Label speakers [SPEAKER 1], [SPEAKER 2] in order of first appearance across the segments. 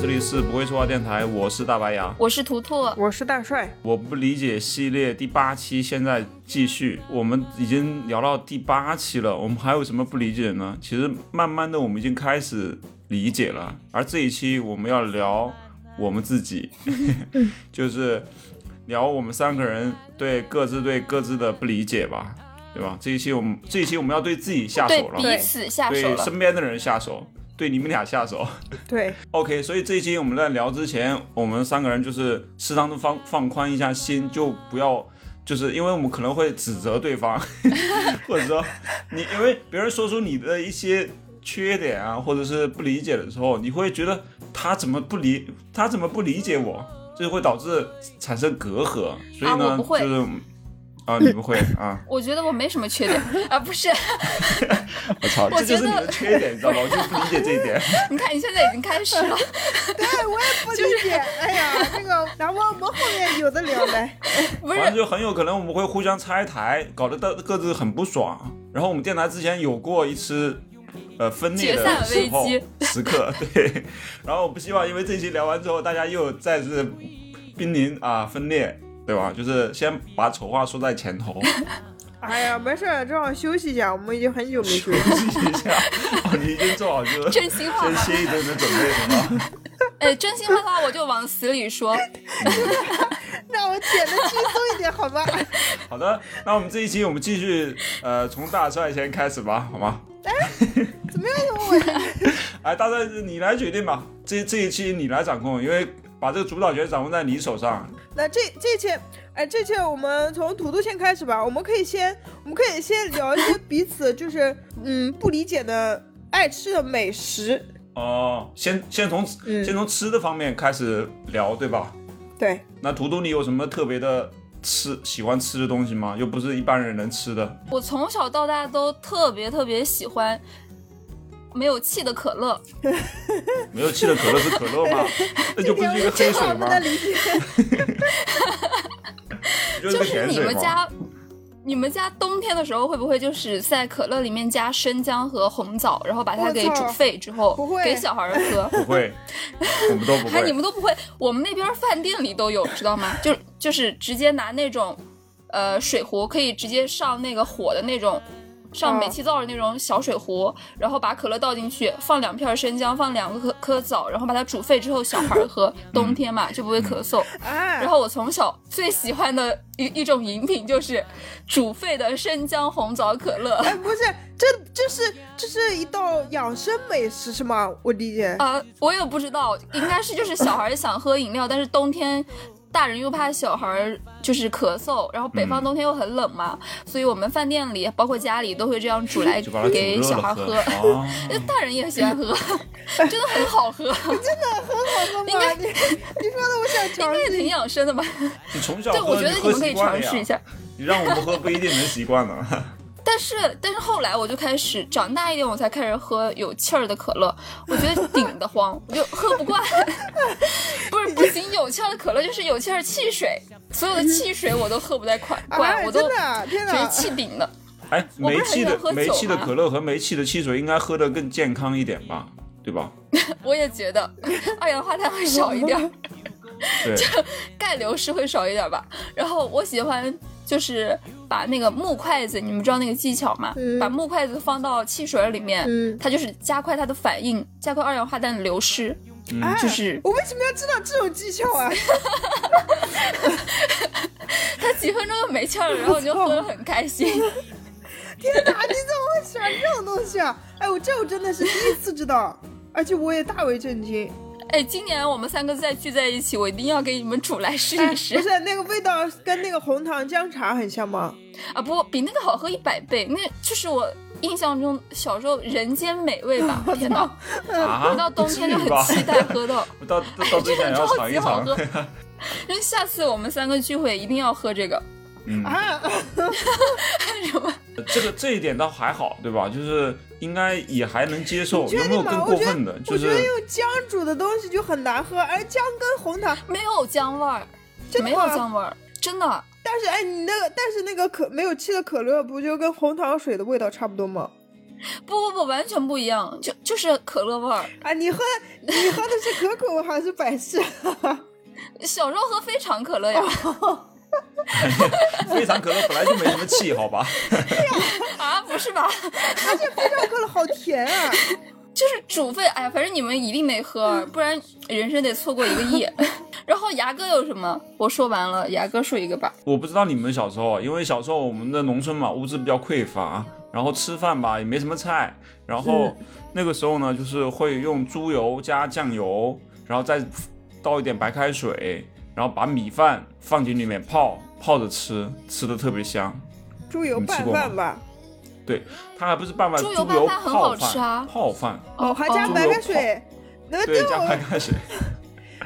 [SPEAKER 1] 这里是不会说话电台，我是大白牙。
[SPEAKER 2] 我是图图，
[SPEAKER 3] 我是大帅，
[SPEAKER 1] 我不理解系列第八期现在继续，我们已经聊到第八期了，我们还有什么不理解呢？其实慢慢的我们已经开始理解了，而这一期我们要聊我们自己， 就是聊我们三个人对各自对各自的不理解吧，对吧？这一期我们这一期我们要对自己下
[SPEAKER 2] 对
[SPEAKER 1] 手了，
[SPEAKER 2] 彼此下手
[SPEAKER 1] 对
[SPEAKER 2] 了。
[SPEAKER 1] 身边的人下手，对你们俩下手。
[SPEAKER 3] 对，
[SPEAKER 1] OK，所以这一期我们在聊之前，我们三个人就是适当的放放宽一下心，就不要，就是因为我们可能会指责对方， 或者说你因为别人说出你的一些缺点啊，或者是不理解的时候，你会觉得他怎么不理他怎么不理解我，这会导致产生隔阂。所以
[SPEAKER 2] 啊我
[SPEAKER 1] 呢，
[SPEAKER 2] 不会
[SPEAKER 1] 就是啊，你不会啊，
[SPEAKER 2] 我觉得我没什么缺点啊，不是？
[SPEAKER 1] 我操，
[SPEAKER 2] 我
[SPEAKER 1] 这就是
[SPEAKER 2] 觉
[SPEAKER 1] 你的
[SPEAKER 2] 得
[SPEAKER 1] 缺点，你知道吗？我就不理解这一点。
[SPEAKER 2] 你看你现在已经开始 了，
[SPEAKER 3] 对我也不理解，哎呀，这个，然后我们后面有的聊呗，
[SPEAKER 2] 不
[SPEAKER 1] 反正
[SPEAKER 2] 是？
[SPEAKER 1] 就很有可能我们会互相拆台，搞得大各自很不爽。然后我们电台之前有过一次，呃，分裂
[SPEAKER 2] 决
[SPEAKER 1] 的
[SPEAKER 2] 赛
[SPEAKER 1] 时候
[SPEAKER 2] 危
[SPEAKER 1] 时刻， 对。然后我不希望因为这期聊完之后，大家又再次濒临啊分裂，对吧？就是先把丑话说在前头，
[SPEAKER 3] 哎呀，没事儿，正好休息一下，我们已经很久没休息 了，
[SPEAKER 1] 休息一下。哦，你已经做好就是
[SPEAKER 2] 真心话
[SPEAKER 1] 先
[SPEAKER 2] 吗？
[SPEAKER 1] 歇一顿的准备了吗？
[SPEAKER 2] 哎，真心话的话我就往死里说。
[SPEAKER 3] 让我剪的轻松一点好吗？
[SPEAKER 1] 好的，那我们这一期我们继续，呃，从大帅先开始吧，好吗？
[SPEAKER 2] 哎
[SPEAKER 3] 怎么样？我
[SPEAKER 1] 哎，大帅你来决定吧，这这一期你来掌控，因为把这个主导权掌握在你手上。
[SPEAKER 3] 那这这期，哎，这期我们从图图先开始吧。我们可以先，我们可以先聊一些彼此就是嗯不理解的爱吃的美食。
[SPEAKER 1] 哦，先先从、
[SPEAKER 3] 嗯
[SPEAKER 1] 先从吃的方面开始聊，对吧？
[SPEAKER 3] 对，
[SPEAKER 1] 那图图你有什么特别的吃喜欢吃的东西吗？又不是一般人能吃的。
[SPEAKER 2] 我从小到大都特别特别喜欢没有气的可乐，
[SPEAKER 1] 没有气的可乐是可乐 吗？那就不是一个黑水
[SPEAKER 3] 这话不
[SPEAKER 1] 吗？
[SPEAKER 3] 能理 解。
[SPEAKER 1] 就
[SPEAKER 2] 就是是
[SPEAKER 1] 甜
[SPEAKER 2] 你
[SPEAKER 1] 水
[SPEAKER 2] 们
[SPEAKER 1] 吗？
[SPEAKER 2] 家。你们家冬天的时候会不会就是在可乐里面加生姜和红枣，然后把它
[SPEAKER 3] 我
[SPEAKER 2] 给
[SPEAKER 3] 操
[SPEAKER 2] 煮沸之后
[SPEAKER 3] 不会
[SPEAKER 2] 给小孩儿 喝？
[SPEAKER 1] 不会，我们都不
[SPEAKER 2] 还你
[SPEAKER 1] 会。
[SPEAKER 2] 们都不会，我们那边饭店里都有，知道 吗？就就是直接拿那种，呃，水壶可以直接上那个火的那种，上
[SPEAKER 3] 嗯
[SPEAKER 2] 煤气灶的那种小水壶，然后把可乐倒进去，放两片生姜，放两个颗颗枣，然后把它煮沸之后，小孩儿喝，
[SPEAKER 1] 嗯
[SPEAKER 2] 冬天嘛就不会咳嗽。
[SPEAKER 3] 哎，
[SPEAKER 2] 然后我从小最喜欢的一一种饮品就是煮沸的生姜红枣可乐。
[SPEAKER 3] 哎，不是，这这是这是一道养生美食是吗？我理解。
[SPEAKER 2] 啊，我也不知道，应该是就是小孩儿想喝饮料，但是冬天大人又怕小孩儿就是咳嗽，然后北
[SPEAKER 1] 嗯
[SPEAKER 2] 方冬天又很冷嘛，所以我们饭店里包括家里都会这样煮来
[SPEAKER 1] 就把它煮
[SPEAKER 2] 给
[SPEAKER 1] 热
[SPEAKER 2] 小
[SPEAKER 1] 了
[SPEAKER 2] 孩儿
[SPEAKER 1] 喝。
[SPEAKER 2] 喝。
[SPEAKER 1] 哦，
[SPEAKER 2] 大人也喜欢喝， 真的很 好喝，
[SPEAKER 3] 好喝吗？你你说的我想
[SPEAKER 2] 应
[SPEAKER 3] 尝
[SPEAKER 2] 该也
[SPEAKER 3] 试
[SPEAKER 2] 挺
[SPEAKER 3] 一下。
[SPEAKER 2] 养生的吧？
[SPEAKER 1] 你从小
[SPEAKER 2] 对，我
[SPEAKER 1] 喝，
[SPEAKER 2] 觉得你
[SPEAKER 1] 喝
[SPEAKER 2] 们可
[SPEAKER 1] 习
[SPEAKER 2] 以
[SPEAKER 1] 惯了
[SPEAKER 2] 尝
[SPEAKER 1] 呀
[SPEAKER 2] 试一下。
[SPEAKER 1] 你让我们喝不一定能习惯呢。
[SPEAKER 2] 但是，但是后来我就开始长大一点，我才开始喝有气儿的可乐，我觉得顶得 慌，我就喝不惯。 不是不行，有气儿的可乐就是有气儿汽水，所有的汽水我都喝不太惯，惯
[SPEAKER 3] 哎，
[SPEAKER 2] 我都
[SPEAKER 3] 真
[SPEAKER 2] 觉
[SPEAKER 3] 的，天
[SPEAKER 2] 得
[SPEAKER 3] 哪！
[SPEAKER 2] 气顶的。
[SPEAKER 1] 哎，
[SPEAKER 2] 我不
[SPEAKER 1] 煤
[SPEAKER 2] 是
[SPEAKER 1] 气
[SPEAKER 2] 很喜欢喝
[SPEAKER 1] 的
[SPEAKER 2] 酒
[SPEAKER 1] 煤气的
[SPEAKER 2] 吗
[SPEAKER 1] 可乐和煤气的汽水应该喝得更健康一点吧，对吧？
[SPEAKER 2] 我也觉 得二氧化碳会少一点儿，
[SPEAKER 1] 对，
[SPEAKER 2] 钙流失会少一点儿吧。然后我喜欢就是把那个木筷子，你们知道那个技巧吗？
[SPEAKER 3] 嗯
[SPEAKER 2] 把木筷子放到汽水里面，
[SPEAKER 3] 嗯
[SPEAKER 2] 它就是加快它的反应，加快二氧化碳的流失，
[SPEAKER 3] 哎
[SPEAKER 2] 就是
[SPEAKER 3] 我为什么要知道这种技巧啊？
[SPEAKER 2] 他几分钟就没气儿了，然后我就喝得很开心。
[SPEAKER 3] 天哪，你怎么会喜欢这种东西啊？哎，我这我真的是第一次知道，而且我也大为震惊。
[SPEAKER 2] 哎，今年我们三个再聚在一起，我一定要给你们煮来试
[SPEAKER 3] 哎
[SPEAKER 2] 一
[SPEAKER 3] 不
[SPEAKER 2] 试
[SPEAKER 3] 是那个味道跟那个红糖姜茶很像吗？
[SPEAKER 2] 啊！不过比那个好喝一百倍，那就是我印象中小时候人间美味 吧！天哪，
[SPEAKER 1] 啊，
[SPEAKER 2] 到冬天 就
[SPEAKER 1] 不至于吧
[SPEAKER 2] 很期待喝到，
[SPEAKER 1] 我到 到到之
[SPEAKER 2] 这
[SPEAKER 1] 前
[SPEAKER 2] 个
[SPEAKER 1] 也要
[SPEAKER 2] 超
[SPEAKER 1] 尝一
[SPEAKER 2] 级
[SPEAKER 1] 尝。
[SPEAKER 2] 好喝。 因为下次我们三个聚会一定要喝这个，
[SPEAKER 1] 嗯，
[SPEAKER 3] 啊，
[SPEAKER 2] 什么
[SPEAKER 1] 这个这一点倒还好，对吧？就是应该也还能接受，
[SPEAKER 3] 确
[SPEAKER 1] 有没有
[SPEAKER 3] 定
[SPEAKER 1] 更
[SPEAKER 3] 吗？
[SPEAKER 1] 过
[SPEAKER 3] 我觉
[SPEAKER 1] 分
[SPEAKER 3] 得
[SPEAKER 1] 的？就
[SPEAKER 3] 我觉得
[SPEAKER 1] 是
[SPEAKER 3] 用姜煮的东西就很难喝，而姜跟红糖，
[SPEAKER 2] 没有姜味儿，
[SPEAKER 3] 真的
[SPEAKER 2] 没
[SPEAKER 3] 吗
[SPEAKER 2] 有姜味儿，真的。
[SPEAKER 3] 但是哎，你那个但是那个可没有气的可乐不就跟红糖水的味道差不多吗？
[SPEAKER 2] 不不不，完全不一样，就就是可乐味儿。
[SPEAKER 3] 啊，你喝你喝的是可口还是百事？
[SPEAKER 2] 小时候喝非常可乐呀，
[SPEAKER 3] 哦
[SPEAKER 1] 非常可乐本来就没什么气，好吧？
[SPEAKER 2] 啊，不是吧？
[SPEAKER 3] 而且非常可乐好甜啊！
[SPEAKER 2] 就是 煮沸，哎呀，反正你们一定得喝，不然人生得错过一个亿。 然后牙哥有什么？我说完了，牙哥说一个吧。
[SPEAKER 1] 我不知道你们小时候，因为小时候我们的农村嘛，物资比较匮乏，然后吃饭吧也没什么菜，然后那个时候呢，就是会用猪油加酱油，然后再倒一点白开水，然后把米饭放进里面泡，泡着吃，吃的特别香。
[SPEAKER 3] 猪油
[SPEAKER 1] 你吃
[SPEAKER 3] 拌
[SPEAKER 1] 过吗
[SPEAKER 3] 饭吧，
[SPEAKER 1] 它还不是拌饭，
[SPEAKER 2] 猪
[SPEAKER 1] 猪
[SPEAKER 2] 油拌饭很
[SPEAKER 1] 泡
[SPEAKER 2] 好吃
[SPEAKER 1] 饭，
[SPEAKER 2] 啊哎
[SPEAKER 1] 泡饭，
[SPEAKER 3] 哦，还加
[SPEAKER 2] 哦
[SPEAKER 3] 白开水，能
[SPEAKER 1] 对，
[SPEAKER 3] 对
[SPEAKER 1] 加
[SPEAKER 3] 我
[SPEAKER 1] 白开水。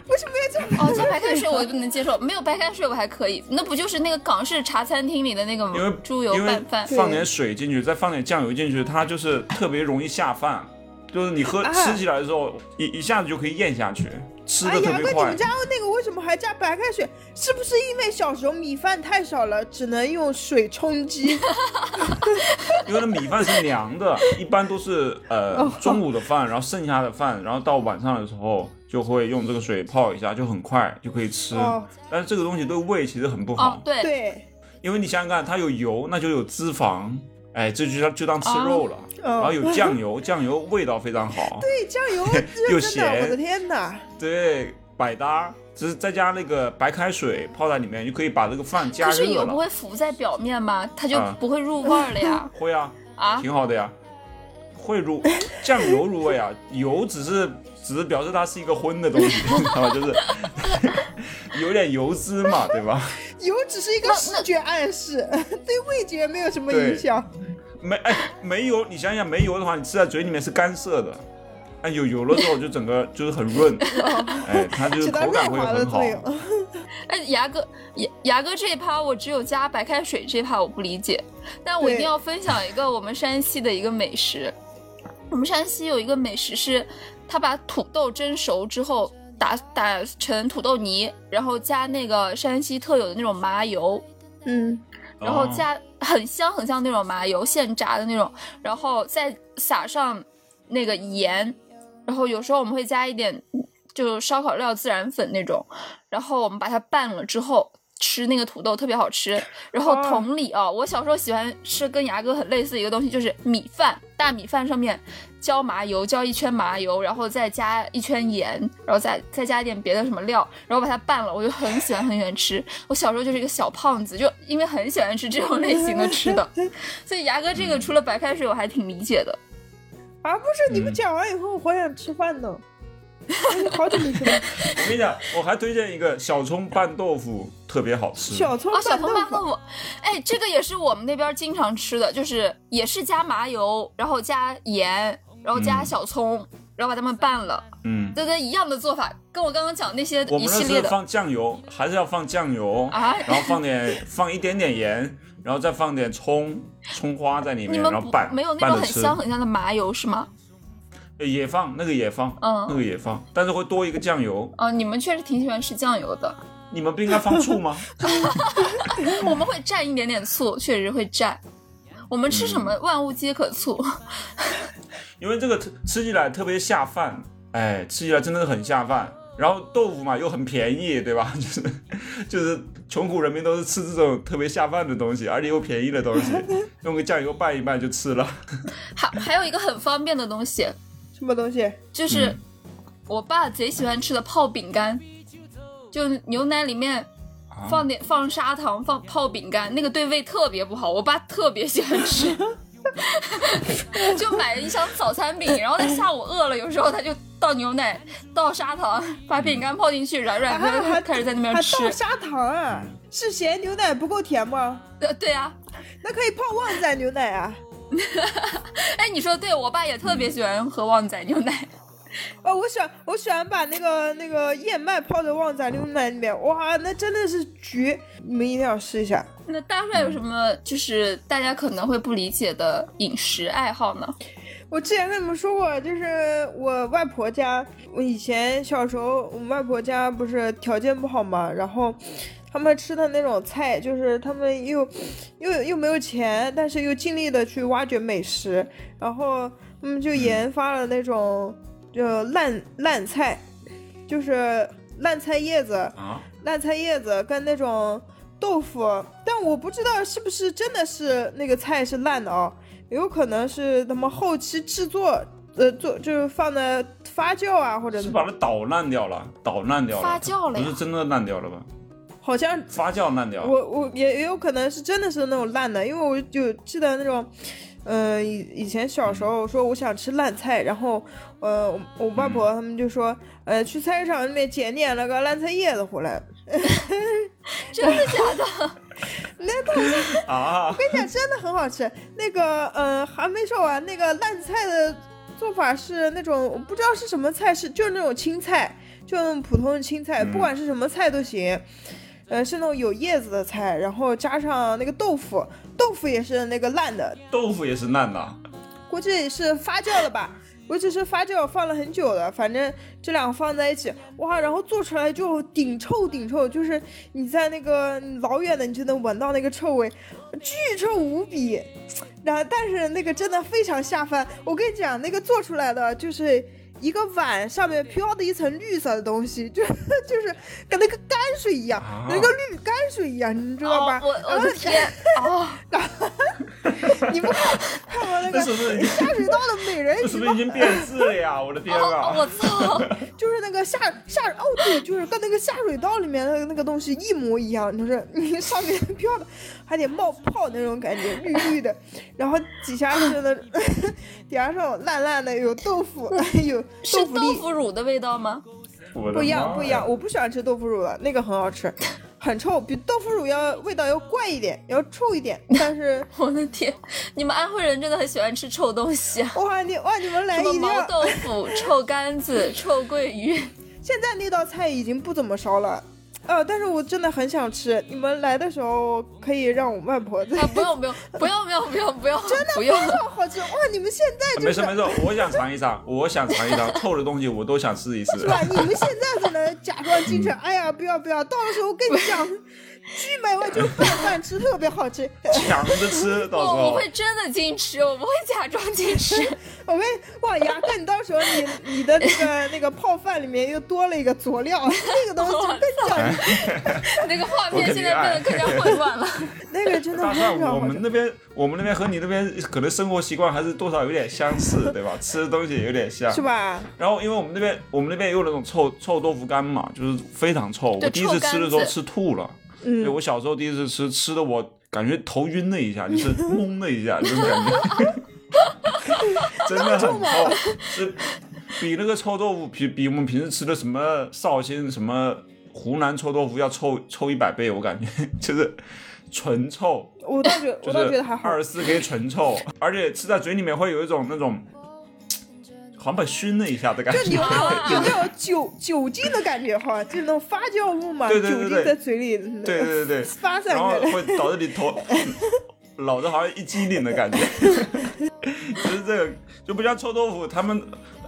[SPEAKER 3] 为什么要加白
[SPEAKER 2] 哦，加白开水我就不能接受，没有白开水我还可以，那不就是那个港式茶餐厅里的那个吗
[SPEAKER 1] 因为
[SPEAKER 2] 嗯猪油
[SPEAKER 1] 因为
[SPEAKER 2] 拌饭？
[SPEAKER 1] 放点水进去，再放点酱油进去，它就是特别容易下饭，就是你喝
[SPEAKER 3] 啊
[SPEAKER 1] 吃起来的时候，一一下子就可以咽下去，吃
[SPEAKER 3] 哎
[SPEAKER 1] 的特
[SPEAKER 3] 呀，哥，
[SPEAKER 1] 别
[SPEAKER 3] 你
[SPEAKER 1] 快
[SPEAKER 3] 们。家那个为什么还加白开水？是不是因为小时候米饭太少了，只能用水 充饥？
[SPEAKER 1] 因为那米饭是凉的，一般都是
[SPEAKER 3] 哦
[SPEAKER 1] 呃 中午的饭，然后剩下的饭，然后到晚上的时候就会用这个水泡一下，就很快就可以吃。
[SPEAKER 3] 哦，
[SPEAKER 1] 但是这个东西对胃其实很不好
[SPEAKER 2] 哦，，对，
[SPEAKER 3] 对，
[SPEAKER 1] 因为你想想看，它有油，那就有脂肪，哎，这就当就当吃
[SPEAKER 2] 哦
[SPEAKER 1] 肉了。然后
[SPEAKER 3] 哦，
[SPEAKER 1] 有酱油，酱油味道非常好。
[SPEAKER 3] 对，酱油
[SPEAKER 1] 又
[SPEAKER 3] 真的，
[SPEAKER 1] 咸
[SPEAKER 3] 我的天哪！
[SPEAKER 1] 对，百搭，只是再加那个白开水泡在里面，就可以把这个饭加
[SPEAKER 2] 可是
[SPEAKER 1] 热
[SPEAKER 2] 油不
[SPEAKER 1] 了。
[SPEAKER 2] 会浮在表面吗？它就
[SPEAKER 1] 啊
[SPEAKER 2] 不会入味儿了 呀？
[SPEAKER 1] 会啊，
[SPEAKER 2] 啊，
[SPEAKER 1] 挺好的呀。会入 酱油入味啊，油只是只是表示它是一个荤的东 西，你知道吧？就是 有点油脂嘛，对吧？
[SPEAKER 3] 油只是一个视觉暗示， 对味觉没有什么
[SPEAKER 1] 对
[SPEAKER 3] 影响。
[SPEAKER 1] 没哎，没油，你想想没油的话，你吃在嘴里面是干涩的。哎，有油了之后就整个就是很润，
[SPEAKER 2] 哦
[SPEAKER 1] 哎，它就是
[SPEAKER 3] 起到
[SPEAKER 1] 口
[SPEAKER 3] 润
[SPEAKER 1] 感会
[SPEAKER 3] 滑的
[SPEAKER 1] 很好哦
[SPEAKER 3] 作。用。
[SPEAKER 2] 哎，牙哥，牙牙哥这一趴我只有加白开水这一趴我不理解，但我一定
[SPEAKER 3] 对
[SPEAKER 2] 要分享一个我们山西的一个美食。我们山西有一个美食是，他把土豆蒸熟之后打打成土豆泥，然后加那个山西特有的那种麻油，
[SPEAKER 3] 嗯，
[SPEAKER 2] 然后
[SPEAKER 1] 哦
[SPEAKER 2] 加很香很香那种麻油，现炸的那种，然后再撒上那个盐，然后有时候我们会加一点就烧烤料、孜然粉那种，然后我们把它拌了之后。吃那个土豆特别好吃，然后
[SPEAKER 3] 哦
[SPEAKER 2] 同理啊，我小时候喜欢吃跟牙哥很类似的一个东西，就是米饭，大米饭上面浇麻油，浇一圈麻油，然后再加一圈盐，然后再再加一点别的什么料，然后把它拌了，我就很喜欢很喜欢吃。我小时候就是一个小胖子，就因为很喜欢吃这种类型的吃的， 所以牙哥这个除了白开水，我还挺理解的。
[SPEAKER 3] 啊，不是，你们
[SPEAKER 1] 嗯
[SPEAKER 3] 讲完以后，我好想吃饭呢。哎好久没吃了，
[SPEAKER 1] 我跟你讲，我还推荐一个小葱拌豆腐，特别好吃。
[SPEAKER 3] 小葱
[SPEAKER 2] 哦，小
[SPEAKER 3] 拌
[SPEAKER 2] 葱
[SPEAKER 3] 豆
[SPEAKER 2] 拌
[SPEAKER 3] 腐
[SPEAKER 2] 豆，腐，哎，这个也是我们那边经常吃的，就是也是加麻油，然后加盐，然后加
[SPEAKER 1] 嗯
[SPEAKER 2] 小葱，然后把它们拌了，
[SPEAKER 1] 嗯，
[SPEAKER 2] 对对，一样的做法，跟我刚刚讲那些
[SPEAKER 1] 我
[SPEAKER 2] 一
[SPEAKER 1] 们
[SPEAKER 2] 系
[SPEAKER 1] 那
[SPEAKER 2] 列
[SPEAKER 1] 是
[SPEAKER 2] 的
[SPEAKER 1] 放酱油，还是要放酱油，
[SPEAKER 2] 啊。
[SPEAKER 1] 然后放点放一点点盐，然后再放点葱葱花在里
[SPEAKER 2] 你
[SPEAKER 1] 面，
[SPEAKER 2] 们
[SPEAKER 1] 然后
[SPEAKER 2] 不
[SPEAKER 1] 拌
[SPEAKER 2] 没有那
[SPEAKER 1] 拌
[SPEAKER 2] 种
[SPEAKER 1] 着
[SPEAKER 2] 很
[SPEAKER 1] 吃，
[SPEAKER 2] 香很香的麻油是吗？
[SPEAKER 1] 呃也放那个也放，
[SPEAKER 2] 嗯
[SPEAKER 1] 那个也放，但是会多一个酱油。
[SPEAKER 2] 啊，你们确实挺喜欢吃酱油 的。
[SPEAKER 1] 你们不应该放醋吗？
[SPEAKER 2] 我们会蘸一点点醋，确实会蘸。我们吃什么
[SPEAKER 3] 嗯
[SPEAKER 2] 万物皆可醋，
[SPEAKER 1] 因为这个特吃起来特别下饭，哎，吃起来真的是很下饭。然后豆腐嘛又很便宜，对吧？ 就是就是穷苦人民都是吃这种特别下饭的东西，而且又便宜的东西， 用个酱油拌一拌就吃了。
[SPEAKER 2] 还还有一个很方便的东西，
[SPEAKER 3] 什么东西？
[SPEAKER 2] 就是
[SPEAKER 1] 嗯
[SPEAKER 2] 我爸贼喜欢吃的泡饼干，就牛奶里面
[SPEAKER 1] 啊
[SPEAKER 2] 放点放砂糖，放泡饼干，那个对胃特别不好，我爸特别喜欢 吃，就买了一箱早餐饼，然后他下午饿了，有时候他就倒牛奶，倒砂糖，把饼干泡进去，软软的，
[SPEAKER 3] 啊还
[SPEAKER 2] 开始在那边
[SPEAKER 3] 还
[SPEAKER 2] 吃
[SPEAKER 3] 倒。砂糖啊？是嫌牛奶不够甜吗？
[SPEAKER 2] 呃，对啊，
[SPEAKER 3] 那可以泡旺仔牛奶啊！
[SPEAKER 2] 哎，你说对，我爸也特别喜欢喝旺仔牛奶。
[SPEAKER 3] 哦，我喜欢我喜欢把那个那个燕麦泡在旺仔牛奶里面，哇，那真的是绝！你们一定要试一下。
[SPEAKER 2] 那大帅有什么就是大家可能会不理解的饮食爱好呢？
[SPEAKER 3] 我之前跟你们说过，就是我外婆家，我以前小时候，我外婆家不是条件不好嘛，然后他们吃的那种菜，就是他们又又又没有钱，但是又尽力的去挖掘美食，然后他们就研发了那种就烂烂菜，就是烂菜叶子、
[SPEAKER 1] 啊，
[SPEAKER 3] 烂菜叶子跟那种豆腐，但我不知道是不是真的是那个菜是烂的哦，也有可能是他们后期制作。呃，做就是放在发酵啊，或者
[SPEAKER 1] 是把它捣烂掉了，捣烂掉了，
[SPEAKER 2] 发酵了
[SPEAKER 1] 不
[SPEAKER 2] 呀
[SPEAKER 1] 是真的烂掉了吧？
[SPEAKER 3] 好像
[SPEAKER 1] 发酵烂掉了，
[SPEAKER 3] 我我也也有可能是真的是那种烂的，因为我就记得那种，嗯，以以前小时候说我想吃烂菜，然后呃，我我外婆他们就说，呃，去菜市场那边捡捡了个烂菜叶子回来。
[SPEAKER 2] 真的假的？
[SPEAKER 1] 啊，
[SPEAKER 3] 跟你讲，真的很好吃。那个呃，还没说完，那个烂菜的做法是那种我不知道是什么菜，是就是那种青菜，就那种普通的青菜，
[SPEAKER 1] 嗯
[SPEAKER 3] 不管是什么菜都行。呃，是那种有叶子的菜，然后加上那个豆腐，豆腐也是那个烂的，
[SPEAKER 1] 豆腐也是烂的，
[SPEAKER 3] 估计是发酵了吧，估计是发酵放了很久的，反正这两个放在一起，哇，然后做出来就顶臭顶臭，就是你在那个老远的你就能闻到那个臭味，巨臭无比。然后但是那个真的非常下饭，我跟你讲，那个做出来的就是。一个碗上面飘的一层绿色的东西， 就就是跟那个泔水一样，
[SPEAKER 1] 啊
[SPEAKER 3] 那个绿泔水一样，你知道吧？
[SPEAKER 2] 哦、我我的 天！哦，
[SPEAKER 3] 你不看看我那
[SPEAKER 1] 这
[SPEAKER 3] 个
[SPEAKER 1] 是不是已经
[SPEAKER 3] 下水道的美人
[SPEAKER 1] 这
[SPEAKER 3] 鱼吗？
[SPEAKER 1] 是不是已经变质了呀？我的天
[SPEAKER 2] 哦
[SPEAKER 1] 啊！
[SPEAKER 2] 我操！
[SPEAKER 3] 就是那个下下哦，对，就是跟那个下水道里面的那个东西一模一样，就是你 上面飘的还得冒泡那种感觉，绿绿的，然后底下是那底下是那种烂烂的，有豆腐，有
[SPEAKER 2] 是
[SPEAKER 3] 腐
[SPEAKER 2] 豆
[SPEAKER 3] 粒，
[SPEAKER 2] 腐乳的味道吗？
[SPEAKER 1] 我的
[SPEAKER 3] 不一样
[SPEAKER 1] 妈
[SPEAKER 3] 不一样，
[SPEAKER 1] 呀，
[SPEAKER 3] 我不喜欢吃豆腐乳了，那个很好吃，很臭，比豆腐乳要味道要怪一点，要臭一点，但是
[SPEAKER 2] 我的天，你们安徽人真的很喜欢吃臭东西啊！
[SPEAKER 3] 哇你哇你们
[SPEAKER 2] 什
[SPEAKER 3] 来一
[SPEAKER 2] 么
[SPEAKER 3] 定
[SPEAKER 2] 毛
[SPEAKER 3] 要。
[SPEAKER 2] 豆腐、臭干子、臭鳜鱼，
[SPEAKER 3] 现在那道菜已经不怎么烧了，呃，但是我真的很想吃。你们来的时候可以让我外婆 再
[SPEAKER 2] 啊，不用不用不用不用不用不用，真的不用。
[SPEAKER 3] 超好吃哇！你们现在 就
[SPEAKER 1] 没
[SPEAKER 3] 是
[SPEAKER 1] 事没事，我想尝一尝，我想尝一尝，臭的东西我都想试一试
[SPEAKER 3] 是。吧？你们现在只能假装精神，哎呀，不要不要，到时候跟你讲，巨美味就是拌饭吃，特别好吃。
[SPEAKER 1] 抢着吃，到时
[SPEAKER 2] 我我
[SPEAKER 1] 候
[SPEAKER 2] 会真的矜持，我不会假装矜持。
[SPEAKER 3] 我跟哇牙哥，你到时候你你的那个那个泡饭里面又多了一个佐料， 那个东西跟你讲，
[SPEAKER 2] 那个画
[SPEAKER 1] 我
[SPEAKER 2] 面
[SPEAKER 1] 肯
[SPEAKER 2] 现
[SPEAKER 1] 定
[SPEAKER 2] 在变得
[SPEAKER 1] 爱
[SPEAKER 2] 更加混乱了。
[SPEAKER 3] 那个真的
[SPEAKER 1] 大
[SPEAKER 3] 非
[SPEAKER 1] 帅，
[SPEAKER 3] 常
[SPEAKER 1] 我
[SPEAKER 3] 好
[SPEAKER 1] 们
[SPEAKER 3] 吃。
[SPEAKER 1] 那边我们那边和你那边可能生活习惯还是多少有点相似，对吧？吃的东西也有点像
[SPEAKER 3] 是。吧？
[SPEAKER 1] 然后因为我们那边我们那边也有那种臭臭豆腐干嘛，就是非常臭。
[SPEAKER 2] 对
[SPEAKER 1] 我第一次吃的时
[SPEAKER 2] 臭
[SPEAKER 1] 候
[SPEAKER 2] 干子
[SPEAKER 1] 吃吐了，对
[SPEAKER 3] 嗯，
[SPEAKER 1] 我小时候第一次吃，吃的我感觉头晕了一下， 就是懵了一下，这种感觉。真的很臭，是比那个臭豆腐比比我们平时吃的什么绍兴什么湖南臭豆腐要臭臭一百倍，我感觉 就是纯臭，
[SPEAKER 3] 我倒觉
[SPEAKER 1] 就
[SPEAKER 3] 我
[SPEAKER 1] 是
[SPEAKER 3] 倒觉得还好
[SPEAKER 1] 二。十四 K 纯臭，而且吃在嘴里面会有一种那种好像被熏了一下的感
[SPEAKER 3] 就
[SPEAKER 1] 觉
[SPEAKER 3] 你有。
[SPEAKER 2] 啊
[SPEAKER 3] 那种有那种酒酒精的感觉哈，就是那种发酵物嘛，
[SPEAKER 1] 对对对
[SPEAKER 3] 酒精
[SPEAKER 1] 对
[SPEAKER 3] 在嘴里嗯
[SPEAKER 1] 对对对对，
[SPEAKER 3] 发散
[SPEAKER 1] 然后
[SPEAKER 3] 开来。
[SPEAKER 1] 会导致你头脑子好像一激灵的感觉， 就是这个就不像臭豆腐，他们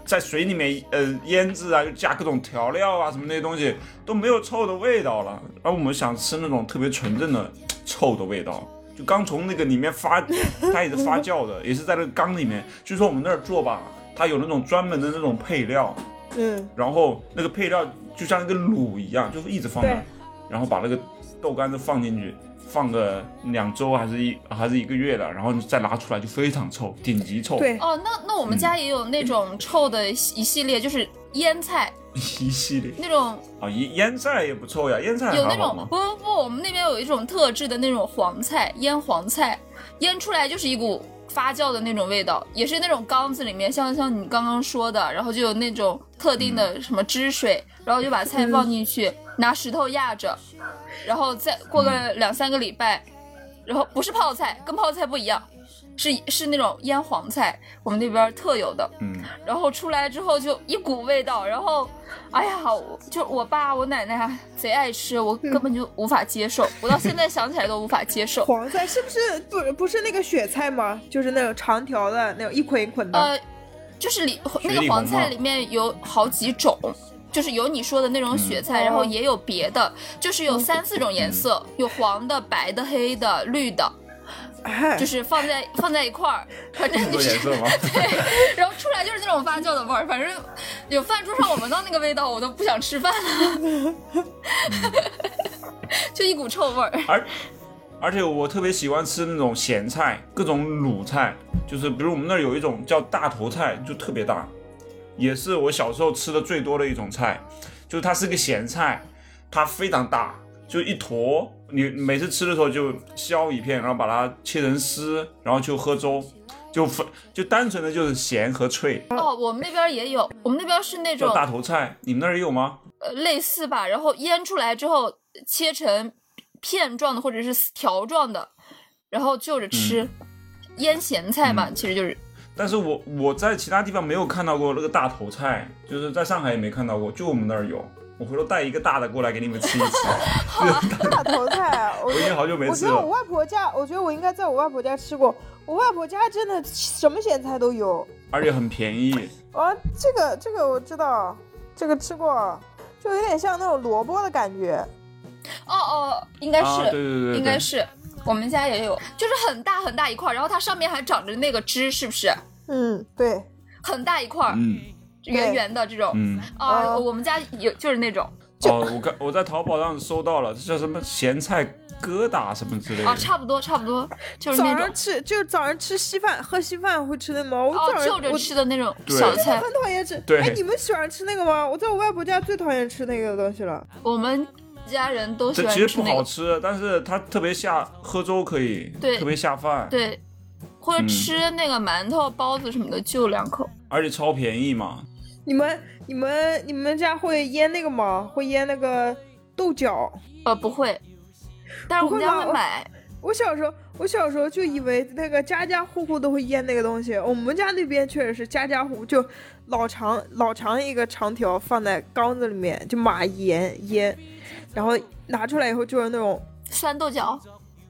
[SPEAKER 1] 在水里面呃腌制啊，就加各种调料啊什么那些东西都没有臭的味道了，而我们想吃那种特别纯正的臭的味道。就刚从那个里面发，它也是发酵的，也是在那个缸里面。据说我们那儿做吧，它有那种专门的那种配料，
[SPEAKER 3] 嗯，
[SPEAKER 1] 然后那个配料就像一个卤一样，就是一直放那
[SPEAKER 3] 对
[SPEAKER 1] 儿，然后把那个豆干子放进去，放个两周还是一还是一个月的，然后你再拿出来就非常臭，顶级臭，
[SPEAKER 3] 对，
[SPEAKER 2] 哦，那那我们
[SPEAKER 1] 嗯
[SPEAKER 2] 家也有那种臭的一系列，就是腌菜
[SPEAKER 1] 一系列
[SPEAKER 2] 那种，
[SPEAKER 1] 啊，腌腌菜也不臭呀，腌菜
[SPEAKER 2] 有
[SPEAKER 1] 还
[SPEAKER 2] 那
[SPEAKER 1] 好
[SPEAKER 2] 种
[SPEAKER 1] 吗
[SPEAKER 2] 不？不不，我们那边有一种特制的那种黄菜，腌黄菜，腌出来就是一股发酵的那种味道，也是那种缸子里面，像像你刚刚说的，然后就有那种特定
[SPEAKER 1] 嗯
[SPEAKER 2] 的什么汁水，然后就把菜放进去，拿石头压着，然后再过
[SPEAKER 1] 嗯
[SPEAKER 2] 个两三个礼拜，然后不是泡菜，跟泡菜不一样，是是那种腌黄菜，我们那边特有的。
[SPEAKER 1] 嗯，
[SPEAKER 2] 然后出来之后就一股味道，然后，哎呀，我就我爸我奶奶贼爱吃，我根本就无法接受，我到现在想起来都无法 接受。
[SPEAKER 3] 黄菜是不是不不是那个雪菜吗？就是那种长条的那种一捆一捆的。
[SPEAKER 2] 呃呃，就是里那
[SPEAKER 1] 雪
[SPEAKER 2] 个
[SPEAKER 1] 里
[SPEAKER 2] 黄
[SPEAKER 1] 红
[SPEAKER 2] 菜
[SPEAKER 1] 吗
[SPEAKER 2] 里面有好几种，就是有你说的那种雪
[SPEAKER 1] 嗯
[SPEAKER 2] 菜，然后
[SPEAKER 3] 哦
[SPEAKER 2] 也有别的，就是有三四种颜色，有黄的、白的、黑的、绿的，
[SPEAKER 3] 哎，
[SPEAKER 2] 就是放在放在一块儿，反正
[SPEAKER 1] 这么
[SPEAKER 2] 就
[SPEAKER 1] 多颜
[SPEAKER 2] 是
[SPEAKER 1] 色吗？
[SPEAKER 2] 对，然后出来就是那种发酵的味儿，反正有饭桌上我闻到那个味道，我都不想吃饭了， 就一股臭味儿。
[SPEAKER 1] 而而且我特别喜欢吃那种咸菜，各种卤菜，就是比如我们那儿有一种叫大头菜，就特别大，也是我小时候吃的最多的一种菜，就是它是个咸菜，它非常大，就一坨，你每次吃的时候就削一片，然后把它切成丝，然后就喝粥，就分就单纯的就是咸和脆，
[SPEAKER 2] 哦，我们那边也有，我们那边是那种
[SPEAKER 1] 叫大头菜，你们那儿也有吗？
[SPEAKER 2] 呃类似吧，然后腌出来之后切成片状的或者是条状的，然后就着吃。
[SPEAKER 1] 嗯
[SPEAKER 2] 腌咸菜嘛，其实就是
[SPEAKER 1] 但是我我在其他地方没有看到过那个大头菜，就是在上海也没看到过，就我们那儿有。我回头带一个大的过来给你们吃一吃。
[SPEAKER 3] 大头菜，啊我
[SPEAKER 1] 我已经好久没
[SPEAKER 3] 我
[SPEAKER 1] 吃啊
[SPEAKER 3] 觉得 我
[SPEAKER 1] 了。
[SPEAKER 3] 外婆家，我觉得我应该在我外婆家吃过。我外婆家真的什么咸菜都有。
[SPEAKER 1] 而且很便宜，
[SPEAKER 3] 啊，这个这个我知道，这个吃过，啊就有点像那种萝卜的感觉。
[SPEAKER 2] 哦哦，应该是、
[SPEAKER 1] 啊，对对对，
[SPEAKER 2] 应该是，我们家也有，就是很大很大一块儿，然后它上面还长着那个枝，是不是？
[SPEAKER 3] 嗯，对，
[SPEAKER 2] 很大一块儿，
[SPEAKER 1] 嗯
[SPEAKER 2] 圆圆的这种。
[SPEAKER 1] 嗯。
[SPEAKER 2] 啊、
[SPEAKER 3] 哦
[SPEAKER 2] 我们家有就是那种
[SPEAKER 1] 哦，我刚我在淘宝上搜到了，这叫什么咸菜疙瘩什么之类
[SPEAKER 2] 啊，
[SPEAKER 1] 的。
[SPEAKER 2] 差不多差不多就是
[SPEAKER 3] 早
[SPEAKER 2] 那
[SPEAKER 3] 上
[SPEAKER 2] 种
[SPEAKER 3] 吃就早上吃稀饭喝稀饭会吃那吗？我
[SPEAKER 2] 哦
[SPEAKER 3] 早，上、
[SPEAKER 2] 就着
[SPEAKER 3] 我
[SPEAKER 2] 吃的那种
[SPEAKER 1] 对
[SPEAKER 2] 小菜。
[SPEAKER 3] 很讨厌吃。
[SPEAKER 1] 对
[SPEAKER 3] 哎，你们喜欢吃那个吗？我在我外婆家最讨厌吃那个东西了。
[SPEAKER 2] 我们家人都喜
[SPEAKER 1] 这
[SPEAKER 2] 欢
[SPEAKER 1] 其实
[SPEAKER 2] 吃
[SPEAKER 1] 不
[SPEAKER 2] 那
[SPEAKER 1] 好
[SPEAKER 2] 个，
[SPEAKER 1] 吃，但是它特别下喝粥可以，
[SPEAKER 2] 对
[SPEAKER 1] 特别下饭，
[SPEAKER 2] 对，或者
[SPEAKER 1] 嗯
[SPEAKER 2] 吃那个馒头、包子什么的，就两口。
[SPEAKER 1] 而且超便宜嘛。
[SPEAKER 3] 你们你们你们家会腌那个吗？会腌那个豆角？
[SPEAKER 2] 呃，不会，但是我们家
[SPEAKER 3] 不会吗
[SPEAKER 2] 会买。
[SPEAKER 3] 我小时候，我小时候就以为那个家家户户都会腌那个东西。我们家那边确实是家家户户就老长老长一个长条放在缸子里面，就码盐腌，然后拿出来以后就是那种
[SPEAKER 2] 酸豆角，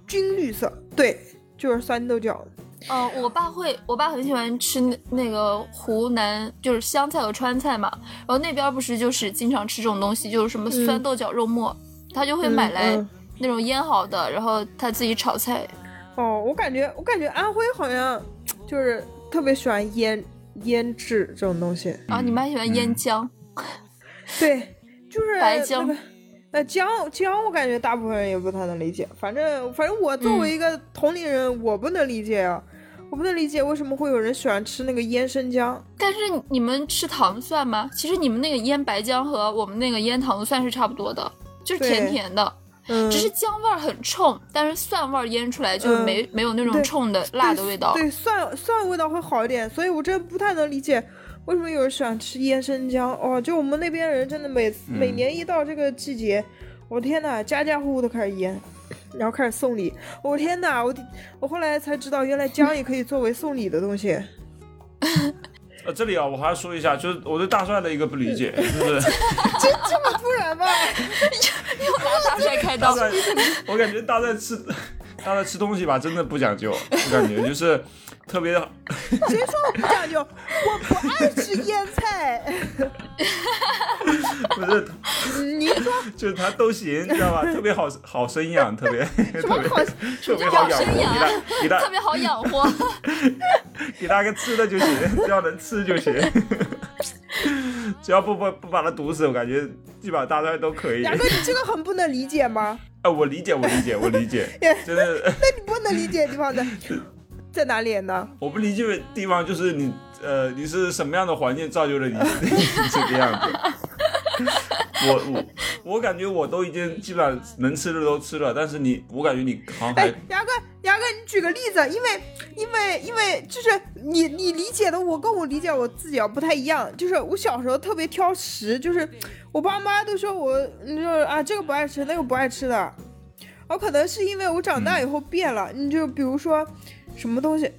[SPEAKER 3] 军绿色，对，就是酸豆角。
[SPEAKER 2] 呃，我爸会，我爸很喜欢吃那那个湖南，就是湘菜和川菜嘛。然后那边儿不是就是经常吃这种东西，就是什么酸
[SPEAKER 3] 嗯
[SPEAKER 2] 豆角肉末，他就会买
[SPEAKER 3] 嗯
[SPEAKER 2] 来
[SPEAKER 3] 嗯
[SPEAKER 2] 那种腌好的，然后他自己炒菜。
[SPEAKER 3] 哦，我感觉我感觉安徽好像就是特别喜欢腌腌制这种东西。
[SPEAKER 2] 啊，你们还喜欢腌
[SPEAKER 1] 嗯
[SPEAKER 2] 姜？
[SPEAKER 3] 对，就是
[SPEAKER 2] 白
[SPEAKER 3] 那
[SPEAKER 2] 姜
[SPEAKER 3] 个呃，姜姜，我感觉大部分人也不太能理解。反正反正我作
[SPEAKER 2] 嗯
[SPEAKER 3] 为一个同龄人，我不能理解啊，我不能理解为什么会有人喜欢吃那个腌生姜。
[SPEAKER 2] 但是你们吃糖蒜吗？其实你们那个腌白姜和我们那个腌糖蒜是差不多的，就是甜
[SPEAKER 3] 对
[SPEAKER 2] 甜的，
[SPEAKER 3] 嗯，
[SPEAKER 2] 只是姜味儿很冲，但是蒜味儿腌出来就
[SPEAKER 3] 嗯
[SPEAKER 2] 没、没有那种
[SPEAKER 3] 对
[SPEAKER 2] 冲的辣的味道。
[SPEAKER 3] 对蒜蒜味道会好一点，所以我真不太能理解。为什么有人喜欢吃腌生姜？哦，就我们那边人真的每、每
[SPEAKER 1] 嗯
[SPEAKER 3] 年一到这个季节，我天呐，家家户户都开始腌，然后开始送礼。我天呐，我我后来才知道，原来姜也可以作为送礼的东 西。
[SPEAKER 1] 呃，这里啊，我还要说一下，就是我对大蒜的一个不理解，就是
[SPEAKER 3] 不然吧，
[SPEAKER 2] 又拿大帅开
[SPEAKER 1] 大
[SPEAKER 2] 刀，
[SPEAKER 1] 蒜，我感觉大蒜吃大蒜吃东西吧，真的不讲究，我感觉就是特别
[SPEAKER 3] 谁说我不讲究？我不爱吃腌 菜。
[SPEAKER 1] 不是，
[SPEAKER 3] 您说
[SPEAKER 1] 就是它都行，你知道吧？特别好好生养，特别
[SPEAKER 3] 什
[SPEAKER 1] 特
[SPEAKER 3] 么
[SPEAKER 1] 别
[SPEAKER 3] 好？
[SPEAKER 1] 特别好
[SPEAKER 2] 什么叫
[SPEAKER 1] 养活，
[SPEAKER 2] 生养啊
[SPEAKER 1] 给它
[SPEAKER 2] 特别好养 活。
[SPEAKER 1] 给它个吃的就行，只要能吃就行，只要不不不把它毒死，我感觉基本上大蒜都可以。
[SPEAKER 3] 牙哥，你这个很不能理解吗？
[SPEAKER 1] 哎，我理解，我理解，我理解
[SPEAKER 3] Yeah，
[SPEAKER 1] 真的，
[SPEAKER 3] 那你不能理解的地方在在哪里呢？
[SPEAKER 1] 我不理解的地方就是你呃，你是什么样的环境造就了你你这个样 子？我我我感觉我都已经基本上能吃的都吃了，但是你我感觉你好像还
[SPEAKER 3] 哎，牙哥，牙哥，你举个例子，因为因为因为就是你你理解的我跟我理解我自己啊不太一样，就是我小时候特别挑食，就是我爸妈都说我，你说啊这个不爱吃，那个不爱吃的，我可能是因为我长大以后变了，你就比如说什么东西。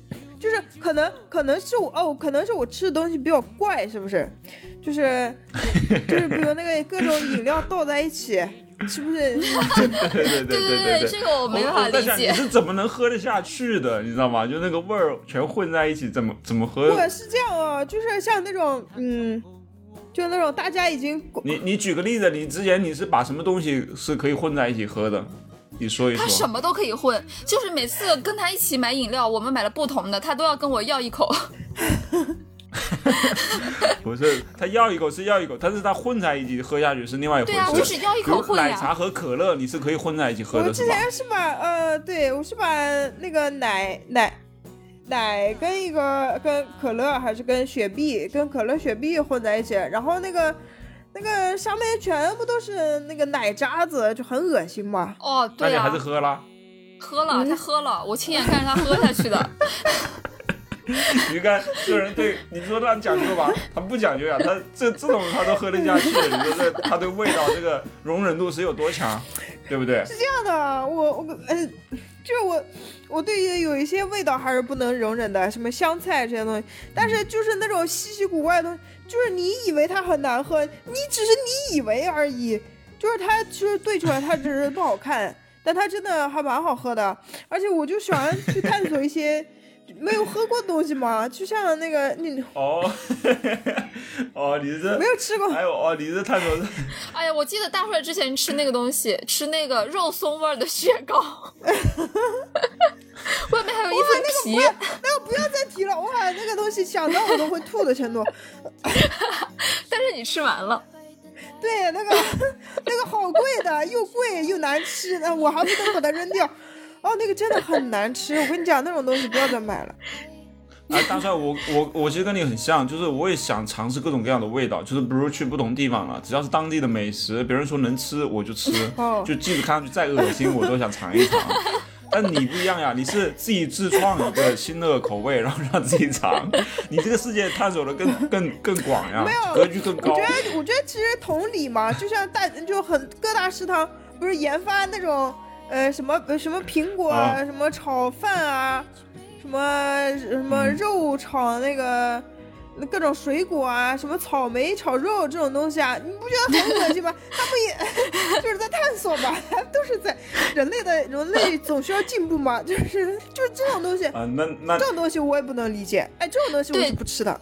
[SPEAKER 3] 就是可能可能是我哦，可能是我吃的东西比较怪，是不是？就是就是比如那个各种饮料倒在一起，是不是？
[SPEAKER 1] 对对对
[SPEAKER 2] 对
[SPEAKER 1] 对
[SPEAKER 2] 对，
[SPEAKER 1] 对
[SPEAKER 2] 这。个我没办
[SPEAKER 1] 我
[SPEAKER 2] 法
[SPEAKER 1] 我在
[SPEAKER 2] 理
[SPEAKER 1] 想你
[SPEAKER 2] 解。
[SPEAKER 1] 是怎么能喝得下去的，你知道吗？就那个呃味儿全混在一起，怎么怎么喝？
[SPEAKER 3] 我是这样啊，就是像那种嗯，就那种大家已经
[SPEAKER 1] 你你举个例子，你之前你是把什么东西是可以混在一起喝的？你说一
[SPEAKER 2] 他什
[SPEAKER 1] 说。
[SPEAKER 2] 么都可以混，就是每次跟他一起买饮料，我们买了不同的，他都要跟我要 一口。
[SPEAKER 1] 不是，他要一口是要一口，但是他混在一起喝下去是另外一回
[SPEAKER 2] 对
[SPEAKER 1] 事。
[SPEAKER 2] 啊，我就是要一
[SPEAKER 1] 比
[SPEAKER 2] 口
[SPEAKER 1] 如
[SPEAKER 2] 混
[SPEAKER 1] 奶
[SPEAKER 2] 呀。
[SPEAKER 1] 茶和可乐，你是可以混在一起喝
[SPEAKER 3] 我
[SPEAKER 1] 的，是
[SPEAKER 3] 之
[SPEAKER 1] 吧？
[SPEAKER 3] 前是把呃，对我是把那个奶奶奶跟一个跟可乐还是跟雪碧跟可乐雪碧混在一起，然后那个那个上面全部都是那个奶渣子，就很恶心嘛。
[SPEAKER 2] 哦，
[SPEAKER 1] 那
[SPEAKER 2] 对
[SPEAKER 1] 你
[SPEAKER 3] 啊
[SPEAKER 2] 呀、
[SPEAKER 1] 还是喝了，
[SPEAKER 2] 喝了，他喝了，我亲眼看着他喝下去的。
[SPEAKER 1] 你看这人对你说他讲究吧，他不讲究呀，他这这种他都喝得下去，你说这他对味道这个容忍度是有多强，对不对？
[SPEAKER 3] 这样的，我我呃，就是我我对于有一些味道还是不能容忍的，什么香菜这些东西，但是就是那种稀奇古怪的东西，就是你以为它很难喝，你只是你以为而已，就是它其实对出来它只是不好看，但它真的还蛮好喝的，而且我就喜欢去探索一些没有喝过的东西嘛，就像那个你
[SPEAKER 1] 哦， 哦，你这
[SPEAKER 3] 没有吃过，
[SPEAKER 1] 还有哦，你这探索
[SPEAKER 2] 哎呀，我记得大帅之前吃那个东西，吃那个肉松味儿的雪糕， 外面还有一层皮。
[SPEAKER 3] 那个不要再提了，哇，那个东西想到我都会吐的程度。
[SPEAKER 2] 但是你吃完了，
[SPEAKER 3] 对，那个那个好贵的，又贵又难吃，那我还不能把它扔掉。哦，那个真的很难吃，我跟你讲，那种东西不要再买了。
[SPEAKER 1] 哎，大帅，我我我其实跟你很像，就是我也想尝试各种各样的味道，就是比如去不同地方了，只要是当地的美食，别人说能吃我就吃
[SPEAKER 3] 哦，
[SPEAKER 1] 就即使看上去再恶心我都想尝一尝。但你不一样呀，你是自己自创一个新的口味，然后让自己尝，你这个世界探索的更更更广呀
[SPEAKER 3] 没，有
[SPEAKER 1] 格局更
[SPEAKER 3] 我
[SPEAKER 1] 高
[SPEAKER 3] 觉。得，我觉得其实同理嘛，就像大就很各大食堂不是研发那种呃什么呃什么苹果
[SPEAKER 1] 啊
[SPEAKER 3] 什么炒饭啊，什么什么
[SPEAKER 1] 嗯
[SPEAKER 3] 肉炒那个。各种水果啊，什么草莓炒肉这种东西啊，你不觉得很恶心吗？他不也 就是在探索嘛，都是在人类的人类总需要进步嘛，就是就是这种东西，
[SPEAKER 1] 啊、那那
[SPEAKER 3] 这种东西我也不能理解。哎，这种东西我
[SPEAKER 2] 对
[SPEAKER 3] 是不吃的。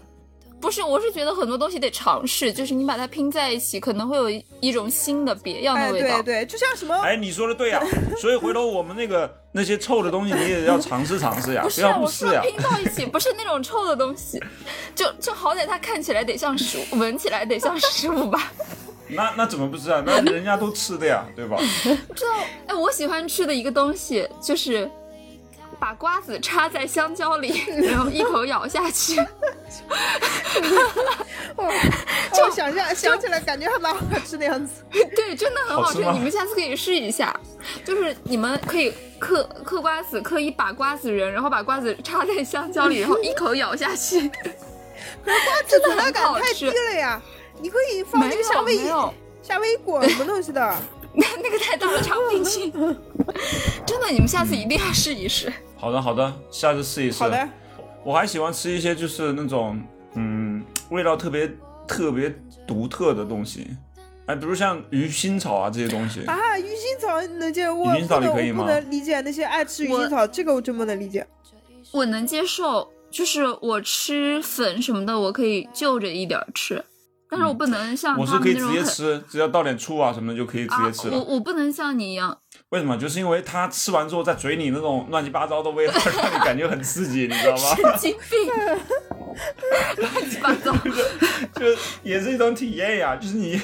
[SPEAKER 2] 不是，我是觉得很多东西得尝试，就是你把它拼在一起，可能会有一一种新的别样
[SPEAKER 3] 哎，
[SPEAKER 2] 的味道。
[SPEAKER 3] 对对，就像什么
[SPEAKER 1] 哎，你说的对呀，所以回头我们那个那些臭的东西，你也要尝试尝试呀，
[SPEAKER 2] 不
[SPEAKER 1] 不
[SPEAKER 2] 是
[SPEAKER 1] 要
[SPEAKER 2] 啊，
[SPEAKER 1] 不
[SPEAKER 2] 我
[SPEAKER 1] 试
[SPEAKER 2] 说
[SPEAKER 1] 呀。
[SPEAKER 2] 拼到一起，不是那种臭的东西，就 就好歹它看起来得像食物，闻起来得像食物吧。
[SPEAKER 1] 那那怎么不吃啊？那人家都吃的呀，对吧？
[SPEAKER 2] 知道，哎，我喜欢吃的一个东西就是把瓜子插在香蕉里，然后一口咬下去。
[SPEAKER 3] 哦，
[SPEAKER 2] 就
[SPEAKER 3] 就想象想起来，感觉还蛮好吃的样子。
[SPEAKER 2] 对，真的很好
[SPEAKER 1] 好吃
[SPEAKER 2] 吃，
[SPEAKER 1] 吗
[SPEAKER 2] 你们下次可以试一下。就是你们可以嗑嗑瓜子，嗑一把瓜子仁，然后把瓜子插在香蕉里，然后一口咬下去。
[SPEAKER 3] 可是瓜子
[SPEAKER 2] 真的
[SPEAKER 3] 存在
[SPEAKER 2] 很
[SPEAKER 3] 感
[SPEAKER 2] 好
[SPEAKER 3] 太低
[SPEAKER 2] 吃
[SPEAKER 3] 了呀，你可以 放
[SPEAKER 2] 没
[SPEAKER 3] 那个夏
[SPEAKER 2] 有
[SPEAKER 3] 威
[SPEAKER 2] 没
[SPEAKER 3] 夷
[SPEAKER 2] 有，
[SPEAKER 3] 夏威夷果什么东西 的。
[SPEAKER 2] 那 那个太大了，插不进去。 真的，你们下次一定要试一试。
[SPEAKER 1] 好的，好的，下次试一试。
[SPEAKER 3] 好的，
[SPEAKER 1] 我还喜欢吃一些就是那种嗯味道特别特别独特的东西，哎，比如像鱼腥草啊这些东西。
[SPEAKER 3] 啊，鱼腥草能接我
[SPEAKER 1] 鱼腥草
[SPEAKER 3] 不
[SPEAKER 1] 你
[SPEAKER 3] 能
[SPEAKER 1] 可以
[SPEAKER 3] 我不
[SPEAKER 1] 吗
[SPEAKER 3] 能理解那些爱吃鱼
[SPEAKER 2] 我
[SPEAKER 3] 腥草，这个我真不能理解。
[SPEAKER 2] 我能接受，就是我吃粉什么的，我可以就着一点儿吃，但是我不能像
[SPEAKER 1] 嗯我
[SPEAKER 2] 他
[SPEAKER 1] 是可以
[SPEAKER 2] 们
[SPEAKER 1] 直
[SPEAKER 2] 那种
[SPEAKER 1] 接
[SPEAKER 2] 很
[SPEAKER 1] 吃，只要倒点醋啊什么的就可以直接吃
[SPEAKER 2] 啊，我
[SPEAKER 1] 了。
[SPEAKER 2] 我不能像你一样，
[SPEAKER 1] 为什么？就是因为它吃完之后在嘴里那种乱七八糟的味道，让你感觉很刺激，你知道吗？
[SPEAKER 2] 神经病， 乱七八糟。
[SPEAKER 1] 就是也是一种体验呀， 就是你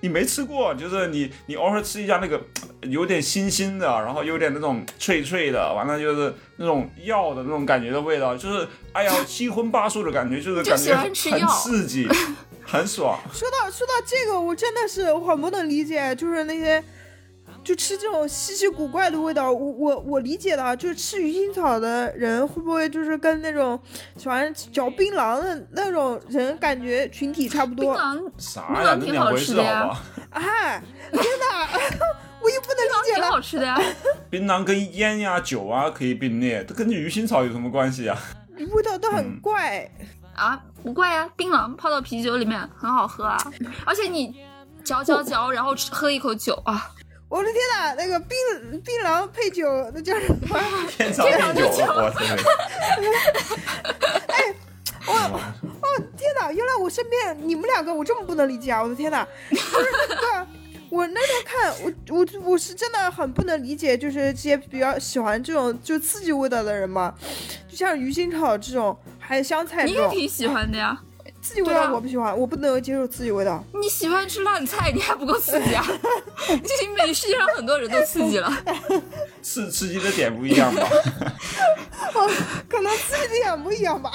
[SPEAKER 1] 你没吃过，就是你你偶尔吃一下那个呃有点腥腥的，然后有点那种脆脆的，完了就是那种药的那种感觉的味道， 就是哎呀七荤八素的感觉，就是感
[SPEAKER 2] 就喜
[SPEAKER 1] 觉
[SPEAKER 2] 欢吃
[SPEAKER 1] 很
[SPEAKER 2] 药
[SPEAKER 1] 刺激，很 爽。
[SPEAKER 3] 说到说到这个，我真的是我很不能理解，就是那些。就吃这种稀奇古怪的味道，我我我理解的啊，就是吃鱼腥草的人会不会就是跟那种喜欢嚼槟榔的那种人感觉群体差不
[SPEAKER 2] 槟
[SPEAKER 3] 多？
[SPEAKER 2] 榔
[SPEAKER 1] 啥呀？
[SPEAKER 2] 槟榔
[SPEAKER 1] 这
[SPEAKER 2] 挺
[SPEAKER 1] 两
[SPEAKER 2] 好
[SPEAKER 1] 回
[SPEAKER 2] 吃
[SPEAKER 1] 事
[SPEAKER 2] 的
[SPEAKER 1] 好
[SPEAKER 2] 呀
[SPEAKER 1] 不好？
[SPEAKER 3] 哎，天哪， 我又不能理解
[SPEAKER 2] 挺
[SPEAKER 3] 了。
[SPEAKER 2] 好吃的呀，
[SPEAKER 1] 槟榔跟烟呀、酒啊可以并列，这跟鱼腥草有什么关系啊？
[SPEAKER 3] 味道都很怪，
[SPEAKER 2] 啊，不怪呀，槟榔泡到啤酒里面很好喝啊，而且你嚼嚼嚼，然后吃喝一口酒啊，
[SPEAKER 3] 我的天哪，那个槟槟榔配酒，那叫什么？
[SPEAKER 1] 天长地久，我天！
[SPEAKER 3] 哦，天哪，原来我身边你们两个我这么不能理解啊！我的天哪，就是 对啊。我那天看我我我是真的很不能理解，就是这些比较喜欢这种就刺激味道的人嘛，就像鱼腥草这种，还有香菜
[SPEAKER 2] 你
[SPEAKER 3] 这
[SPEAKER 2] 也
[SPEAKER 3] 种
[SPEAKER 2] 挺喜欢的呀，
[SPEAKER 3] 刺激味
[SPEAKER 2] 对
[SPEAKER 3] 道
[SPEAKER 2] 啊
[SPEAKER 3] 我不喜欢，我不能接受刺 激味道。
[SPEAKER 2] 你喜欢吃烂菜，你还不够刺激啊！ 这是美世界上很多人都刺激了，
[SPEAKER 1] 刺刺激的点不一样吧？
[SPEAKER 3] 可能刺激点不一样吧，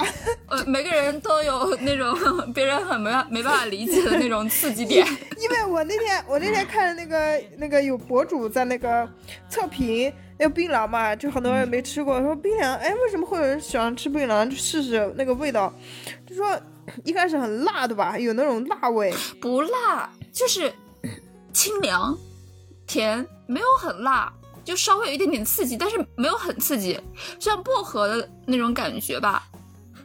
[SPEAKER 2] 呃，每个人都有那种别人很没办没办法理解的那种刺激点。
[SPEAKER 3] 因为我那天我那天看那 个那个有博主在那个测评那个槟榔嘛，就很多人没吃过，说槟榔，哎，为什么会有人喜欢吃槟榔？就试试那个味道，就说一开始很辣的吧，有那种辣味，
[SPEAKER 2] 不辣，就是清凉、甜，没有很辣，就稍微有一点点刺激，但是没有很刺激，像薄荷的那种感觉吧。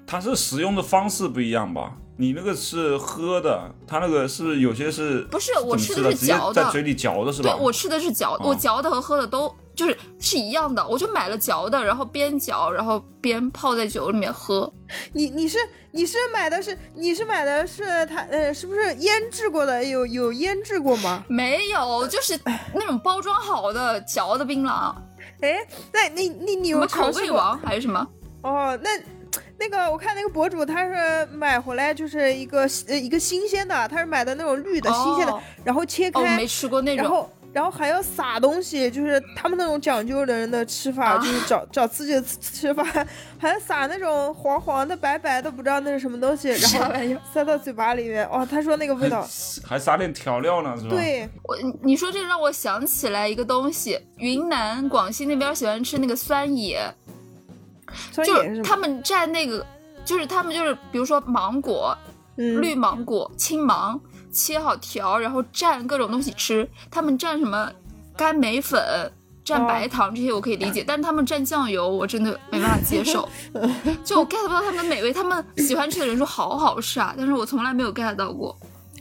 [SPEAKER 1] 它是使用的方式不一样吧？你那个是喝的，它那个是不是有些是
[SPEAKER 2] 不是
[SPEAKER 1] 怎么
[SPEAKER 2] 我吃
[SPEAKER 1] 吃
[SPEAKER 2] 的是
[SPEAKER 1] 直接
[SPEAKER 2] 嚼的
[SPEAKER 1] 在嘴里嚼的是
[SPEAKER 2] 对
[SPEAKER 1] 吧？
[SPEAKER 2] 我吃的是嚼，
[SPEAKER 1] 哦
[SPEAKER 2] 我嚼的和喝的都就是是一样的，我就买了嚼的，然后边嚼然后边泡在酒里面喝。
[SPEAKER 3] 你你是你是买的是你是买的是它呃是不是腌制过的？有有腌制过吗？
[SPEAKER 2] 没有，就是那种包装好的嚼的槟榔，
[SPEAKER 3] 哎，那你你你
[SPEAKER 2] 什
[SPEAKER 3] 有
[SPEAKER 2] 么口
[SPEAKER 3] 尝试
[SPEAKER 2] 味啊
[SPEAKER 3] 过？
[SPEAKER 2] 王还是什么？
[SPEAKER 3] 哦，那那个我看那个博主他是买回来就是一个呃一个新鲜的，他是买的那种绿的、新鲜的
[SPEAKER 2] 哦，
[SPEAKER 3] 然后切
[SPEAKER 2] 哦，我
[SPEAKER 3] 开，
[SPEAKER 2] 没吃过那
[SPEAKER 3] 然
[SPEAKER 2] 种。
[SPEAKER 3] 后然后还要撒东西，就是他们那种讲究的人的吃法，
[SPEAKER 2] 啊
[SPEAKER 3] 就是 找找自己的吃吃法，还要撒那种黄黄的、白白的，不知道那是什么东西，然
[SPEAKER 2] 啥
[SPEAKER 3] 后
[SPEAKER 2] 玩意儿？
[SPEAKER 3] 塞到嘴巴里面。哇、他说那个味道，
[SPEAKER 1] 还还撒点调料呢，是
[SPEAKER 2] 啊
[SPEAKER 1] 吧？，
[SPEAKER 3] 对，
[SPEAKER 2] 我你你说这让我想起来一个东西，云南、广西那边喜欢吃那个酸野，
[SPEAKER 3] 酸
[SPEAKER 2] 就
[SPEAKER 3] 野
[SPEAKER 2] 是
[SPEAKER 3] 是什
[SPEAKER 2] 他
[SPEAKER 3] 么？
[SPEAKER 2] 们蘸那个，就是他们就是比如说芒果、
[SPEAKER 3] 嗯，
[SPEAKER 2] 绿芒果、青芒切好条，然后蘸各种东西吃。他们蘸什么甘梅粉、蘸
[SPEAKER 3] 哦
[SPEAKER 2] 白糖这些我可以理解，但他们蘸酱油我真的没办法接 受，就我 get 不到他们的美味。他们喜欢吃的人说好好吃啊，但是我从来没有 get 到过。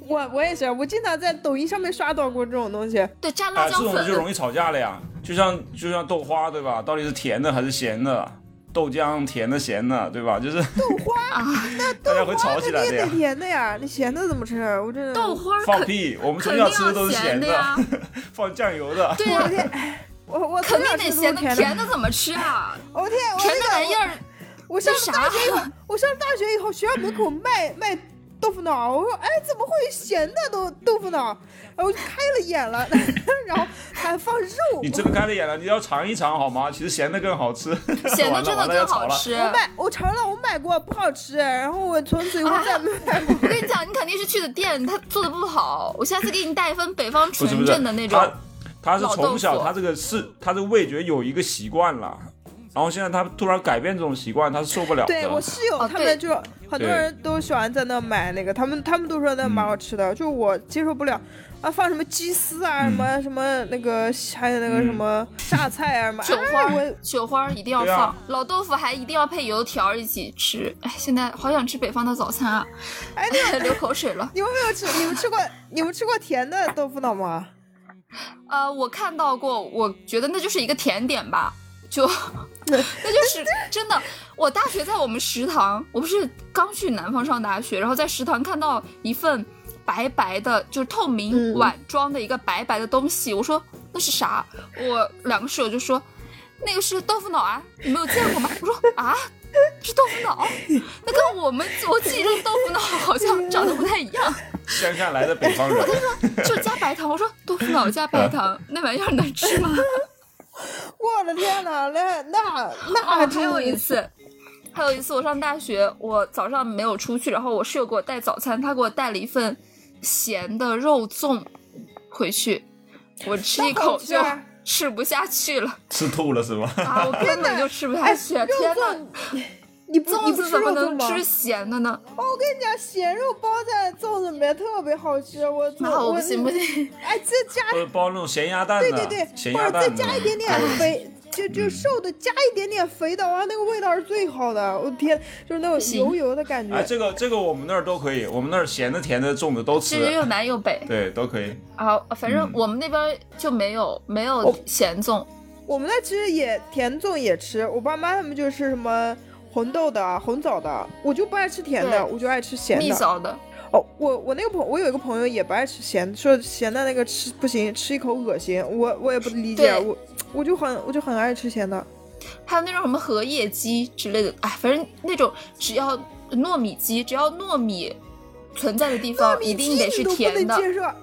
[SPEAKER 3] 我我也是，我经常在抖音上面刷到过这 种东西。
[SPEAKER 2] 对，蘸
[SPEAKER 1] 啊，
[SPEAKER 2] 辣
[SPEAKER 1] 这
[SPEAKER 2] 椒
[SPEAKER 1] 种就
[SPEAKER 2] 粉，
[SPEAKER 1] 容易吵架了呀。就像就像豆花对吧？到底是甜的还是咸的？豆浆甜的咸的对吧？就是豆 花，大家会吵起
[SPEAKER 3] 那
[SPEAKER 1] 来
[SPEAKER 3] 你
[SPEAKER 1] 的
[SPEAKER 3] 也
[SPEAKER 1] 呀
[SPEAKER 3] 得。甜的呀，你咸的怎么吃？我真的
[SPEAKER 2] 豆花儿
[SPEAKER 1] 放
[SPEAKER 2] 肯
[SPEAKER 1] 屁！我们从
[SPEAKER 2] 肯
[SPEAKER 1] 小
[SPEAKER 2] 定
[SPEAKER 1] 吃的都
[SPEAKER 2] 要
[SPEAKER 1] 是
[SPEAKER 2] 咸
[SPEAKER 1] 的，
[SPEAKER 2] 呀，
[SPEAKER 1] 放酱油的。
[SPEAKER 2] 对
[SPEAKER 3] 我
[SPEAKER 2] 呀
[SPEAKER 3] 的，天，哎我 我
[SPEAKER 2] 肯
[SPEAKER 3] 从
[SPEAKER 2] 定得
[SPEAKER 3] 小吃
[SPEAKER 2] 咸
[SPEAKER 3] 的
[SPEAKER 2] 的，
[SPEAKER 3] 甜
[SPEAKER 2] 甜的怎么吃啊？
[SPEAKER 3] 我天， 我
[SPEAKER 2] 甜的
[SPEAKER 3] 那
[SPEAKER 2] 玩意
[SPEAKER 3] 个
[SPEAKER 2] 儿
[SPEAKER 3] 我我上
[SPEAKER 2] 那啥
[SPEAKER 3] 大？学以后，我上大学以后，学校门口卖卖豆腐脑，我说哎，怎么会有咸的豆豆腐脑？然后我就开了眼了， 然后还放肉。
[SPEAKER 1] 你睁开了眼了，你要尝一尝好吗？其实咸的更好吃。
[SPEAKER 2] 咸的
[SPEAKER 1] 完了
[SPEAKER 2] 真的
[SPEAKER 1] 完了要
[SPEAKER 2] 更
[SPEAKER 1] 吵
[SPEAKER 2] 好
[SPEAKER 1] 了。
[SPEAKER 2] 吃。
[SPEAKER 3] 我买，我尝了，我买过，不好吃。然后我从此以后再没
[SPEAKER 2] 啊
[SPEAKER 3] 买过。
[SPEAKER 2] 我跟你讲，你肯定是去的店，他做的不好。我下次给你带一份北方
[SPEAKER 1] 不是
[SPEAKER 2] 纯
[SPEAKER 1] 不是
[SPEAKER 2] 正的那，种。
[SPEAKER 1] 他他是
[SPEAKER 2] 老豆
[SPEAKER 1] 从小
[SPEAKER 2] 腐
[SPEAKER 1] 他这个是他这个味觉有一个习惯了，然后现在他突然改变这种习惯，他是受不了的。
[SPEAKER 3] 对我室友
[SPEAKER 2] 哦
[SPEAKER 3] 他
[SPEAKER 2] 对
[SPEAKER 3] 们就很多人都喜欢在那买那个，他们他们都说那蛮好吃的，就我接受不了啊，放什么鸡丝啊，什么什么那个，还有那个什么榨菜啊，什么
[SPEAKER 2] 韭
[SPEAKER 3] 哎
[SPEAKER 2] 花
[SPEAKER 3] 我
[SPEAKER 2] 雪花一定要
[SPEAKER 1] 对
[SPEAKER 2] 放，
[SPEAKER 1] 啊
[SPEAKER 2] 老豆腐还一定要配油条一起吃。哎，现在好想吃北方的早餐啊！
[SPEAKER 3] 哎，
[SPEAKER 2] 流口水了。
[SPEAKER 3] 你们没有吃？你们吃过？你们吃过甜的豆腐脑吗？
[SPEAKER 2] 呃，我看到过，我觉得那就是一个甜点吧，就那就是真的。我大学在我们食堂，我不是刚去南方上大学，然后在食堂看到一份白白的，就是透明
[SPEAKER 3] 嗯
[SPEAKER 2] 碗装的一个白白的东西，我说那是啥？我两个室友就说那个是豆腐脑啊，你没有见过吗？我说啊。是豆腐脑，那跟我们我记忆中豆腐脑好像长得不太一样。
[SPEAKER 1] 乡下来的北方人，
[SPEAKER 2] 就加白糖。我说豆腐脑加白糖，那玩意儿能吃吗？
[SPEAKER 3] 我的天哪，那那那
[SPEAKER 2] 哦，还有一次，还有一次我上大学，我早上没有出去，然后我室友给我带早餐，他给我带了一份咸的肉粽回去，我吃一
[SPEAKER 3] 那好
[SPEAKER 2] 口
[SPEAKER 3] 吃
[SPEAKER 2] 就
[SPEAKER 3] 啊
[SPEAKER 2] 吃不下去了
[SPEAKER 1] 吃吐了是吗？
[SPEAKER 2] 啊！我根本就吃不下去，
[SPEAKER 3] 哎肉
[SPEAKER 2] 天哪！
[SPEAKER 3] 粽，你不
[SPEAKER 2] 粽
[SPEAKER 3] 你不
[SPEAKER 2] 子
[SPEAKER 3] 吃
[SPEAKER 2] 怎么
[SPEAKER 3] 肉粽
[SPEAKER 2] 能
[SPEAKER 3] 吗？
[SPEAKER 2] 吃咸的呢？
[SPEAKER 3] 哦，我跟你讲，咸肉包在粽子里面特别好吃，我
[SPEAKER 2] 那
[SPEAKER 3] 我
[SPEAKER 2] 我不行不行，
[SPEAKER 3] 哎，再加
[SPEAKER 1] 或者包那种咸鸭蛋的，
[SPEAKER 3] 对对
[SPEAKER 1] 咸
[SPEAKER 3] 对，或
[SPEAKER 1] 鸭
[SPEAKER 3] 者
[SPEAKER 1] 蛋嗯
[SPEAKER 3] 再
[SPEAKER 1] 的
[SPEAKER 3] 加一点啊
[SPEAKER 2] 哎
[SPEAKER 3] 点肥，就就瘦的加一点点肥的，哇，那个味道是最好的，我天，就是那种
[SPEAKER 2] 行
[SPEAKER 3] 油油的感觉
[SPEAKER 1] 哎，。这个这个我们那儿都可以，我们那儿咸的、甜的、粽子都
[SPEAKER 2] 这人
[SPEAKER 1] 吃，
[SPEAKER 2] 又南又北
[SPEAKER 1] 对，都可以。
[SPEAKER 2] 啊，反正我们那边就没有没有
[SPEAKER 3] 我
[SPEAKER 2] 咸粽，
[SPEAKER 3] 我们那其实也甜粽也吃，我爸妈他们就啊吃什么红豆的、红枣的，我就不爱吃甜的，
[SPEAKER 2] 对
[SPEAKER 3] 我就爱吃咸
[SPEAKER 2] 蜜
[SPEAKER 3] 的。
[SPEAKER 2] 枣的。
[SPEAKER 3] 哦，我我那个朋我有一个朋友也不爱吃咸，说咸的那个吃不行，吃一口恶心。我我也不理解，
[SPEAKER 2] 对
[SPEAKER 3] 我我就很我就很爱吃咸的。
[SPEAKER 2] 还有那种什么荷叶鸡之类的，哎，反正那种只要糯米鸡，只要糯米存在的地方，一定得是
[SPEAKER 3] 都不
[SPEAKER 2] 甜
[SPEAKER 3] 能
[SPEAKER 2] 的。
[SPEAKER 3] 接受啊！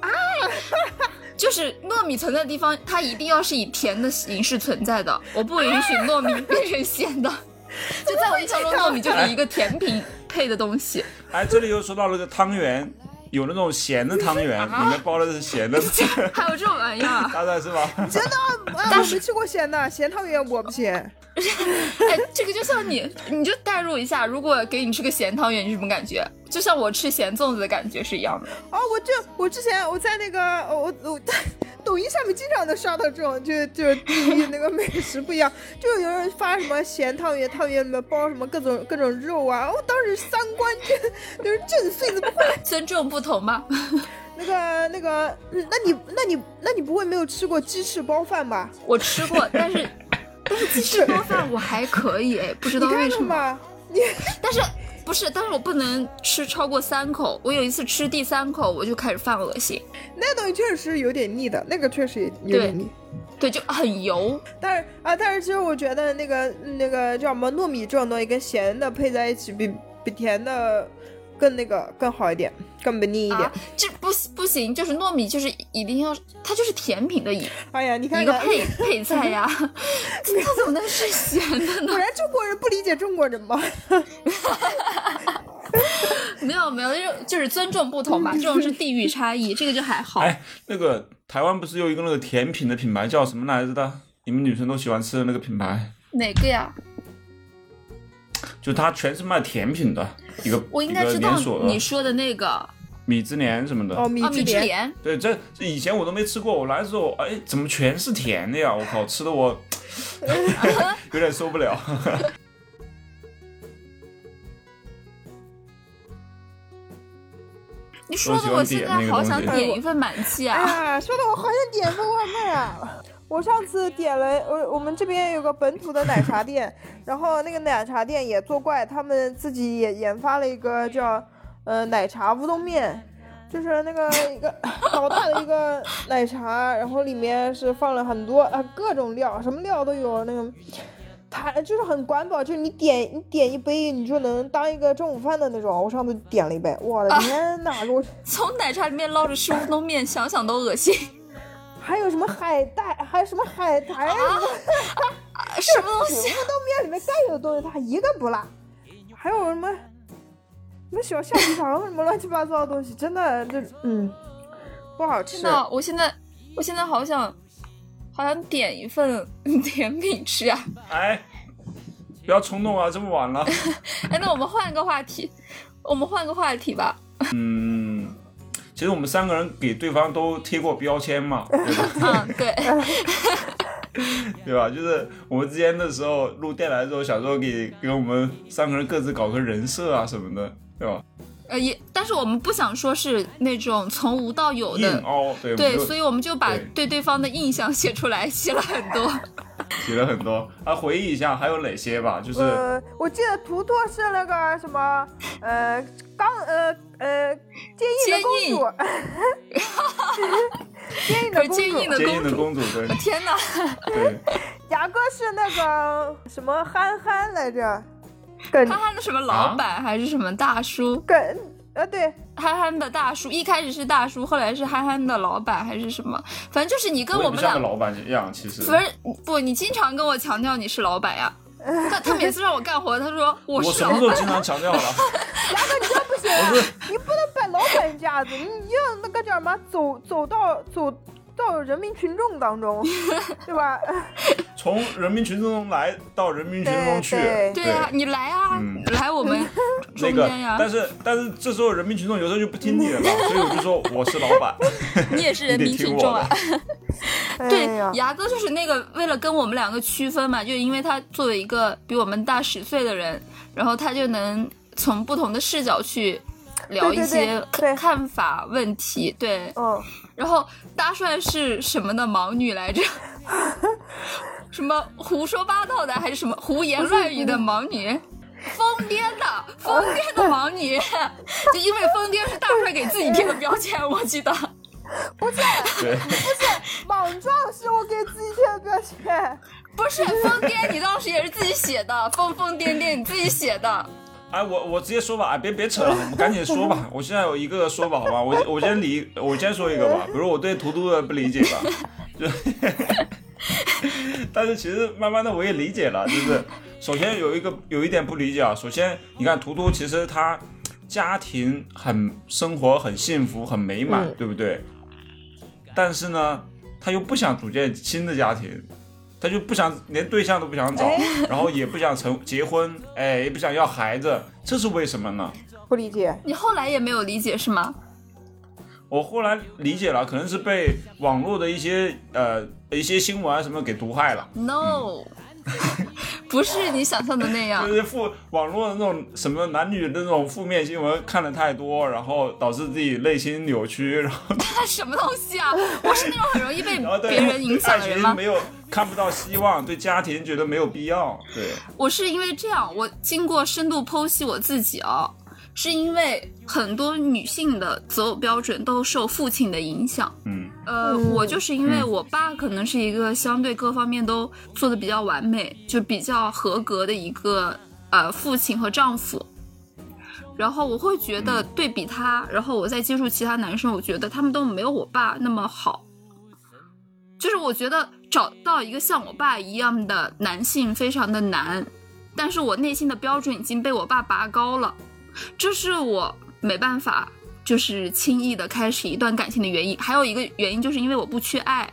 [SPEAKER 2] 就是糯米存在的地方，它一定要是以甜的形式存在的，我不允许糯米变成咸的。 就在我印象中，糯米就是一个甜品配的东西。
[SPEAKER 1] 哎，这里又说到了个汤圆，有那种咸的汤圆，
[SPEAKER 2] 啊
[SPEAKER 1] 里面包的是咸 的，
[SPEAKER 2] 还有这种玩意 儿，
[SPEAKER 1] 大概是吧？
[SPEAKER 3] 真的，啊，我没吃过咸的，咸汤圆我不行。
[SPEAKER 2] 哎，这个就像你，你就代入一下，如果给你吃个咸汤圆，你是什么感觉？就像我吃咸粽子的感觉是一样的。
[SPEAKER 3] 哦，我这我之前我在那个我我我抖音上面经常能刷到这种，就 就与那个美食不一样，就有人发什么咸汤圆，汤圆里面包什么各种各种肉啊，我当时三观就就是震碎，怎么会？
[SPEAKER 2] 尊重不同嘛，
[SPEAKER 3] 那个那个，嗯那你那你那你不会没有吃过鸡翅包饭吧？
[SPEAKER 2] 我吃过，但 是但是鸡翅包饭我还可以，哎，不知
[SPEAKER 3] 你
[SPEAKER 2] 道
[SPEAKER 3] 看
[SPEAKER 2] 为什
[SPEAKER 3] 看
[SPEAKER 2] 么。
[SPEAKER 3] 吧，
[SPEAKER 2] 但是不是？但是我不能吃超过三口。我有一次吃第三口，我就开始犯恶心，
[SPEAKER 3] 那东西确实有点腻的，那个确实也有点腻。
[SPEAKER 2] 对，就很油。
[SPEAKER 3] 但是啊，但是其实我觉得那个那个叫什么糯米这种东西跟咸的配在一起比，比甜的更那个更好一点，更不腻一点。
[SPEAKER 2] 啊，这不不行，就是糯米，就是一定要，它就是甜品的一
[SPEAKER 3] 哎呀，你看
[SPEAKER 2] 一个
[SPEAKER 3] 看，
[SPEAKER 2] 配配菜 呀，它怎么能是咸的呢
[SPEAKER 3] 果？然中国人不理解中国人嘛。
[SPEAKER 2] 没有没有，就是就是尊重不同吧，这种是地域差异，这个就还好。
[SPEAKER 1] 哎，那个台湾不是有一个那个甜品的品牌叫什么来着的？你们女生都喜欢吃的那个品牌，
[SPEAKER 2] 哪个呀？
[SPEAKER 1] 就它全是卖甜品的一个
[SPEAKER 2] 我应该
[SPEAKER 1] 一
[SPEAKER 2] 知
[SPEAKER 1] 个
[SPEAKER 2] 道
[SPEAKER 1] 连锁的
[SPEAKER 2] 你说的那个啊，
[SPEAKER 1] 米芝莲什么的。
[SPEAKER 3] 哦，米
[SPEAKER 2] 米
[SPEAKER 3] 芝
[SPEAKER 2] 芝
[SPEAKER 3] 莲，
[SPEAKER 2] 莲。
[SPEAKER 1] 对，这这以前我都没吃过，我来的时候，哎，怎么全是甜的呀？我靠，吃的 我 有点受不了。
[SPEAKER 2] 你说
[SPEAKER 1] 我喜
[SPEAKER 2] 的
[SPEAKER 1] 欢点
[SPEAKER 2] 我现在
[SPEAKER 1] 那个
[SPEAKER 2] 好
[SPEAKER 1] 东
[SPEAKER 2] 想
[SPEAKER 1] 西
[SPEAKER 2] 点一份满记
[SPEAKER 3] 哎
[SPEAKER 2] 啊！
[SPEAKER 3] 呀，说的我好想点份外卖啊！我上次点了，我我们这边有个本土的奶茶店，然后那个奶茶店也作怪，他们自己也研发了一个叫呃奶茶乌冬面，就是那个一个老大的一个奶茶，然后里面是放了很多呃各种料，什么料都有那种。它就是很环保，就是你点你点一杯，你就能当一个中午饭的那种。我上次点了一杯，我的天呐，给我
[SPEAKER 2] 从奶茶里面捞着吃乌冬面，想想都恶心。
[SPEAKER 3] 还有什么海带，还有什么海苔啊，
[SPEAKER 2] 啊什么东
[SPEAKER 3] 什
[SPEAKER 2] 西？
[SPEAKER 3] 么都没有，里面该有的东西它一个不落，还有什么什么小橡皮糖什么乱七八糟的东西，真的这嗯不好吃
[SPEAKER 2] 真。的，哦我现在我现在好想好想点一份 甜品吃啊！
[SPEAKER 1] 哎，不要冲动啊，这么晚了。
[SPEAKER 2] 哎，那我们换个话题，我们换个话题吧。
[SPEAKER 1] 嗯，其实我们三个人给对方都贴过标签嘛，对吧？
[SPEAKER 2] 嗯， 对，
[SPEAKER 1] 对吧？就是我们之前的时候录电台的时候，小时候给给我们三个人各自搞个人设啊什么的，对吧？
[SPEAKER 2] 呃，也，但是我们不想说是那种从无到有
[SPEAKER 1] 硬
[SPEAKER 2] 的，
[SPEAKER 1] 凹，对，
[SPEAKER 2] 对，
[SPEAKER 1] 我们
[SPEAKER 2] 所
[SPEAKER 1] 就
[SPEAKER 2] 以我们就把
[SPEAKER 1] 对
[SPEAKER 2] 对对方的印象写出来，写了很多。
[SPEAKER 1] 提了很多啊。回忆一下还有哪些吧，就是、
[SPEAKER 3] 呃，我记得图图是那个什么，呃，刚呃呃，坚硬的公主， 坚硬的
[SPEAKER 2] 可是
[SPEAKER 3] 公
[SPEAKER 2] 坚硬
[SPEAKER 3] 主，
[SPEAKER 2] 的
[SPEAKER 1] 坚硬
[SPEAKER 2] 公
[SPEAKER 1] 的
[SPEAKER 2] 主，
[SPEAKER 1] 公主，对
[SPEAKER 2] 我天哪，
[SPEAKER 1] 对，
[SPEAKER 3] 牙哥是那个什么憨憨来着，跟
[SPEAKER 2] 憨憨的什么
[SPEAKER 1] 啊
[SPEAKER 2] 老板还是什么大叔？
[SPEAKER 3] 跟呃对，
[SPEAKER 2] 憨憨的大叔，一开始是大叔，后来是憨憨的老板还是什么？反正就是你 跟
[SPEAKER 1] 我也
[SPEAKER 2] 我
[SPEAKER 1] 不
[SPEAKER 2] 们
[SPEAKER 1] 像
[SPEAKER 2] 俩
[SPEAKER 1] 个老板一样，其实
[SPEAKER 2] 不是不，你经常跟我强调你是老板呀。他他每次让我干活，他说我
[SPEAKER 1] 我
[SPEAKER 2] 是
[SPEAKER 1] 什
[SPEAKER 2] 老
[SPEAKER 1] 么
[SPEAKER 2] 板
[SPEAKER 1] 时，候经常强调了？
[SPEAKER 3] 你不能摆老板架子，你要那个叫什么，走走到走到人民群众当中，对吧？
[SPEAKER 1] 从人民群众中来到人民群众中去，
[SPEAKER 3] 对
[SPEAKER 2] 对呀、你来啊，
[SPEAKER 1] 嗯
[SPEAKER 2] 来我们
[SPEAKER 1] 那
[SPEAKER 2] 中
[SPEAKER 1] 个
[SPEAKER 2] 间呀，，
[SPEAKER 1] 但是但是这时候人民群众有时候就不听你的了，所以我就说我是老板，
[SPEAKER 2] 你也是 人
[SPEAKER 1] 你
[SPEAKER 2] 民
[SPEAKER 1] 得听
[SPEAKER 2] 群
[SPEAKER 1] 我
[SPEAKER 2] 众啊
[SPEAKER 1] 的。。
[SPEAKER 2] 对
[SPEAKER 3] 哎呀，，
[SPEAKER 2] 牙哥就是那个为了跟我们两个区分嘛，就因为他作为一个比我们大十岁的人，然后他就能从不同的视角去聊
[SPEAKER 3] 对对
[SPEAKER 2] 一些
[SPEAKER 3] 对
[SPEAKER 2] 看
[SPEAKER 3] 对
[SPEAKER 2] 看法问题。对，
[SPEAKER 3] 嗯，
[SPEAKER 2] 然后大帅是什么的盲女来着？什么胡说八道的，还是什么胡言乱语的盲女？疯癫的疯癫的王女， 就因为疯癫是大帅给自己贴的标签，我记得。
[SPEAKER 1] 对，
[SPEAKER 3] 莽撞是我给自己贴的标签。
[SPEAKER 2] 不是疯癫，你当时也是自己写的，疯疯癫癫你自己写的。
[SPEAKER 1] 哎，我我直接说吧，哎，别别扯了，我们赶紧说吧。我现在有一个说法，好吧，我我先理，我先说一个吧。比如我对图图的不理解吧，就， 但是其实慢慢的我也理解了，就是首先有一个有一点不理解啊。首先你看图图其实他家庭很生活很幸福很美满，
[SPEAKER 3] 嗯
[SPEAKER 1] 对不对？但是呢，他又不想组建新的家庭，他就不想连对象都不想找，
[SPEAKER 3] 哎
[SPEAKER 1] 然后也不想成结婚，哎，也不想要孩子，这是为什么呢？
[SPEAKER 3] 不理解，
[SPEAKER 2] 你后来也没有理解是吗？
[SPEAKER 1] 我后来理解了，可能是被网络的一些呃一些新闻啊什么给毒害了。
[SPEAKER 2] No，不是你想象的那 样
[SPEAKER 1] 就。是负网络的那种什么男女的那种负面新闻看的太多，然后导致自己内心扭曲，然后
[SPEAKER 2] 他什么东西啊？我是那种很容易被
[SPEAKER 1] 然后哦对
[SPEAKER 2] 别人影响的
[SPEAKER 1] 对
[SPEAKER 2] 人
[SPEAKER 1] 爱
[SPEAKER 2] 吗
[SPEAKER 1] 情没？有看不到希望，对家庭觉得没有必要，对。
[SPEAKER 2] 我是因为这样，我经过深度剖析我自己哦，是因为很多女性的择偶标准都受父亲的影响。
[SPEAKER 1] 嗯，
[SPEAKER 2] 呃，
[SPEAKER 3] 嗯
[SPEAKER 2] 我就是因为
[SPEAKER 1] 嗯
[SPEAKER 2] 我爸可能是一个相对各方面都做的比较完美，就比较合格的一个呃父亲和丈夫。然后我会觉得对比他，然后我再接触其他男生，我觉得他们都没有我爸那么好。就是我觉得找到一个像我爸一样的男性非常的难，但是我内心的标准已经被我爸拔高了，这是我没办法就是轻易的开始一段感情的原因。还有一个原因就是因为我不缺爱，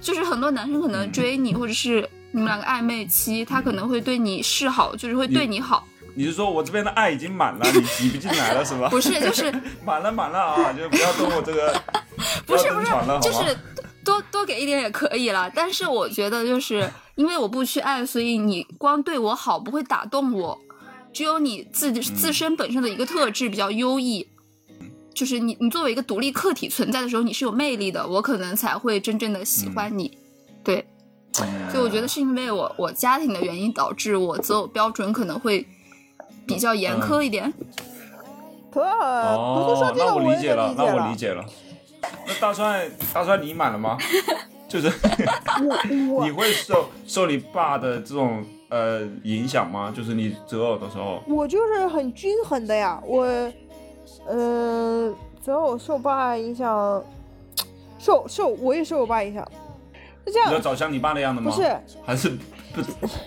[SPEAKER 2] 就是很多男生可能追你或者是你们两个暧昧期，他可能会对你示好，就是会对你好，
[SPEAKER 1] 你是说我这边的爱已经满了，你挤不进来了是吧？
[SPEAKER 2] 不是就是
[SPEAKER 1] 满了满了 啊，就不要动我这个，
[SPEAKER 2] 不是
[SPEAKER 1] 要
[SPEAKER 2] 不
[SPEAKER 1] 登
[SPEAKER 2] 是
[SPEAKER 1] 船了，
[SPEAKER 2] 就
[SPEAKER 1] 好吗
[SPEAKER 2] 是多多给一点也可以啦。但是我觉得就是因为我不去爱，所以你光对我好不会打动我。只有你自己
[SPEAKER 1] 嗯
[SPEAKER 2] 自身本身的一个特质比较优异，就是你你作为一个独立个体存在的时候，你是有魅力的，我可能才会真正的喜欢你。对，
[SPEAKER 1] 嗯
[SPEAKER 2] 所以我觉得是因为我我家庭的原因导致我择偶标准可能会比较严
[SPEAKER 1] 嗯
[SPEAKER 2] 苛一点。
[SPEAKER 3] 图图图呃说
[SPEAKER 1] 哦，
[SPEAKER 3] 这
[SPEAKER 1] 那
[SPEAKER 3] 个
[SPEAKER 1] 我理
[SPEAKER 3] 也理
[SPEAKER 1] 解了，那我理
[SPEAKER 3] 解
[SPEAKER 1] 解了。那大帅，大帅，你满了 吗？就是
[SPEAKER 3] 了。我
[SPEAKER 1] 你会受受你爸的这种呃影响吗？就是你择偶的时候，
[SPEAKER 3] 我就是很均衡的呀，我，呃，择偶受我爸影响，受受我也受我爸影响。是这
[SPEAKER 1] 你要
[SPEAKER 3] 样，
[SPEAKER 1] 找像你爸那样的
[SPEAKER 3] 不
[SPEAKER 1] 吗？
[SPEAKER 3] 是
[SPEAKER 1] 还是不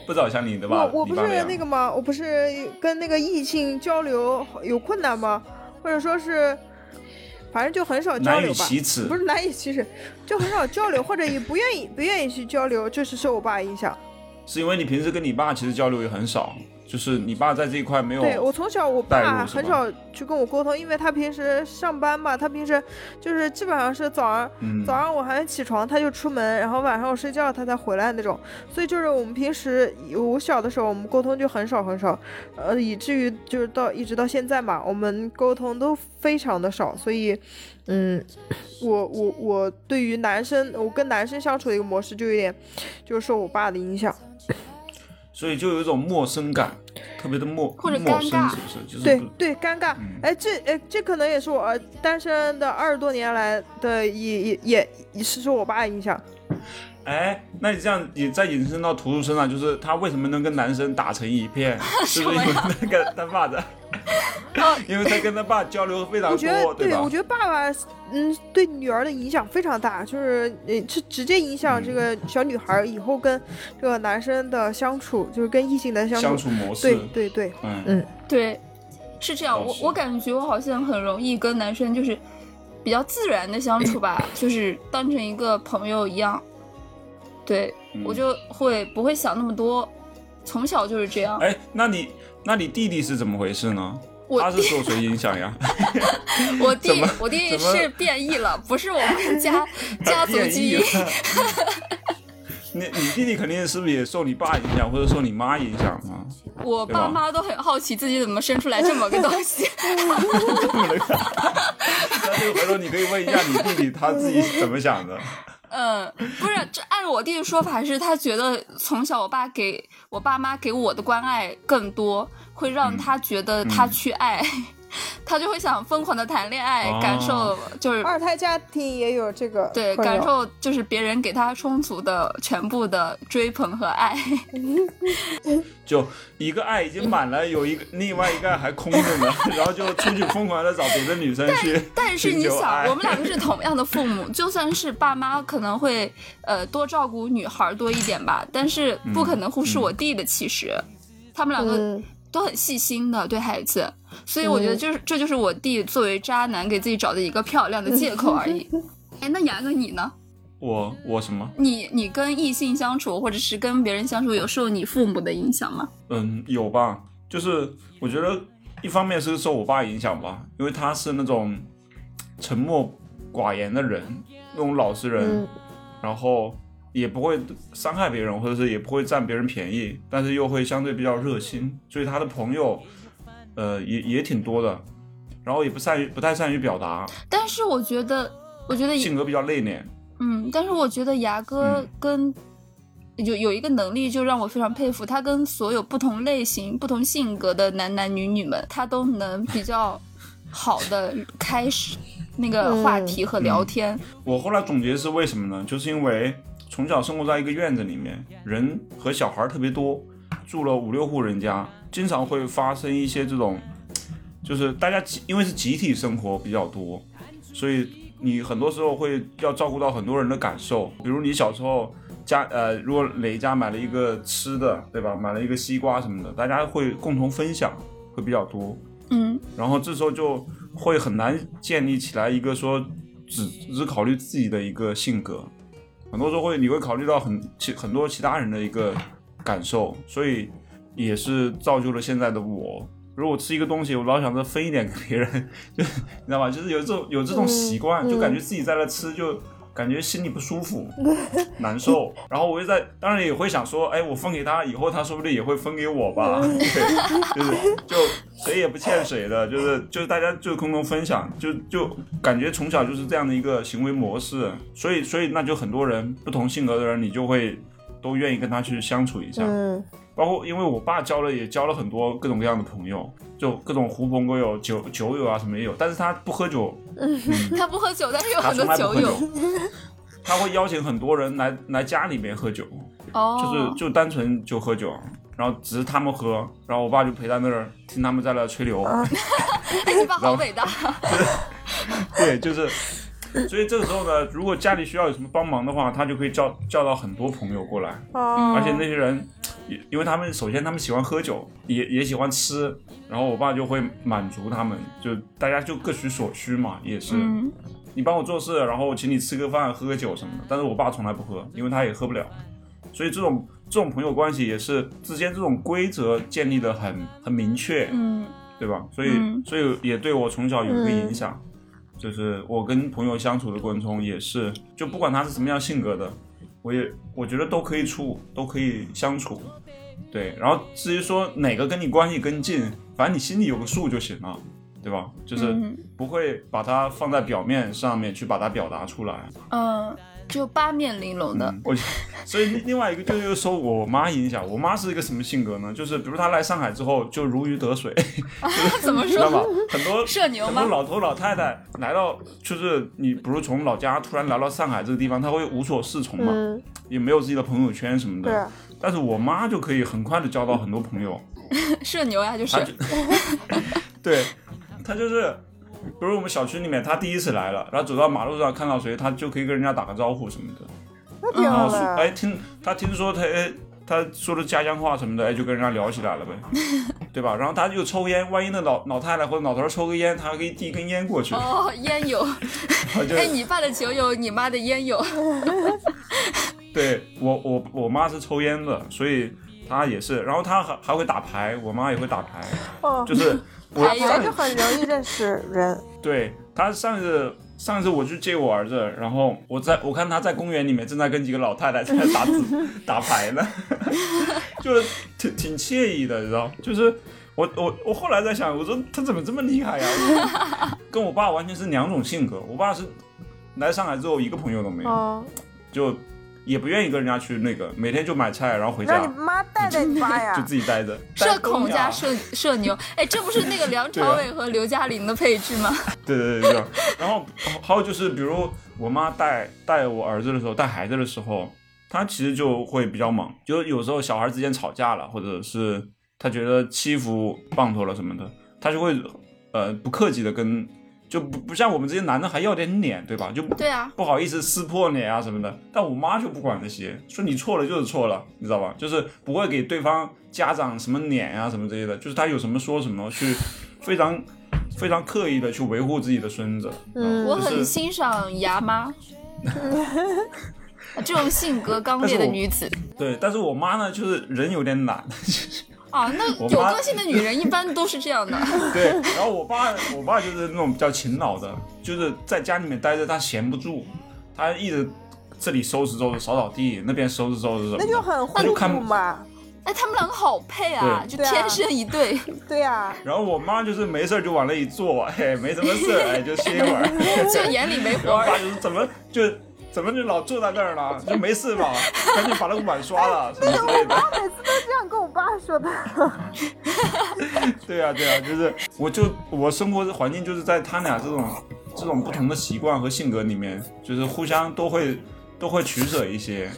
[SPEAKER 1] 不找像你的吧？
[SPEAKER 3] 我我不
[SPEAKER 1] 你爸
[SPEAKER 3] 是
[SPEAKER 1] 样
[SPEAKER 3] 那个吗？我不是跟那个异性交流有困难吗？或者说是，反正就很少交
[SPEAKER 1] 难
[SPEAKER 3] 流
[SPEAKER 1] 以
[SPEAKER 3] 吧。
[SPEAKER 1] 启齿
[SPEAKER 3] 不，是难以启齿，就很少交流，或者也不愿意不愿意去交流，就是受我爸影响。
[SPEAKER 1] 是因为你平时跟你爸其实交流也很少，就是你爸在这一块没有
[SPEAKER 3] 对我从小我
[SPEAKER 1] 哎代
[SPEAKER 3] 爸
[SPEAKER 1] 入是
[SPEAKER 3] 很
[SPEAKER 1] 吧
[SPEAKER 3] 少去跟我沟通，因为他平时上班嘛，他平时就是基本上是早上
[SPEAKER 1] 嗯
[SPEAKER 3] 早上我还没起床，他就出门，然后晚上我睡觉他才回来那种。所以就是我们平时我小的时候，我们沟通就很少很少，呃，以至于就是到一直到现在嘛，我们沟通都非常的少。所以，嗯，我我我 对于男生，我跟男生相处的一个模式就有点，就是受我爸的影响。
[SPEAKER 1] 嗯所以就有一种陌生感，特别的陌
[SPEAKER 2] 或者
[SPEAKER 1] 陌
[SPEAKER 2] 尴
[SPEAKER 1] 生，
[SPEAKER 2] 尬
[SPEAKER 1] 是不是？就是
[SPEAKER 3] 对
[SPEAKER 1] 不
[SPEAKER 3] 对，尴尬
[SPEAKER 1] 嗯。
[SPEAKER 3] 哎，这哎这可能也是我呃单身的二十多年来的也也也也是受我爸影响。
[SPEAKER 1] 哎，那你这样也再引申到图图身上，就是他为什么能跟男生打成一 片，是不是因为他跟他爸的， 因为他跟他爸交流非常
[SPEAKER 3] 我觉得
[SPEAKER 1] 多，
[SPEAKER 3] 对，
[SPEAKER 1] 吧
[SPEAKER 3] 我？觉得爸爸嗯对女儿的影响非常大，就是呃是直接影响这
[SPEAKER 1] 嗯
[SPEAKER 3] 个小女孩以后跟这个男生的相处，就是跟异性的相
[SPEAKER 1] 相处模
[SPEAKER 3] 对
[SPEAKER 1] 式，
[SPEAKER 3] 对对，
[SPEAKER 1] 嗯，
[SPEAKER 3] 嗯
[SPEAKER 2] 对，是这样。
[SPEAKER 1] 倒
[SPEAKER 2] 我
[SPEAKER 1] 是
[SPEAKER 2] 我感觉我好像很容易跟男生就是比较自然的相 处吧，就是当成一个朋友一样。对，
[SPEAKER 1] 嗯
[SPEAKER 2] 我就会不会想那么多，从小就是这样。
[SPEAKER 1] 哎，那你那你弟弟是怎么回事呢？
[SPEAKER 2] 我
[SPEAKER 1] 他是受谁影响 呀？
[SPEAKER 2] 我弟
[SPEAKER 1] 怎么
[SPEAKER 2] 我弟
[SPEAKER 1] 怎么
[SPEAKER 2] 是变异了，不是我们 家家族
[SPEAKER 1] 变
[SPEAKER 2] 基
[SPEAKER 1] 异
[SPEAKER 2] 因
[SPEAKER 1] 了。 你你弟弟肯定是不是也受你爸影响，或者受你妈影响啊？
[SPEAKER 2] 我
[SPEAKER 1] 对
[SPEAKER 2] 爸
[SPEAKER 1] 吧
[SPEAKER 2] 妈都很好奇自己怎么生出来这么个东西。
[SPEAKER 1] 那这个回头你可以问一下你弟弟，他自己是怎么想的。
[SPEAKER 2] 嗯，不是，这按我弟的说法是，他觉得从小我爸给我爸妈给我的关爱更多，会让他觉得他去爱， 他就会想疯狂的谈恋爱，
[SPEAKER 1] 哦
[SPEAKER 2] 感受就是
[SPEAKER 3] 二胎家庭也有这个
[SPEAKER 2] 嗯对
[SPEAKER 3] 困扰
[SPEAKER 2] 感受就是别人给他充足的全部的追捧和爱。
[SPEAKER 1] 就一个爱已经满了，有一个另外一个爱还空着呢，然后就出去疯狂的找别的女生去。
[SPEAKER 2] 但是你
[SPEAKER 1] 寻求
[SPEAKER 2] 想
[SPEAKER 1] 爱，
[SPEAKER 2] 我们两个是同样的父母，就算是爸妈可能会呃多照顾女孩多一点吧，但是不可能忽视我弟的气势。他们两个
[SPEAKER 3] 嗯，
[SPEAKER 2] 都很细心的对孩子，所以我觉得就是、这就是我弟作为渣男给自己找的一个漂亮的借口而已。哎，那雅哥你呢？
[SPEAKER 1] 我我什么？
[SPEAKER 2] 你你跟异性相处，或者是跟别人相处，有受你父母的影响吗？
[SPEAKER 1] 嗯，有吧？就是我觉得一方面是受我爸影响吧，因为他是那种沉默寡言的人，那种老实人，
[SPEAKER 3] 嗯
[SPEAKER 1] 然后也不会伤害别人，或者是也不会占别人便宜，但是又会相对比较热心，所以他的朋友，呃，也也挺多的，然后也不善于不太善于表达，
[SPEAKER 2] 但是我觉得，我觉得
[SPEAKER 1] 性格比较内敛。
[SPEAKER 2] 嗯，但是我觉得牙哥
[SPEAKER 1] 嗯
[SPEAKER 2] 跟有有一个能力，就让我非常佩服，他跟所有不同类型、不同性格的男男女女们，他都能比较好的开始那个话题和聊天。
[SPEAKER 1] 我后来总结是为什么呢？就是因为从小生活在一个院子里面，人和小孩儿特别多，住了五六户人家，经常会发生一些这种，就是大家集因为是集体生活比较多，所以你很多时候会要照顾到很多人的感受。比如你小时候家呃，如果哪一家买了一个吃的，对吧？买了一个西瓜什么的，大家会共同分享，会比较多。
[SPEAKER 2] 嗯
[SPEAKER 1] 然后这时候就会很难建立起来一个说只只考虑自己的一个性格，很多时候会你会考虑到很其很多其他人的一个感受，所以也是造就了现在的我。如果我吃一个东西，我老想着分一点给别人，就你知道吧？就是有这种有这种习惯，
[SPEAKER 3] 嗯
[SPEAKER 1] 就感觉自己在那吃就。感觉心里不舒服，难受，然后我就在，当然也会想说，哎，我分给他，以后他说不定也会分给我 吧，对，就是就谁也不欠谁的，就是就是大家就共同分享，就就感觉从小就是这样的一个行为模式，所以所以那就很多人不同性格的人，你就会都愿意跟他去相处一下，
[SPEAKER 3] 嗯
[SPEAKER 1] 包括因为我爸交了也交了很多各种各样的朋友，就各种狐朋狗友、酒酒友啊什么也有，但是他不喝酒，
[SPEAKER 2] 他不喝酒，但是有
[SPEAKER 1] 他
[SPEAKER 2] 很
[SPEAKER 1] 从
[SPEAKER 2] 多
[SPEAKER 1] 来不
[SPEAKER 2] 酒
[SPEAKER 1] 喝
[SPEAKER 2] 友。
[SPEAKER 1] 他会邀请很多人来来家里面喝酒，就是
[SPEAKER 2] 哦，
[SPEAKER 1] 就单纯就喝酒，然后只是他们喝，然后我爸就陪在那儿听他们在那吹牛，
[SPEAKER 2] 哎，你爸好伟大。
[SPEAKER 1] 对，就是，所以这个时候呢，如果家里需要有什么帮忙的话，他就可以叫叫到很多朋友过来，
[SPEAKER 3] 啊，
[SPEAKER 1] 而且那些人，也因为他们首先他们喜欢喝酒，也也喜欢吃，然后我爸就会满足他们，就大家就各取所需嘛，也是。
[SPEAKER 2] 嗯，
[SPEAKER 1] 你帮我做事，然后我请你吃个饭、喝个酒什么的。但是我爸从来不喝，因为他也喝不了。所以这种这种朋友关系也是之间这种规则建立的很很明确，
[SPEAKER 2] 嗯
[SPEAKER 1] 对吧？所以、
[SPEAKER 2] 嗯
[SPEAKER 1] 所以也对我从小有一个影响，就是我跟朋友相处的过程中也是，就不管他是什么样性格的，我也我觉得都可以处，都可以相处。对，然后至于说哪个跟你关系更近，反正你心里有个数就行了，对吧？就是。
[SPEAKER 2] 嗯
[SPEAKER 1] 不会把它放在表面上面去把它表达出来。嗯
[SPEAKER 2] 嗯，就八面玲珑的。
[SPEAKER 1] 我觉得所以另另外一个就是受我妈影响，我妈是一个什么性格呢？就是比如她来上海之后就如鱼得水，
[SPEAKER 2] 怎么
[SPEAKER 1] 嗯知道吧
[SPEAKER 2] 说？？
[SPEAKER 1] 很多
[SPEAKER 2] 社牛
[SPEAKER 1] 很
[SPEAKER 2] 吗
[SPEAKER 1] 多？老头老太太来到，就是你不是从老家突然来到上海这个地方，她会无所适从嘛，
[SPEAKER 3] 嗯，
[SPEAKER 1] 也没有自己的朋友圈什么
[SPEAKER 3] 对啊
[SPEAKER 1] 的。但是我妈就可以很快的交到很多朋友，
[SPEAKER 2] 社牛呀，就
[SPEAKER 1] 他
[SPEAKER 2] 是
[SPEAKER 1] 就对，他就是，比如我们小区里面，他第一次来了，然后走到马路上看到谁，他就可以跟人家打个招呼什么的。
[SPEAKER 3] 那挺
[SPEAKER 1] 然
[SPEAKER 3] 好
[SPEAKER 1] 后说，
[SPEAKER 3] 的
[SPEAKER 1] 哎，，听他听说他哎，他说的家乡话什么的，哎，就跟人家聊起来了呗，对吧？然后他就抽烟，万一那老老太太或者老头儿抽个烟，他还可以递一根烟过去，
[SPEAKER 2] 哦，烟友。
[SPEAKER 1] 他 就
[SPEAKER 2] 哎，你爸的酒友，你妈的烟友。
[SPEAKER 1] 对我我我妈是抽烟的，所以她也是，然后她还还会打牌，我妈也会打牌，
[SPEAKER 3] 哦
[SPEAKER 1] 就，是我
[SPEAKER 2] 还有
[SPEAKER 1] 上
[SPEAKER 3] 还是很容易认识人，
[SPEAKER 1] 对他上次上次我去接我儿子，然后我在我看他在公园里面正在跟几个老太太在那打字打牌呢， 就是挺挺惬意的，你知道？就是我我我后来在想，我说他怎么这么厉害呀、跟我爸完全是两种性格，我爸是来上海之后一个朋友都没有，
[SPEAKER 3] 嗯
[SPEAKER 1] 就也不愿意跟人家去那个，每天就买菜然后回
[SPEAKER 4] 让
[SPEAKER 1] 家
[SPEAKER 4] 你妈带带你妈
[SPEAKER 1] 就
[SPEAKER 4] 呀！
[SPEAKER 1] 自己待着。
[SPEAKER 2] 社
[SPEAKER 1] 带风
[SPEAKER 2] 恐
[SPEAKER 1] 呀
[SPEAKER 2] 加社社牛，哎，这不是那个梁
[SPEAKER 1] 对
[SPEAKER 2] 朝
[SPEAKER 1] 啊
[SPEAKER 2] 伟和刘嘉玲的配置吗？
[SPEAKER 1] 对对对对。然后还有就是，比如我妈带带我儿子的时候，带孩子的时候，她其实就会比较忙，就有时候小孩之间吵架了，或者是她觉得欺负棒头了什么的，她就会呃不客气的跟，就不不像我们这些男的还要点脸，对吧？就
[SPEAKER 2] 对啊，
[SPEAKER 1] 不好意思撕破脸啊什么的。但我妈就不管这些，说你错了就是错了，你知道吧？就是不会给对方家长什么脸啊什么之类的，就是她有什么说什么，去非常 非常刻意的去维护自己的孙子。啊
[SPEAKER 4] 嗯
[SPEAKER 2] 我
[SPEAKER 1] 就是
[SPEAKER 2] 很欣赏 牙妈，这种性格刚烈的女子
[SPEAKER 1] 对，但是我妈呢，就是人有点 懒，
[SPEAKER 2] 啊，那
[SPEAKER 1] 我
[SPEAKER 2] 有
[SPEAKER 1] 妈
[SPEAKER 2] 个性的女人一般都是这样的。
[SPEAKER 1] 对。然后我爸，我爸就是那种比较勤劳的，就是在家里面待着他闲不住，他一直这里收拾收拾，扫扫地，那边收拾收拾什么的。
[SPEAKER 4] 那就很
[SPEAKER 1] 那
[SPEAKER 4] 互
[SPEAKER 1] 就看
[SPEAKER 4] 补嘛。
[SPEAKER 2] 哎，他们两个好配啊，就
[SPEAKER 4] 对啊
[SPEAKER 2] 天生一对。
[SPEAKER 4] 对呀，
[SPEAKER 1] 然后我妈就是没事儿就往那一坐，嘿，没什么事儿，哎，就歇一会儿。
[SPEAKER 2] 就眼里没
[SPEAKER 1] 然
[SPEAKER 2] 活
[SPEAKER 1] 后我
[SPEAKER 2] 儿。
[SPEAKER 1] 爸就是怎么就怎么就老坐在那儿了，就没事嘛，赶紧把那个碗刷了什么之类的。
[SPEAKER 4] 我每次都这样跟我爸说的。
[SPEAKER 1] 对啊，对啊，就是我就我生活的环境就是在他俩这种这种不同的习惯和性格里面，就是互相都会都会取舍一些。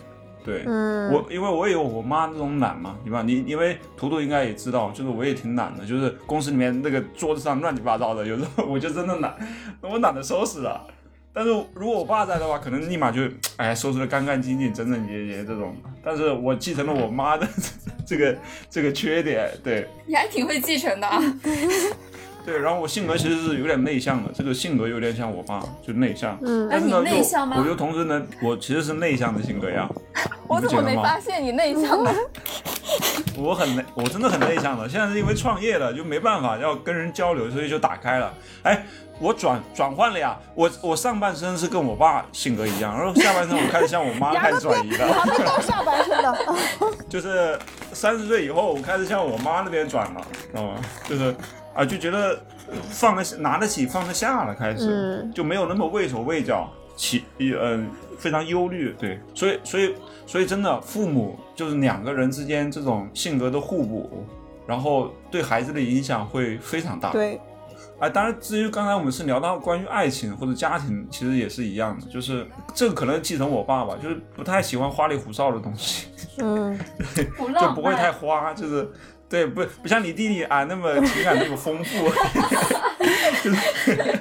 [SPEAKER 1] 对，
[SPEAKER 4] 嗯，
[SPEAKER 1] 我因为我也有我妈那种懒嘛，对吧？你因为图图应该也知道，就是我也挺懒的，就是公司里面那个桌子上乱七八糟的，有时候我就真的懒，我懒得收拾了。但是如果我爸在的话，可能立马就哎收拾的干干净净、整整洁洁这种。但是我继承了我妈的 这个这个缺点，对
[SPEAKER 2] 你还挺会继 承的啊！
[SPEAKER 1] 对。然后我性格其实是有点内向的，这个性格有点像我爸，就内向。
[SPEAKER 4] 嗯
[SPEAKER 1] 但是呢，
[SPEAKER 2] 哎你内
[SPEAKER 1] 又
[SPEAKER 2] 向吗
[SPEAKER 1] 我就同时呢，我其实是内向的性格 呀。
[SPEAKER 4] 我
[SPEAKER 1] 你不
[SPEAKER 4] 怎
[SPEAKER 1] 觉
[SPEAKER 4] 么
[SPEAKER 1] 得
[SPEAKER 4] 没
[SPEAKER 1] 吗
[SPEAKER 4] 发现你内向呢？
[SPEAKER 1] 我很内，我真的很内向的。现在是因为创业了，就没办法要跟人交流，所以就打开了。哎，我转转换了呀，我我上半身是跟我爸性格一样，然后下半身我开始向我妈
[SPEAKER 4] 牙
[SPEAKER 1] 开
[SPEAKER 4] 都
[SPEAKER 1] 始转移了，
[SPEAKER 4] 还没到下半 身呢。
[SPEAKER 3] 啊
[SPEAKER 1] 就是三十岁以后我开始向我妈那边转了，知道吗？就是啊，就觉得放得拿得起放得下了，开始、
[SPEAKER 4] 嗯
[SPEAKER 1] 就没有那么畏手畏脚。起，嗯、非常忧虑，对，所以，所以，所以，真的，父母就是两个人之间这种性格的互补，然后对孩子的影响会非常大。
[SPEAKER 4] 对，
[SPEAKER 1] 啊，当然，至于刚才我们是聊到关于爱情或者家庭，其实也是一样的，就是这个可能继承我爸爸，就是不太喜欢花里胡哨的东西，
[SPEAKER 4] 嗯，
[SPEAKER 2] 不
[SPEAKER 1] 就不会太花，
[SPEAKER 2] 嗯
[SPEAKER 1] 就是对，不不像你弟弟啊那么情感那么丰富。 就是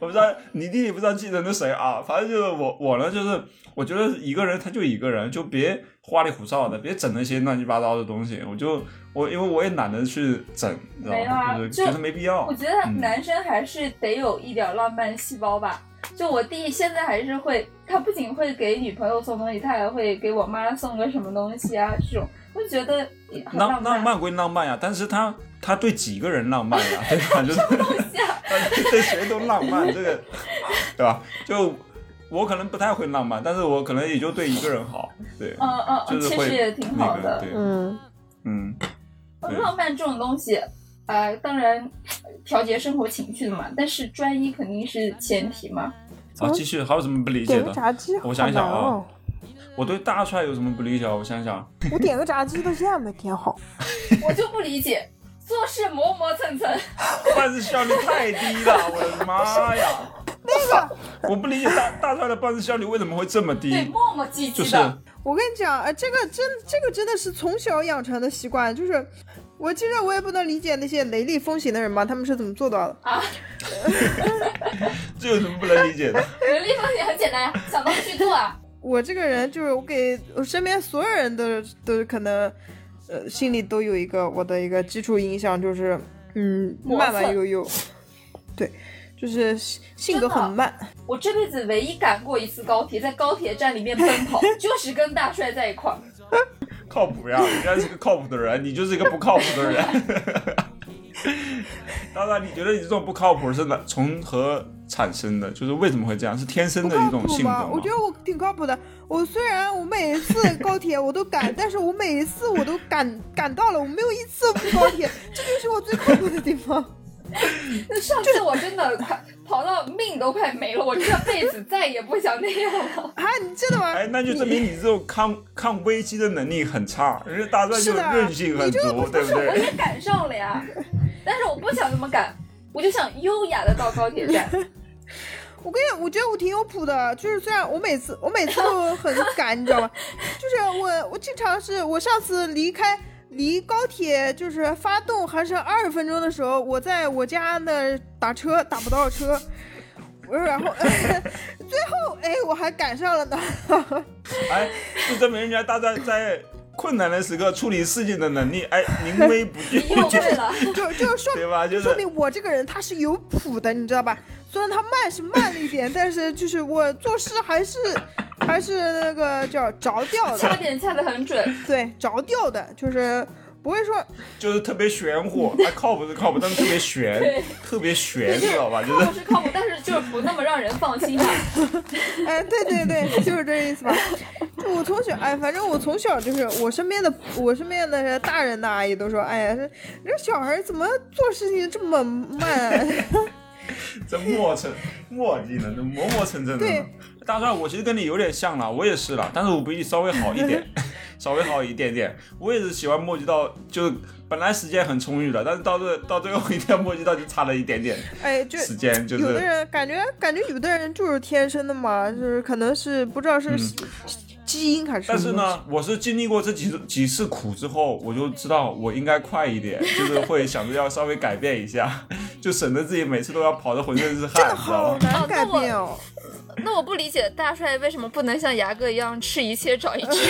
[SPEAKER 1] 我不知道你弟弟不知道继承的谁啊，反正就是我我呢，就是我觉得一个人他就一个人，就别花里胡哨的，别整那些乱七八糟的东西。我就我因为我也懒得去整，你知道
[SPEAKER 2] 没有啊
[SPEAKER 1] 吗？就是
[SPEAKER 2] 就
[SPEAKER 1] 觉得没必要。
[SPEAKER 2] 我觉得
[SPEAKER 1] 嗯
[SPEAKER 2] 男生还是得有一点浪漫细胞吧。就我弟现在还是会，他不仅会给女朋友送东西，他还会给我妈送个什么东西啊，这种我就觉得很
[SPEAKER 1] 浪
[SPEAKER 2] 漫。
[SPEAKER 1] 浪漫归浪漫呀，但是他他对几个人浪漫 呀，对吧？就是 他对谁都浪漫，这个对吧？就我可能不太会浪漫，但是我可能也就对一个人好，对，
[SPEAKER 2] 嗯嗯
[SPEAKER 1] 就
[SPEAKER 2] 嗯，
[SPEAKER 1] 是
[SPEAKER 2] 其
[SPEAKER 1] 会
[SPEAKER 2] 实也挺好
[SPEAKER 1] 那个
[SPEAKER 2] 的。
[SPEAKER 1] 对，
[SPEAKER 4] 嗯，
[SPEAKER 1] 嗯，对
[SPEAKER 2] 浪漫这种东西，呃，当然调节生活情趣的嘛，但是专一肯定是前提嘛。
[SPEAKER 1] 好，继续，还有什么不理解
[SPEAKER 4] 点个
[SPEAKER 1] 的？
[SPEAKER 4] 炸鸡，
[SPEAKER 1] 我
[SPEAKER 4] 好
[SPEAKER 1] 想一
[SPEAKER 4] 难
[SPEAKER 1] 想啊
[SPEAKER 4] 哦。
[SPEAKER 1] 我对大帅有什么不理解？啊我想想，
[SPEAKER 4] 我点个炸鸡到现在没点 好。
[SPEAKER 2] 我就不理解，做事磨磨 蹭蹭，
[SPEAKER 1] 办事效率太低了，我的妈呀！那个，我不理解大大帅的办事效率为什么会这么
[SPEAKER 2] 对，
[SPEAKER 1] 低，
[SPEAKER 2] 磨磨唧
[SPEAKER 1] 就
[SPEAKER 2] 唧
[SPEAKER 1] 是
[SPEAKER 2] 的。
[SPEAKER 3] 我跟你讲，呃，这个真这个真的是从小养成的习惯，就是我其实我也不能理解那些雷厉风行的人嘛，他们是怎么做到的？
[SPEAKER 1] 这有什么不能理解的？
[SPEAKER 2] 人力风险很简单呀，想到去做啊。
[SPEAKER 3] 我这个人就是我给我身边所有人都都可能，呃，心里都有一个我的一个基础印象，就是嗯，
[SPEAKER 2] 磨
[SPEAKER 3] 慢慢
[SPEAKER 2] 蹭
[SPEAKER 3] 悠悠，对，就是性性格
[SPEAKER 2] 真的
[SPEAKER 3] 很慢。
[SPEAKER 2] 我这辈子唯一赶过一次高铁，在高铁站里面奔 跑，就是跟大帅在一块儿。
[SPEAKER 1] 靠谱呀，人家是个靠谱的人，你就是一个不靠谱的人。 当然，你觉得你这种不靠谱是哪从何产生的？就是为什么会这样？是天生
[SPEAKER 3] 不
[SPEAKER 1] 的一
[SPEAKER 3] 靠
[SPEAKER 1] 种
[SPEAKER 3] 谱
[SPEAKER 1] 性格吗
[SPEAKER 3] 吗？？我觉得我挺靠谱的。我虽然我每一次高铁我 都赶，但是我每 一次我都赶赶到了，我没有一次不高铁，这就是我最靠谱的地方。
[SPEAKER 2] 那上次我真的快跑到命都快没了，我这辈子再也不想那样 了。
[SPEAKER 3] 啊，你真的吗？
[SPEAKER 1] 哎，那就证明你这种抗抗危机的能力很差，人家大壮就是
[SPEAKER 3] 的
[SPEAKER 1] 韧性很
[SPEAKER 3] 你这个
[SPEAKER 1] 足，对不
[SPEAKER 2] 不是，我
[SPEAKER 1] 对？
[SPEAKER 2] 也赶上了呀，但是我不想这么赶，我就想优雅的到高 铁站。
[SPEAKER 3] 我跟你讲，我觉得我挺有谱的，就是虽然我每次我每次都很赶，你 知道吗？就是我我经常是我上次离开离高铁就是发动还剩二十分钟的时候，我在我家那打车打不到车，我然后、 最后哎我还赶上了呢，
[SPEAKER 1] 哎，就证明人家大壮在困难的时刻处理事情的能力，哎，临危不惧，
[SPEAKER 2] 又会了，
[SPEAKER 3] 就就说
[SPEAKER 1] 对吧？就是
[SPEAKER 3] 说明我这个人他是有谱的，你知道吧？虽然他慢是慢了一点，但是就是我做事还是还是那个叫着调的
[SPEAKER 2] 掐。点掐的很准。
[SPEAKER 3] 对，着调的，就是不会说
[SPEAKER 1] 就是特别玄乎，哎，靠谱是靠谱，但是特别
[SPEAKER 2] 对
[SPEAKER 1] 玄，特别
[SPEAKER 2] 对
[SPEAKER 1] 玄，
[SPEAKER 2] 就
[SPEAKER 1] 知
[SPEAKER 2] 是
[SPEAKER 1] 道吧？
[SPEAKER 2] 靠
[SPEAKER 1] 就是
[SPEAKER 2] 谱是靠谱，但是就是不那么让人放心啊吧。
[SPEAKER 3] 哎，对对对，就是这意思吧。就我从小，哎，反正我从小就是我身边的，我身边的大人的阿姨都说，哎呀，这这小孩怎么做事情这么慢、啊？
[SPEAKER 1] 这磨蹭磨叽呢，这磨磨蹭蹭的呢
[SPEAKER 3] 对。
[SPEAKER 1] 大帅，我其实跟你有点像了，我也是了，但是我比你稍微好一 点，稍微好一点点。我也是喜欢磨叽到，就是本来时间很充裕了，但是到最到最后一天磨叽到就差了一点点
[SPEAKER 3] 哎，就
[SPEAKER 1] 时间，就
[SPEAKER 3] 有的
[SPEAKER 1] 是
[SPEAKER 3] 人感觉感觉有的人就是天生的嘛，就是可能是不知道
[SPEAKER 1] 嗯
[SPEAKER 3] 是基基因还是什
[SPEAKER 1] 但
[SPEAKER 3] 么。
[SPEAKER 1] 是，呢，我是经历过这几几次苦之后，我就知道我应该快一点，就是会想着要稍微改变一下， 就省得自己每次都要跑得浑身是汗，你知道
[SPEAKER 3] 好
[SPEAKER 1] 吗？
[SPEAKER 3] 难
[SPEAKER 2] 哦
[SPEAKER 3] 改
[SPEAKER 2] 那我
[SPEAKER 3] 变哦。
[SPEAKER 2] 那我不理解大帅为什么不能像牙哥一样吃一切长一智？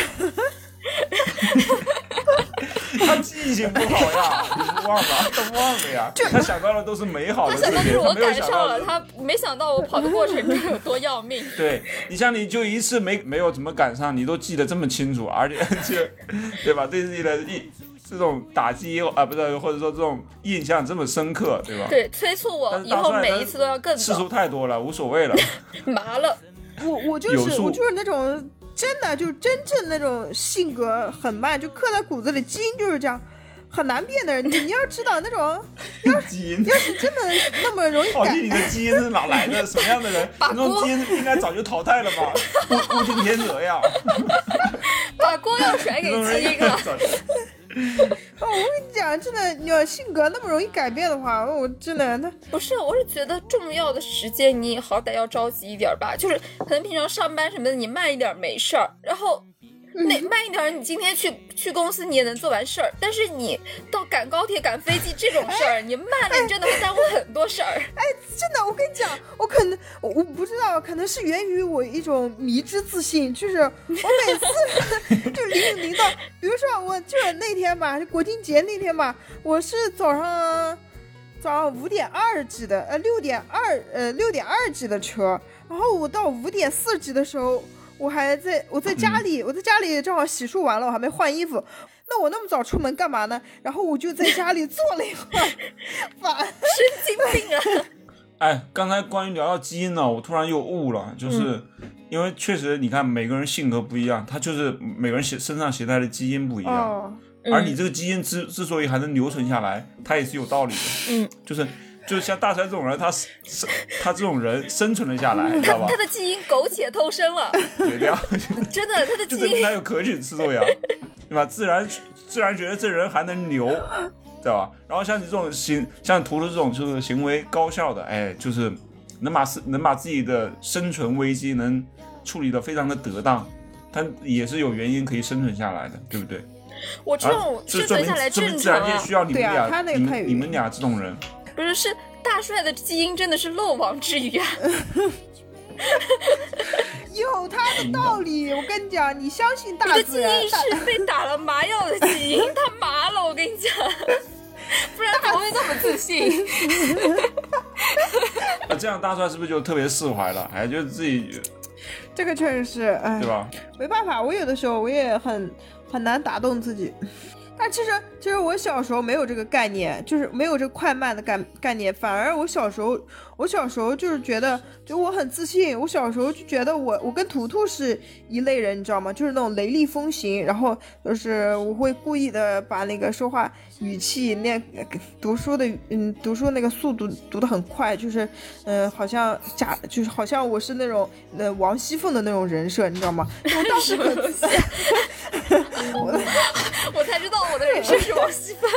[SPEAKER 1] 他记性不好 呀，你忘了，他忘了呀，他想到的都是美好
[SPEAKER 2] 他
[SPEAKER 1] 的事
[SPEAKER 2] 想到是
[SPEAKER 1] 情，他
[SPEAKER 2] 我
[SPEAKER 1] 没有
[SPEAKER 2] 赶
[SPEAKER 1] 想
[SPEAKER 2] 上
[SPEAKER 1] 到
[SPEAKER 2] 了，。他没想到我跑的过程中有多要命。
[SPEAKER 1] 对你像你就一次没没有怎么赶上，你都记得这么清楚， 而且就，对吧？对自己的印这种打击啊，不是或者说这种印象这么深刻，对吧？
[SPEAKER 2] 对，催促我
[SPEAKER 1] 但是
[SPEAKER 2] 以
[SPEAKER 1] 大
[SPEAKER 2] 后
[SPEAKER 1] 帅
[SPEAKER 2] 每
[SPEAKER 1] 他
[SPEAKER 2] 一次都要更
[SPEAKER 1] 次数
[SPEAKER 2] 早，
[SPEAKER 1] 太多了，无所 谓了。
[SPEAKER 2] 麻了。
[SPEAKER 3] 我我就
[SPEAKER 1] 有
[SPEAKER 3] 是
[SPEAKER 1] 数
[SPEAKER 3] 我就是那种真的就是真正那种性格很慢，就刻在骨子里，基因就是这样，很难变的人。你你要知道那种，
[SPEAKER 1] 基因，
[SPEAKER 3] 要是真的那么容易
[SPEAKER 1] 好
[SPEAKER 3] 改
[SPEAKER 1] 哦记，你的基因是哪来的？什么样的人？
[SPEAKER 2] 把
[SPEAKER 1] 那种
[SPEAKER 2] 锅
[SPEAKER 1] 基因应该早就淘汰了 吧？物物竞天择呀，
[SPEAKER 2] 把锅要
[SPEAKER 1] 这
[SPEAKER 2] 甩 给
[SPEAKER 1] 种人
[SPEAKER 2] 鸡
[SPEAKER 1] 应
[SPEAKER 2] 一
[SPEAKER 1] 该
[SPEAKER 2] 个，
[SPEAKER 1] 早
[SPEAKER 3] 哦，我跟你讲，真的，你要性格那么容易改变的话，我真的那
[SPEAKER 2] 不是，我是觉得重要的时间你好歹要着急一点吧，就是可能平常上班什么的你慢一点没事儿，然后
[SPEAKER 1] 嗯
[SPEAKER 2] 那慢一点儿你今天去去公司你也能做完事儿，但是你到赶高铁赶飞机这种事儿，你慢了你真的会耽误很多事儿。
[SPEAKER 3] 真的，我跟你讲，我可能我我不知道，可能是源于我一种迷之自信，就是我每次 就临临到，比如说我就是那天吧，就国庆节那天吧，我是早上早上五点二几的，呃六点二呃六点二几的车，然后我到五点四几的时候，我还在我在家里，我在家里正好洗漱完了，我还没换衣服。那我那么早出门干嘛呢？然后我就在家里坐了一会儿，把
[SPEAKER 2] 神经 病啊！
[SPEAKER 1] 哎，刚才关于聊到基因呢，我突然又悟了，就是、因为确实你看每个人性格不一样，他就是每个人携身上携带的基因不一样，
[SPEAKER 3] 哦。
[SPEAKER 1] 而你这个基因之之所以还能留存下来，它也是有道理的。
[SPEAKER 2] 嗯，
[SPEAKER 1] 就是就是像大山这种人，他生他这种人生存了下来，你知道吧
[SPEAKER 2] 他？的基因苟且偷生了，
[SPEAKER 1] 对的呀，
[SPEAKER 2] 真的，他的
[SPEAKER 1] 就
[SPEAKER 2] 基
[SPEAKER 1] 证
[SPEAKER 2] 因
[SPEAKER 1] 明他有可取之处呀，对吧？自然自然觉得这人还能留，对吧？然后像你这种行，像图图这种就是行为高效的，哎，就是能把自能把自己的生存危机能处理的非常的得当，他也是有原因可以生存下来的，对不对？
[SPEAKER 2] 我这种
[SPEAKER 1] 啊，
[SPEAKER 2] 生
[SPEAKER 1] 这证
[SPEAKER 2] 存下来
[SPEAKER 1] 明这
[SPEAKER 2] 正
[SPEAKER 1] 明自
[SPEAKER 2] 常
[SPEAKER 1] 然界
[SPEAKER 2] 啊，
[SPEAKER 1] 需要你们
[SPEAKER 3] 对啊
[SPEAKER 1] 俩，
[SPEAKER 3] 他那个
[SPEAKER 1] 你
[SPEAKER 3] 太有
[SPEAKER 1] 们你们俩这种人，
[SPEAKER 2] 不是是大帅的基因真的是漏网之鱼啊！
[SPEAKER 3] 有他的道理，我跟你讲，你相信
[SPEAKER 2] 你
[SPEAKER 3] 大
[SPEAKER 2] 的基
[SPEAKER 3] 自然
[SPEAKER 2] 因，是被打了麻药的基因，他麻了，我跟你 讲，不然怎么会这么自信？
[SPEAKER 1] 那这样大帅是不是就特别释怀了？哎，就自己
[SPEAKER 3] 这个确实是，哎
[SPEAKER 1] 对，吧？
[SPEAKER 3] 没办法，我有的时候我也很很难打动自己。 但其实其实我小时候没有这个概念，就是没有这个快慢的概概念，反而我小时候我小时候就是觉得，就我很自信，我小时候就觉得我我跟图图是一类人，你知道吗？就是那种雷厉风行，然后就是我会故意的把那个说话语气那读书的嗯读书那个速度读得很快，就是嗯、呃好像假就是好像我是那种呃王熙凤的那种人设，你知道吗？我当时
[SPEAKER 2] 什
[SPEAKER 3] 可
[SPEAKER 2] 么东西？我才知道我的人生是王熙凤，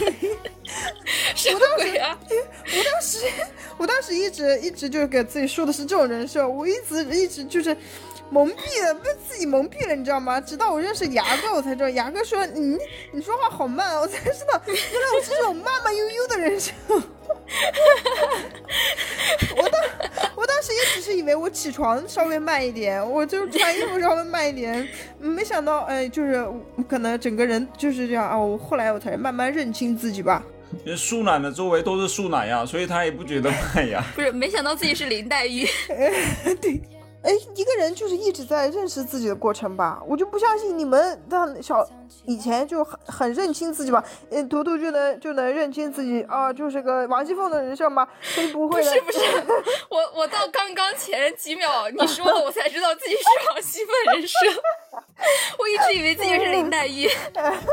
[SPEAKER 2] 什么鬼啊？
[SPEAKER 3] 我当时一直一直就是给自己说的是这种人设，我一直一直就是蒙蔽了，被自己蒙蔽了，你知道吗？直到我认识牙哥，我才知道牙哥说你你说话好慢，我才知道原来我是这种慢慢悠悠的人设。我当我当时也只是以为我起床稍微慢一点，我就穿衣服稍微慢一点，没想到哎，就是可能整个人就是这样啊。我后来我才慢慢认清自己吧。
[SPEAKER 1] 因为树懒的周围都是树懒呀，所以它也不觉得 慢呀。
[SPEAKER 2] 不是，没想到自己是林黛玉，
[SPEAKER 3] 哎，一个人就是一直在认识自己的过程吧，我就不相信你们让小以前就很很认清自己吧，嗯，图图就能就能认清自己啊，就是个王熙凤的人设吗？谁
[SPEAKER 2] 不
[SPEAKER 3] 不会的？
[SPEAKER 2] 是不是？ 我我到刚刚前几秒你说的，我才知道自己是王熙凤人设，我一直以为自己是林黛玉。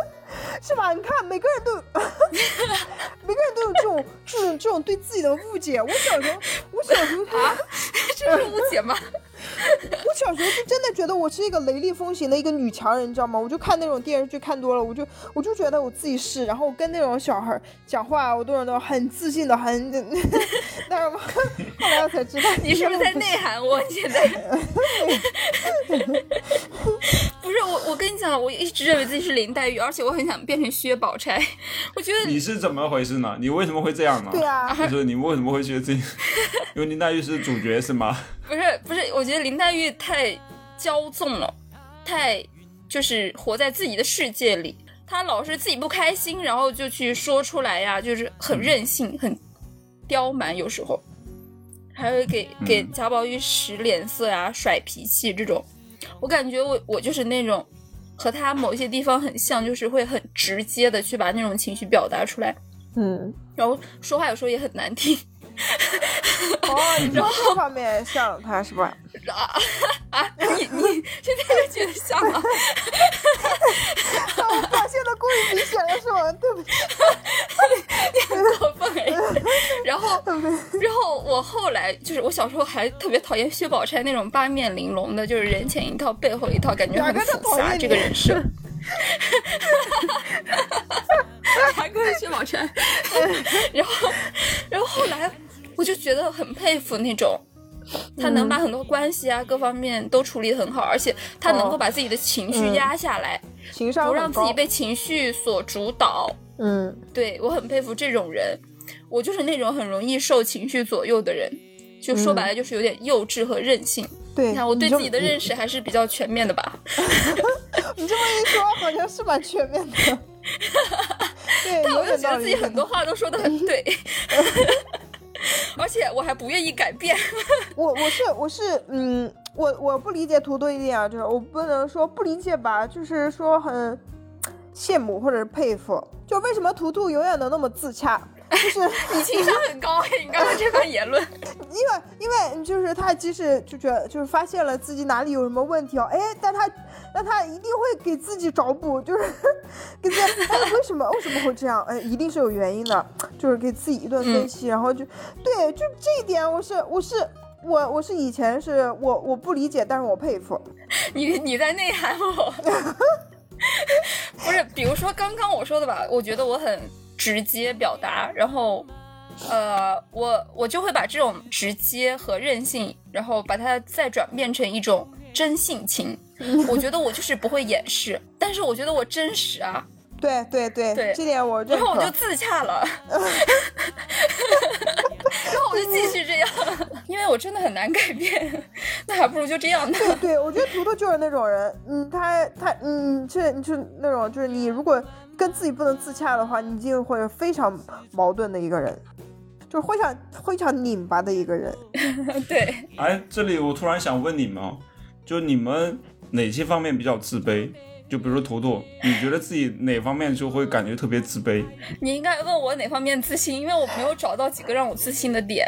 [SPEAKER 3] 是吧？你看，每个人都有， 每个人都有这种这种这种对自己的误解。我小时候，我小时候就
[SPEAKER 2] 这是误解吗？
[SPEAKER 3] 我小时候就真的觉得我是一个雷厉风行的一个女强人，你知道吗？我就看那种电视剧看多了，我就我就觉得我自己是，然后我跟那种小孩儿讲话，我都是那种很自信的，很， 但是我 后来我才知道，
[SPEAKER 2] 你是不是在内涵我？你现在 不是我，我跟你讲，我一直认为自己是林黛玉，而且我很想变成薛宝钗。我觉得
[SPEAKER 1] 你是怎么回事呢？你为什么会这样呢？
[SPEAKER 3] 对 啊，
[SPEAKER 1] 就是你为什么会觉得自己，因为林黛玉是主角是吗？
[SPEAKER 2] 不是不是，我觉得林黛玉太骄纵了，太就是活在自己的世界里。她老是自己不开心，然后就去说出来呀，就是很任性，很刁蛮，有时候还会给给
[SPEAKER 1] 嗯
[SPEAKER 2] 贾宝玉使脸色呀、甩脾气这种。我感觉我我就是那种和他某一些地方很像，就是会很直接的去把那种情绪表达出来，
[SPEAKER 4] 嗯，
[SPEAKER 2] 然后说话有时候也很难听。
[SPEAKER 3] 哦，你说这方面像他是 吧？
[SPEAKER 2] 啊你你现在就觉得像了。
[SPEAKER 3] 但我表现的过于明显了是吗？对不起，
[SPEAKER 2] 过分哎！ 然后，然后我后来就是我小时候还特别讨厌薛宝钗那种八面玲珑的，就是人前一套背后一套，感觉
[SPEAKER 3] 哪
[SPEAKER 2] 很
[SPEAKER 3] 个都
[SPEAKER 2] 复
[SPEAKER 3] 讨厌
[SPEAKER 2] 杂
[SPEAKER 3] 你
[SPEAKER 2] 这个人设。还跟着薛宝钗， 然后，然后后来我就觉得很佩服那种。他能把很多关系啊，各方面都处理得很好，而且他能够把自己的情绪
[SPEAKER 4] 嗯
[SPEAKER 2] 压下来，
[SPEAKER 3] 情商
[SPEAKER 2] 不
[SPEAKER 3] 很
[SPEAKER 2] 让自
[SPEAKER 3] 高
[SPEAKER 2] 己被情绪所主导。
[SPEAKER 4] 嗯，
[SPEAKER 2] 对我很佩服这种人，我就是那种很容易受情绪左右的人，就说
[SPEAKER 3] 嗯
[SPEAKER 2] 白了就是有点幼稚和任性。
[SPEAKER 3] 对，
[SPEAKER 2] 你看我对
[SPEAKER 3] 这
[SPEAKER 2] 自己的认识还是比较全面的吧，
[SPEAKER 3] 你这么一说，好像是蛮全面 的。对，
[SPEAKER 2] 但我又
[SPEAKER 3] 有点
[SPEAKER 2] 觉
[SPEAKER 3] 道
[SPEAKER 2] 得自己
[SPEAKER 3] 理。
[SPEAKER 2] 很多话都说的 很对， 而且我还不愿意改变。
[SPEAKER 3] 我我是我是嗯，我我不理解图图一点啊，就是我不能说不理解吧，就是说很羡慕或者是佩服，就为什么图图永远能那么自洽，就是
[SPEAKER 2] 你情商很高哎，你刚刚这番言论，
[SPEAKER 3] 因为因为就是他即使就觉得就是发现了自己哪里有什么问题哦，哎，但他但他一定会给自己找补，就是 给自己哎为什么为什么会这样？哎，一定是有原因的，就是给自己一顿分析，然后就对，就这一点我是我是我我是以前是我我不理解，但是我佩服。
[SPEAKER 2] 你你在内涵我。 不是，比如说刚刚我说的吧，我觉得我很直接表达，然后，呃，我我就会把这种直接和任性，然后把它再转变成一种真性情。我觉得我就是不会掩饰， 但是我觉得我真实啊，
[SPEAKER 3] 对对对，
[SPEAKER 2] 对
[SPEAKER 3] 这点我认
[SPEAKER 2] 然
[SPEAKER 3] 可。
[SPEAKER 2] 后我就自洽了， 然后我就继续这样，因为我真的很难改变，那还不如就这样呢。
[SPEAKER 3] 对对，我觉得图图就是那种人，嗯，他他嗯，这你是那种，就是你如果跟自己不能自洽的话，你就会非常矛盾的一个人，就是非常非常拧巴的一个人。
[SPEAKER 2] 对。
[SPEAKER 1] 哎，这里我突然想问你们，哦，就你们哪些方面比较自卑？就比如说图图，你觉得自己哪方面就会感觉特别自卑？
[SPEAKER 2] 你应该问我哪方面自信，因为我没有找到几个让我自信的点。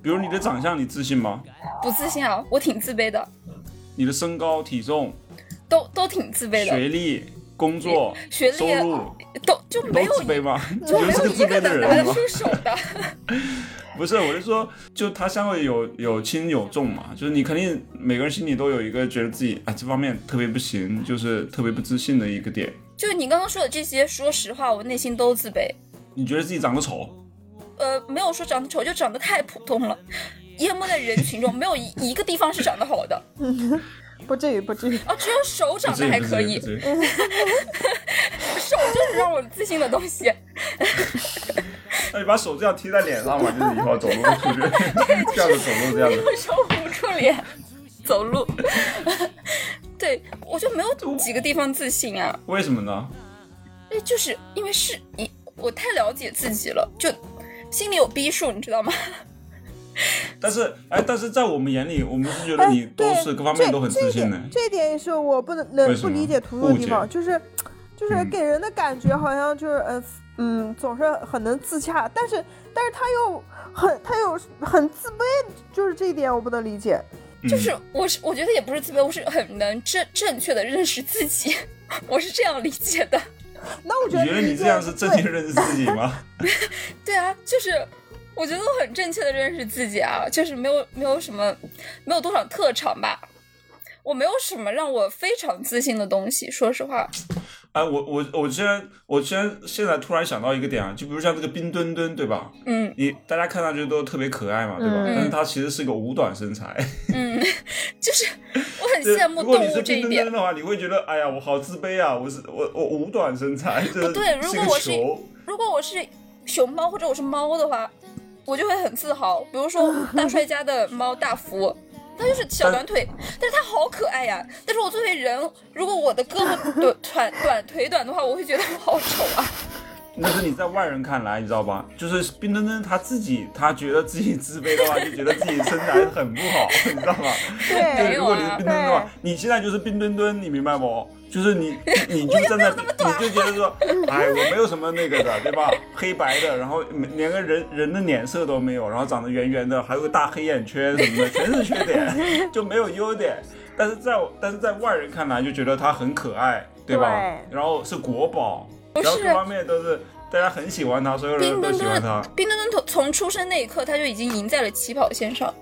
[SPEAKER 1] 比如你的长相，你自信吗？
[SPEAKER 2] 不自信啊，我挺自卑的，
[SPEAKER 1] 你的身高、体重、
[SPEAKER 2] 都都挺自卑的，
[SPEAKER 1] 学历、工作、
[SPEAKER 2] 学
[SPEAKER 1] 收
[SPEAKER 2] 历
[SPEAKER 1] 入，
[SPEAKER 2] 都就没
[SPEAKER 1] 都
[SPEAKER 2] 有
[SPEAKER 1] 自卑吗？你
[SPEAKER 2] 就
[SPEAKER 1] 就
[SPEAKER 2] 没
[SPEAKER 1] 是
[SPEAKER 2] 有
[SPEAKER 1] 个
[SPEAKER 2] 一
[SPEAKER 1] 自
[SPEAKER 2] 个
[SPEAKER 1] 卑的
[SPEAKER 2] 能拿得
[SPEAKER 1] 人吗？
[SPEAKER 2] 出手的。
[SPEAKER 1] 不是，我是说，就他相对有有轻有重嘛，就是你肯定每个人心里都有一个觉得自己啊这方面特别不行，就是特别不自信的一个点。
[SPEAKER 2] 就是你刚刚说的这些，说实话，我内心都自卑。
[SPEAKER 1] 你觉得自己长得丑，
[SPEAKER 2] 呃，没有说长得丑，就长得太普通了。淹没在人群中，没有一一个地方是长得好的，
[SPEAKER 4] 不至于，不 至于。
[SPEAKER 2] 哦，只有手
[SPEAKER 1] 不
[SPEAKER 2] 长
[SPEAKER 1] 至
[SPEAKER 2] 得
[SPEAKER 1] 于
[SPEAKER 2] 还
[SPEAKER 1] 不
[SPEAKER 2] 可
[SPEAKER 1] 至于
[SPEAKER 2] 以
[SPEAKER 1] 不，至于。
[SPEAKER 2] 手就是让我自信的东西。
[SPEAKER 1] 那你把手这样贴在脸上嘛，就是以后走路 出去这样子走路这样子。
[SPEAKER 2] 用手捂住脸 走路。对，我就没有几个地方自信啊，
[SPEAKER 1] 为什么呢？
[SPEAKER 2] 哎，就是因为是你，我太了解自己了，就心里有逼数，你知道吗？
[SPEAKER 1] 但是哎，但是在我们眼里，我们是觉得你都是各方面都很自信的。
[SPEAKER 4] 哎这点也是我不能能
[SPEAKER 1] 为什
[SPEAKER 4] 不
[SPEAKER 1] 么
[SPEAKER 4] 理解图图的地
[SPEAKER 1] 误嗯
[SPEAKER 4] 方，就是就是给人的感觉好像就是呃嗯总是很能自洽，但是但是他又很他又很自卑，就是这一点我不能理解。
[SPEAKER 1] 嗯
[SPEAKER 2] 就是我是我觉得也不是自卑，我是很能正正确的认识自己，我是这样理解的。
[SPEAKER 4] 那我
[SPEAKER 1] 你
[SPEAKER 4] 觉得
[SPEAKER 1] 觉得你这样是正
[SPEAKER 4] 对
[SPEAKER 1] 确认识自己吗？
[SPEAKER 2] 对啊，就是我觉得我很正确的认识自己啊，就是没有没有什么没有多少特长吧。我没有什么让我非常自信的东西，说实话，
[SPEAKER 1] 哎，我我我居然我居然现在突然想到一个点啊，就比如像这个冰墩墩，对吧？
[SPEAKER 2] 嗯
[SPEAKER 1] 你大家看上去都特别可爱嘛，对吧？
[SPEAKER 4] 嗯
[SPEAKER 1] 但是她其实是个五短身材。
[SPEAKER 2] 嗯，就是我很
[SPEAKER 1] 对
[SPEAKER 2] 羡慕
[SPEAKER 1] 如果你
[SPEAKER 2] 动
[SPEAKER 1] 是
[SPEAKER 2] 物这
[SPEAKER 1] 冰
[SPEAKER 2] 一
[SPEAKER 1] 墩
[SPEAKER 2] 点
[SPEAKER 1] 墩。的话，你会觉得哎呀，我好自卑啊！我是我我五短身材，这
[SPEAKER 2] 不哦对如
[SPEAKER 1] 是
[SPEAKER 2] 果
[SPEAKER 1] 个
[SPEAKER 2] 我是
[SPEAKER 1] 球。
[SPEAKER 2] 如果我是熊猫或者我是猫的话，我就会很自豪。比如说大帅家的猫大 福，它就是小短腿，但是它好可爱呀。但是我作为人，如果我的胳膊短短短腿短的话，我会觉得我好丑 啊。
[SPEAKER 1] 那是你在外人看来，你知道吧？就是冰墩墩她自己，她觉得自己自卑的话，就觉得自己身材很不好， 你知道吗？
[SPEAKER 4] 对
[SPEAKER 1] 对，
[SPEAKER 2] 没有
[SPEAKER 1] 如果你是
[SPEAKER 2] 啊
[SPEAKER 1] 冰墩墩的话，你现在就是冰墩墩，你明白不？就是 你，你就站在，你就觉得说，哎，我没有什么那个的，对吧？黑白的，然后没连个人人的脸色都没有，然后长得圆圆的，还有个大黑眼圈什 么的，全是缺点，就没有优点。但是在我，但是在外人看来就觉得她很可爱，对吧？
[SPEAKER 4] 对
[SPEAKER 1] 然后是国宝，
[SPEAKER 2] 不
[SPEAKER 1] 然后
[SPEAKER 2] 是
[SPEAKER 1] 各方面都是大家很喜欢她，所有
[SPEAKER 2] 冰
[SPEAKER 1] 人都
[SPEAKER 2] 墩
[SPEAKER 1] 喜欢
[SPEAKER 2] 墩
[SPEAKER 1] 她。，
[SPEAKER 2] 冰墩墩从从出生那一刻，它就已经赢在了起跑线上。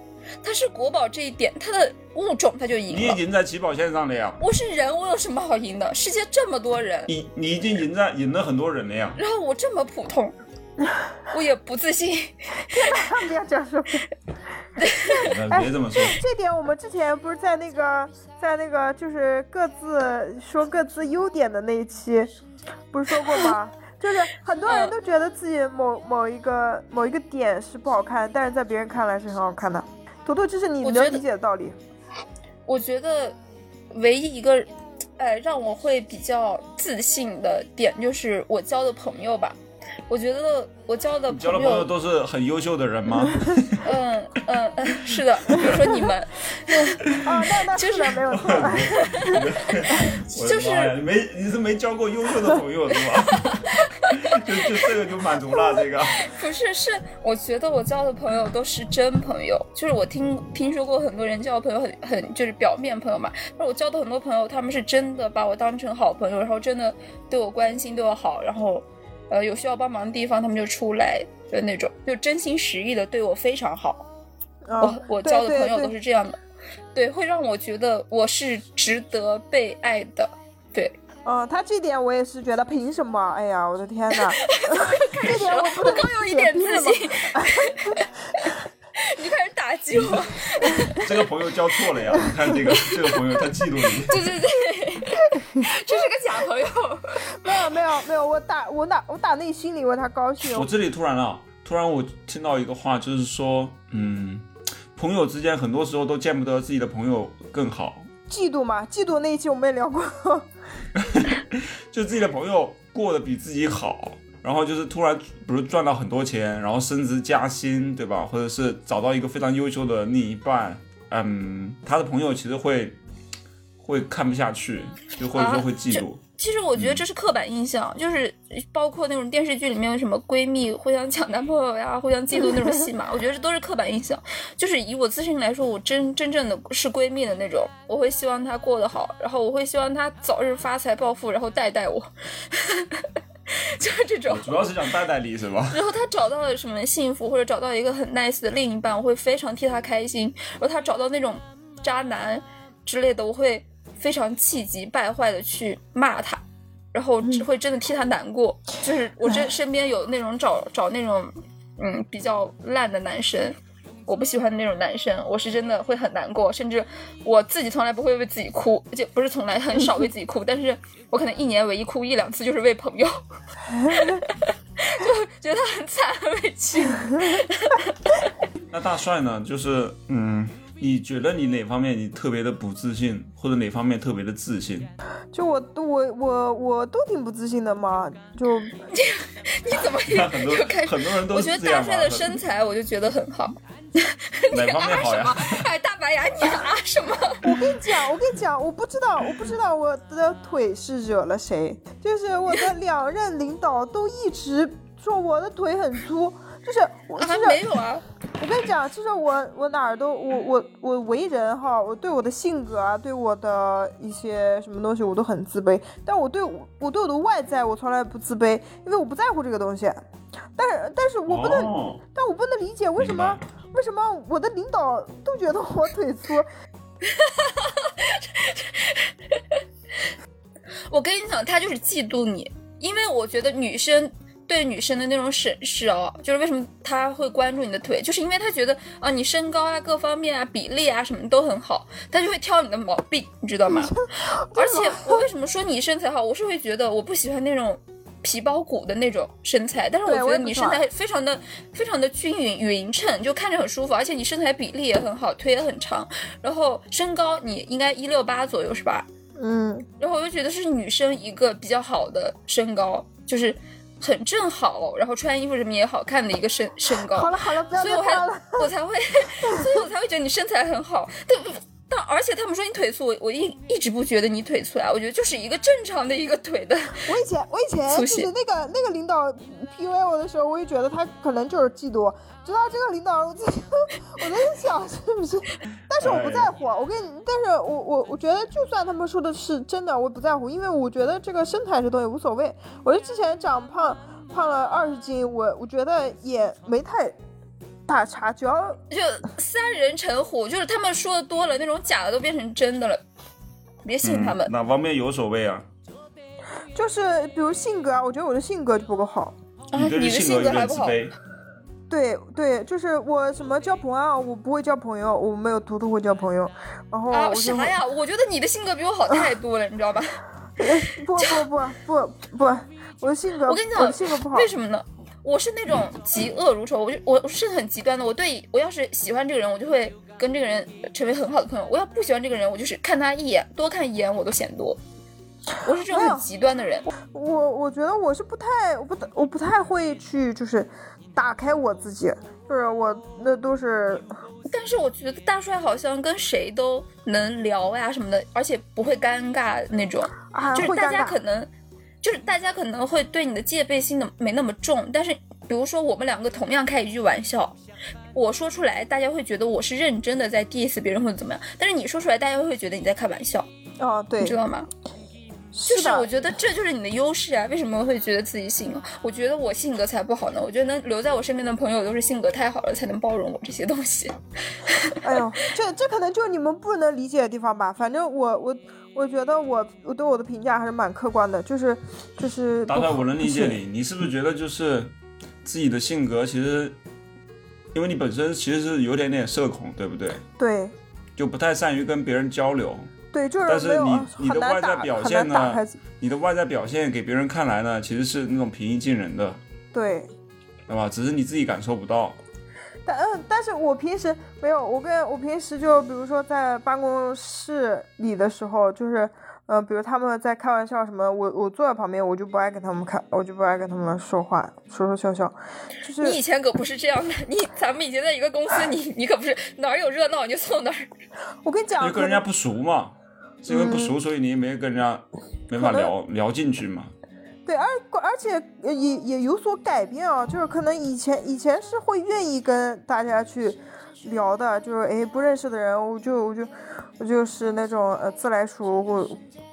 [SPEAKER 2] 它是国宝这一点，它的物种它就
[SPEAKER 1] 你
[SPEAKER 2] 赢
[SPEAKER 1] 已
[SPEAKER 2] 了。
[SPEAKER 1] 经在起跑线上了呀，
[SPEAKER 2] 我是人，我有什么好赢的？世界这么多人，
[SPEAKER 1] 你你已经赢在赢了很多人了 呀。
[SPEAKER 2] 然后我这么普通，我也不自信。
[SPEAKER 4] 不要这样说。
[SPEAKER 1] 那别这么说，
[SPEAKER 4] 这点我们之前不是在那个在那个就是各自说各自优点的那一期，不是说过 吗？就是很多人都觉得自己
[SPEAKER 2] 嗯
[SPEAKER 4] 某某一个某一个点是不好看，但是在别人看来是很好看的。图图，这是你
[SPEAKER 2] 我觉
[SPEAKER 4] 能
[SPEAKER 2] 得
[SPEAKER 4] 理解的道 理。
[SPEAKER 2] 我觉得唯一一个，呃，让我会比较自信的点就是我交的朋友吧。我觉得我交的
[SPEAKER 1] 你交的
[SPEAKER 2] 朋
[SPEAKER 1] 朋友
[SPEAKER 2] 友，
[SPEAKER 1] 都是很优秀的人吗？
[SPEAKER 2] 嗯嗯嗯，是的，比如说你们，
[SPEAKER 4] 啊，那那是
[SPEAKER 2] 就
[SPEAKER 4] 的，
[SPEAKER 2] 是
[SPEAKER 4] 没有错。
[SPEAKER 1] 我的妈呀，你没你是没交过优秀的朋友是吧？ 就就这个就满足了，这个
[SPEAKER 2] 不是是，我觉得我交的朋友都是真朋友，就是我听听说过很多人交的朋友很很就是表面朋友嘛，但是我交的很多朋友，他们是真的把我当成好朋友，然后真的对我关心，对我好，然后呃有需要帮忙的地方他们就出来的那种，就真心实意的对我非常好。
[SPEAKER 4] 啊
[SPEAKER 2] 哦我，我
[SPEAKER 4] 对
[SPEAKER 2] 交的
[SPEAKER 4] 对
[SPEAKER 2] 朋友
[SPEAKER 4] 对
[SPEAKER 2] 都是这样的，对，会让我觉得我是值得被爱的。对，
[SPEAKER 4] 嗯，他这点我也是觉得，凭什么？哎呀，我的天哪！这点我不
[SPEAKER 2] 我
[SPEAKER 4] 能
[SPEAKER 2] 刚有
[SPEAKER 4] 理
[SPEAKER 2] 一
[SPEAKER 4] 解
[SPEAKER 2] 点
[SPEAKER 4] 凭
[SPEAKER 2] 自
[SPEAKER 4] 什么
[SPEAKER 2] 信，你就开始打击我。
[SPEAKER 1] 这个朋友交错了呀！你看这个这个朋友他嫉妒你，
[SPEAKER 2] 对对对，这是个假朋友。
[SPEAKER 4] 没有没有没有，我打我打我打内心里为他高兴
[SPEAKER 1] 我。这里突然啊，突然我听到一个话，就是说，嗯，朋友之间很多时候都见不得自己的朋友更好，
[SPEAKER 4] 嫉妒嘛，嫉妒那一期我们也聊过。
[SPEAKER 1] 就自己的朋友过得比自己好，然后就是突然比如赚到很多钱，然后升职加薪，对吧？或者是找到一个非常优秀的另一半，嗯，他的朋友其实会会看不下去，就或者说会嫉妒。
[SPEAKER 2] 其实我
[SPEAKER 1] 嗯
[SPEAKER 2] 觉得这是刻板印象，就是包括那种电视剧里面有什么闺蜜互相抢男朋友呀、互相嫉妒那种戏 码，我觉得这都是刻板印象。就是以我自身来说，我真真正的是闺蜜的那种，我会希望她过得好，然后我会希望她早日发财暴富，然后带带我， 就是这种。
[SPEAKER 1] 主要是想带带你是吧？
[SPEAKER 2] 然后他找到了什么幸福，或者找到一个很 nice 的另一半，我会非常替他开心。然后他找到那种渣男之类的，我会非常气急败坏的去骂他，然后只会真的替他难过。就是我这身边有那种找找那种嗯比较烂的男生。我不喜欢的那种男生，我是真的会很难过，甚至我自己从来不会为自己哭，而且不是从来很少为自己哭，但是我可能一年唯一哭一两次，就是为朋友。 觉得很惨很委屈。
[SPEAKER 1] 那大帅呢？就是嗯，你觉得你哪方面你特别的不自信，或者哪方面特别的自信？
[SPEAKER 3] 就我都我我我都挺不自信的嘛，就
[SPEAKER 2] 你怎么
[SPEAKER 1] 那 很多
[SPEAKER 2] 又又 开始？
[SPEAKER 1] 很多人都
[SPEAKER 2] 我觉
[SPEAKER 1] 是
[SPEAKER 2] 得
[SPEAKER 1] 这
[SPEAKER 2] 大
[SPEAKER 1] 样
[SPEAKER 2] 帅
[SPEAKER 1] 吧
[SPEAKER 2] 的身材，我就觉得很好。
[SPEAKER 1] 哪方面
[SPEAKER 2] 啊
[SPEAKER 1] 好
[SPEAKER 2] 什
[SPEAKER 1] 呀
[SPEAKER 2] 么？？ 哎，大白牙，你啊什么？
[SPEAKER 3] 我跟你讲，我跟你讲，我不知道，我不知道我的腿是惹了谁，就是我的两任领导都一直说我的腿很粗，就是我就
[SPEAKER 2] 啊
[SPEAKER 3] 是
[SPEAKER 2] 没有啊，
[SPEAKER 3] 我跟你讲，就是我我哪儿都我我我为人哈，我对我的性格啊，对我的一些什么东西我都很自卑，但我对我我对我的外在我从来不自卑，因为我不在乎这个东西。但是但是我不能，
[SPEAKER 1] 哦
[SPEAKER 3] 但我不能理解为什么
[SPEAKER 1] 明
[SPEAKER 3] 为什么我的领导都觉得我 腿粗，
[SPEAKER 2] 我跟你讲，他就是嫉妒你，因为我觉得女生。对女生的那种审视哦，就是为什么他会关注你的腿，就是因为他觉得啊，你身高啊、各方面啊、比例啊什么都很好，他就会挑你的毛病，你知道 吗？而且我为什么说你身材好，我是会觉得我不喜欢那种皮包骨的那种身材，但是我
[SPEAKER 3] 对
[SPEAKER 2] 觉
[SPEAKER 3] 我
[SPEAKER 2] 得
[SPEAKER 3] 也不
[SPEAKER 2] 你
[SPEAKER 3] 喜
[SPEAKER 2] 身
[SPEAKER 3] 欢
[SPEAKER 2] 材非常的非常的均匀匀称，就看着很舒服，而且你身材比例也很好，腿也很长，然后身高你应该一六八左右是吧？
[SPEAKER 3] 嗯，
[SPEAKER 2] 然后我就觉得是女生一个比较好的身高，就是很正好，然后穿衣服什么也好看的一个身身高。
[SPEAKER 3] 好了好了，不要
[SPEAKER 2] 所以
[SPEAKER 3] 再
[SPEAKER 2] 我还
[SPEAKER 3] 夸了。
[SPEAKER 2] 我才会， 所以我才会觉得你身材很好。但但而且他们说你腿粗，我我一一直不觉得你腿粗啊，我觉得就是一个正常的一个腿的。
[SPEAKER 3] 我以前我以前
[SPEAKER 2] 粗
[SPEAKER 3] 就
[SPEAKER 2] 细
[SPEAKER 3] 是那个那个领导 PUA 我的时候，我也觉得他可能就是嫉妒我。直到这个领导，我就 我在想是不是？但是我不在乎，啊我跟你，但是我我我觉得就算他们说的是真的，我也不在乎，因为我觉得这个身材这东西无所谓。我是之前长胖胖了二十斤，我我觉得也没太大差，只要
[SPEAKER 2] 就三人成虎，就是他们说的多了，那种假的都变成真的了，别信他们。
[SPEAKER 1] 嗯哪方面有所谓啊？
[SPEAKER 3] 就是比如性格啊，我觉得我的性格就不够好。
[SPEAKER 2] 啊，
[SPEAKER 1] 对
[SPEAKER 2] 你
[SPEAKER 1] 这
[SPEAKER 2] 的
[SPEAKER 1] 性
[SPEAKER 2] 性
[SPEAKER 1] 格有
[SPEAKER 2] 格还
[SPEAKER 1] 点
[SPEAKER 2] 不
[SPEAKER 1] 自
[SPEAKER 2] 好，
[SPEAKER 1] 卑。
[SPEAKER 3] 对对，就是我什么交朋友啊，我不会交朋友，我没有读读会交朋友，然后
[SPEAKER 2] 啊
[SPEAKER 3] 哦我就
[SPEAKER 2] 啥
[SPEAKER 3] 会、
[SPEAKER 2] 呀？我觉得你的性格比我好太多了，你知道吧？
[SPEAKER 3] 不不不不不，我的性格
[SPEAKER 2] 我跟你
[SPEAKER 3] 我
[SPEAKER 2] 讲
[SPEAKER 3] 的性格不好，
[SPEAKER 2] 为什么呢？我是那种嫉恶如仇，我就我是很极端的。我对我要是喜欢这个人，我就会跟这个人成为很好的朋友；我要不喜欢这个人，我就是看他一眼，多看一眼我都嫌多。我是这种
[SPEAKER 3] 没有
[SPEAKER 2] 很极端的人，
[SPEAKER 3] 我我觉得我是不太我不我不太会去就是打开我自己，就是我那都是
[SPEAKER 2] 但是我觉得大帅好像跟谁都能聊呀什么的，而且不会尴尬那种。
[SPEAKER 3] 啊
[SPEAKER 2] 就是
[SPEAKER 3] 会
[SPEAKER 2] 大
[SPEAKER 3] 尴
[SPEAKER 2] 家可
[SPEAKER 3] 尬，
[SPEAKER 2] 能，就是大家可能会对你的戒备心的没那么重，但是比如说我们两个同样开一句玩笑，我说出来，大家会觉得我是认真的在 diss 别人或者怎么样，但是你说出来，大家会觉得你在开玩笑，
[SPEAKER 3] 啊对
[SPEAKER 2] 你知，道吗？就是是
[SPEAKER 3] 的
[SPEAKER 2] 我觉得这就是你的优势啊，为什么会觉得自己性格？我觉得我性格才不好呢，我觉得能留在我身边的朋友都是性格太好了，才能包容我这些东西。
[SPEAKER 3] 哎呦，这这可能就是你们不能理解的地方吧。反正我我我觉得我我对我的评价还是蛮客观的，就是就是
[SPEAKER 1] 大
[SPEAKER 3] 不
[SPEAKER 1] 帅，
[SPEAKER 3] 好
[SPEAKER 1] 我能理
[SPEAKER 3] 不嗯
[SPEAKER 1] 解
[SPEAKER 3] 行
[SPEAKER 1] 你，你是不是觉得就是自己的性格其实，因为你本身其实是有点点社恐，对不对？
[SPEAKER 3] 对
[SPEAKER 1] 就不太善于跟别人交流，
[SPEAKER 3] 对，就
[SPEAKER 1] 但
[SPEAKER 3] 是
[SPEAKER 1] 是
[SPEAKER 3] 没有
[SPEAKER 1] 你
[SPEAKER 3] 啊
[SPEAKER 1] 你的
[SPEAKER 3] 很难
[SPEAKER 1] 外在
[SPEAKER 3] 打
[SPEAKER 1] 表
[SPEAKER 3] 很
[SPEAKER 1] 现
[SPEAKER 3] 难打
[SPEAKER 1] 呢
[SPEAKER 3] 开自己，
[SPEAKER 1] 你的外在表现给别人看来呢，其实是那种平易近人的，
[SPEAKER 3] 对。
[SPEAKER 1] 对吧？只是你自己感受不到。
[SPEAKER 3] 但嗯，但是我平时没有，我跟我平时就比如说在办公室里的时候，就是嗯、呃比如他们在开玩笑什么，我我坐在旁边，我就不爱跟他们看，我就不爱跟他们说话，说说笑笑，就是
[SPEAKER 2] 你以前可不是这样的，你咱们以前在一
[SPEAKER 3] 哎
[SPEAKER 2] 个公司，你你可不是哪儿有热闹你就凑哪儿。
[SPEAKER 3] 我跟你讲，
[SPEAKER 1] 因为跟人家不熟嘛，是因为不熟，
[SPEAKER 2] 嗯
[SPEAKER 1] 所以你也没跟人家没法聊聊进去嘛。
[SPEAKER 3] 对，而而且呃也也有所改变啊，就是可能以前以前是会愿意跟大家去聊的，就是哎不认识的人，我就我就我就是那种呃自来熟，我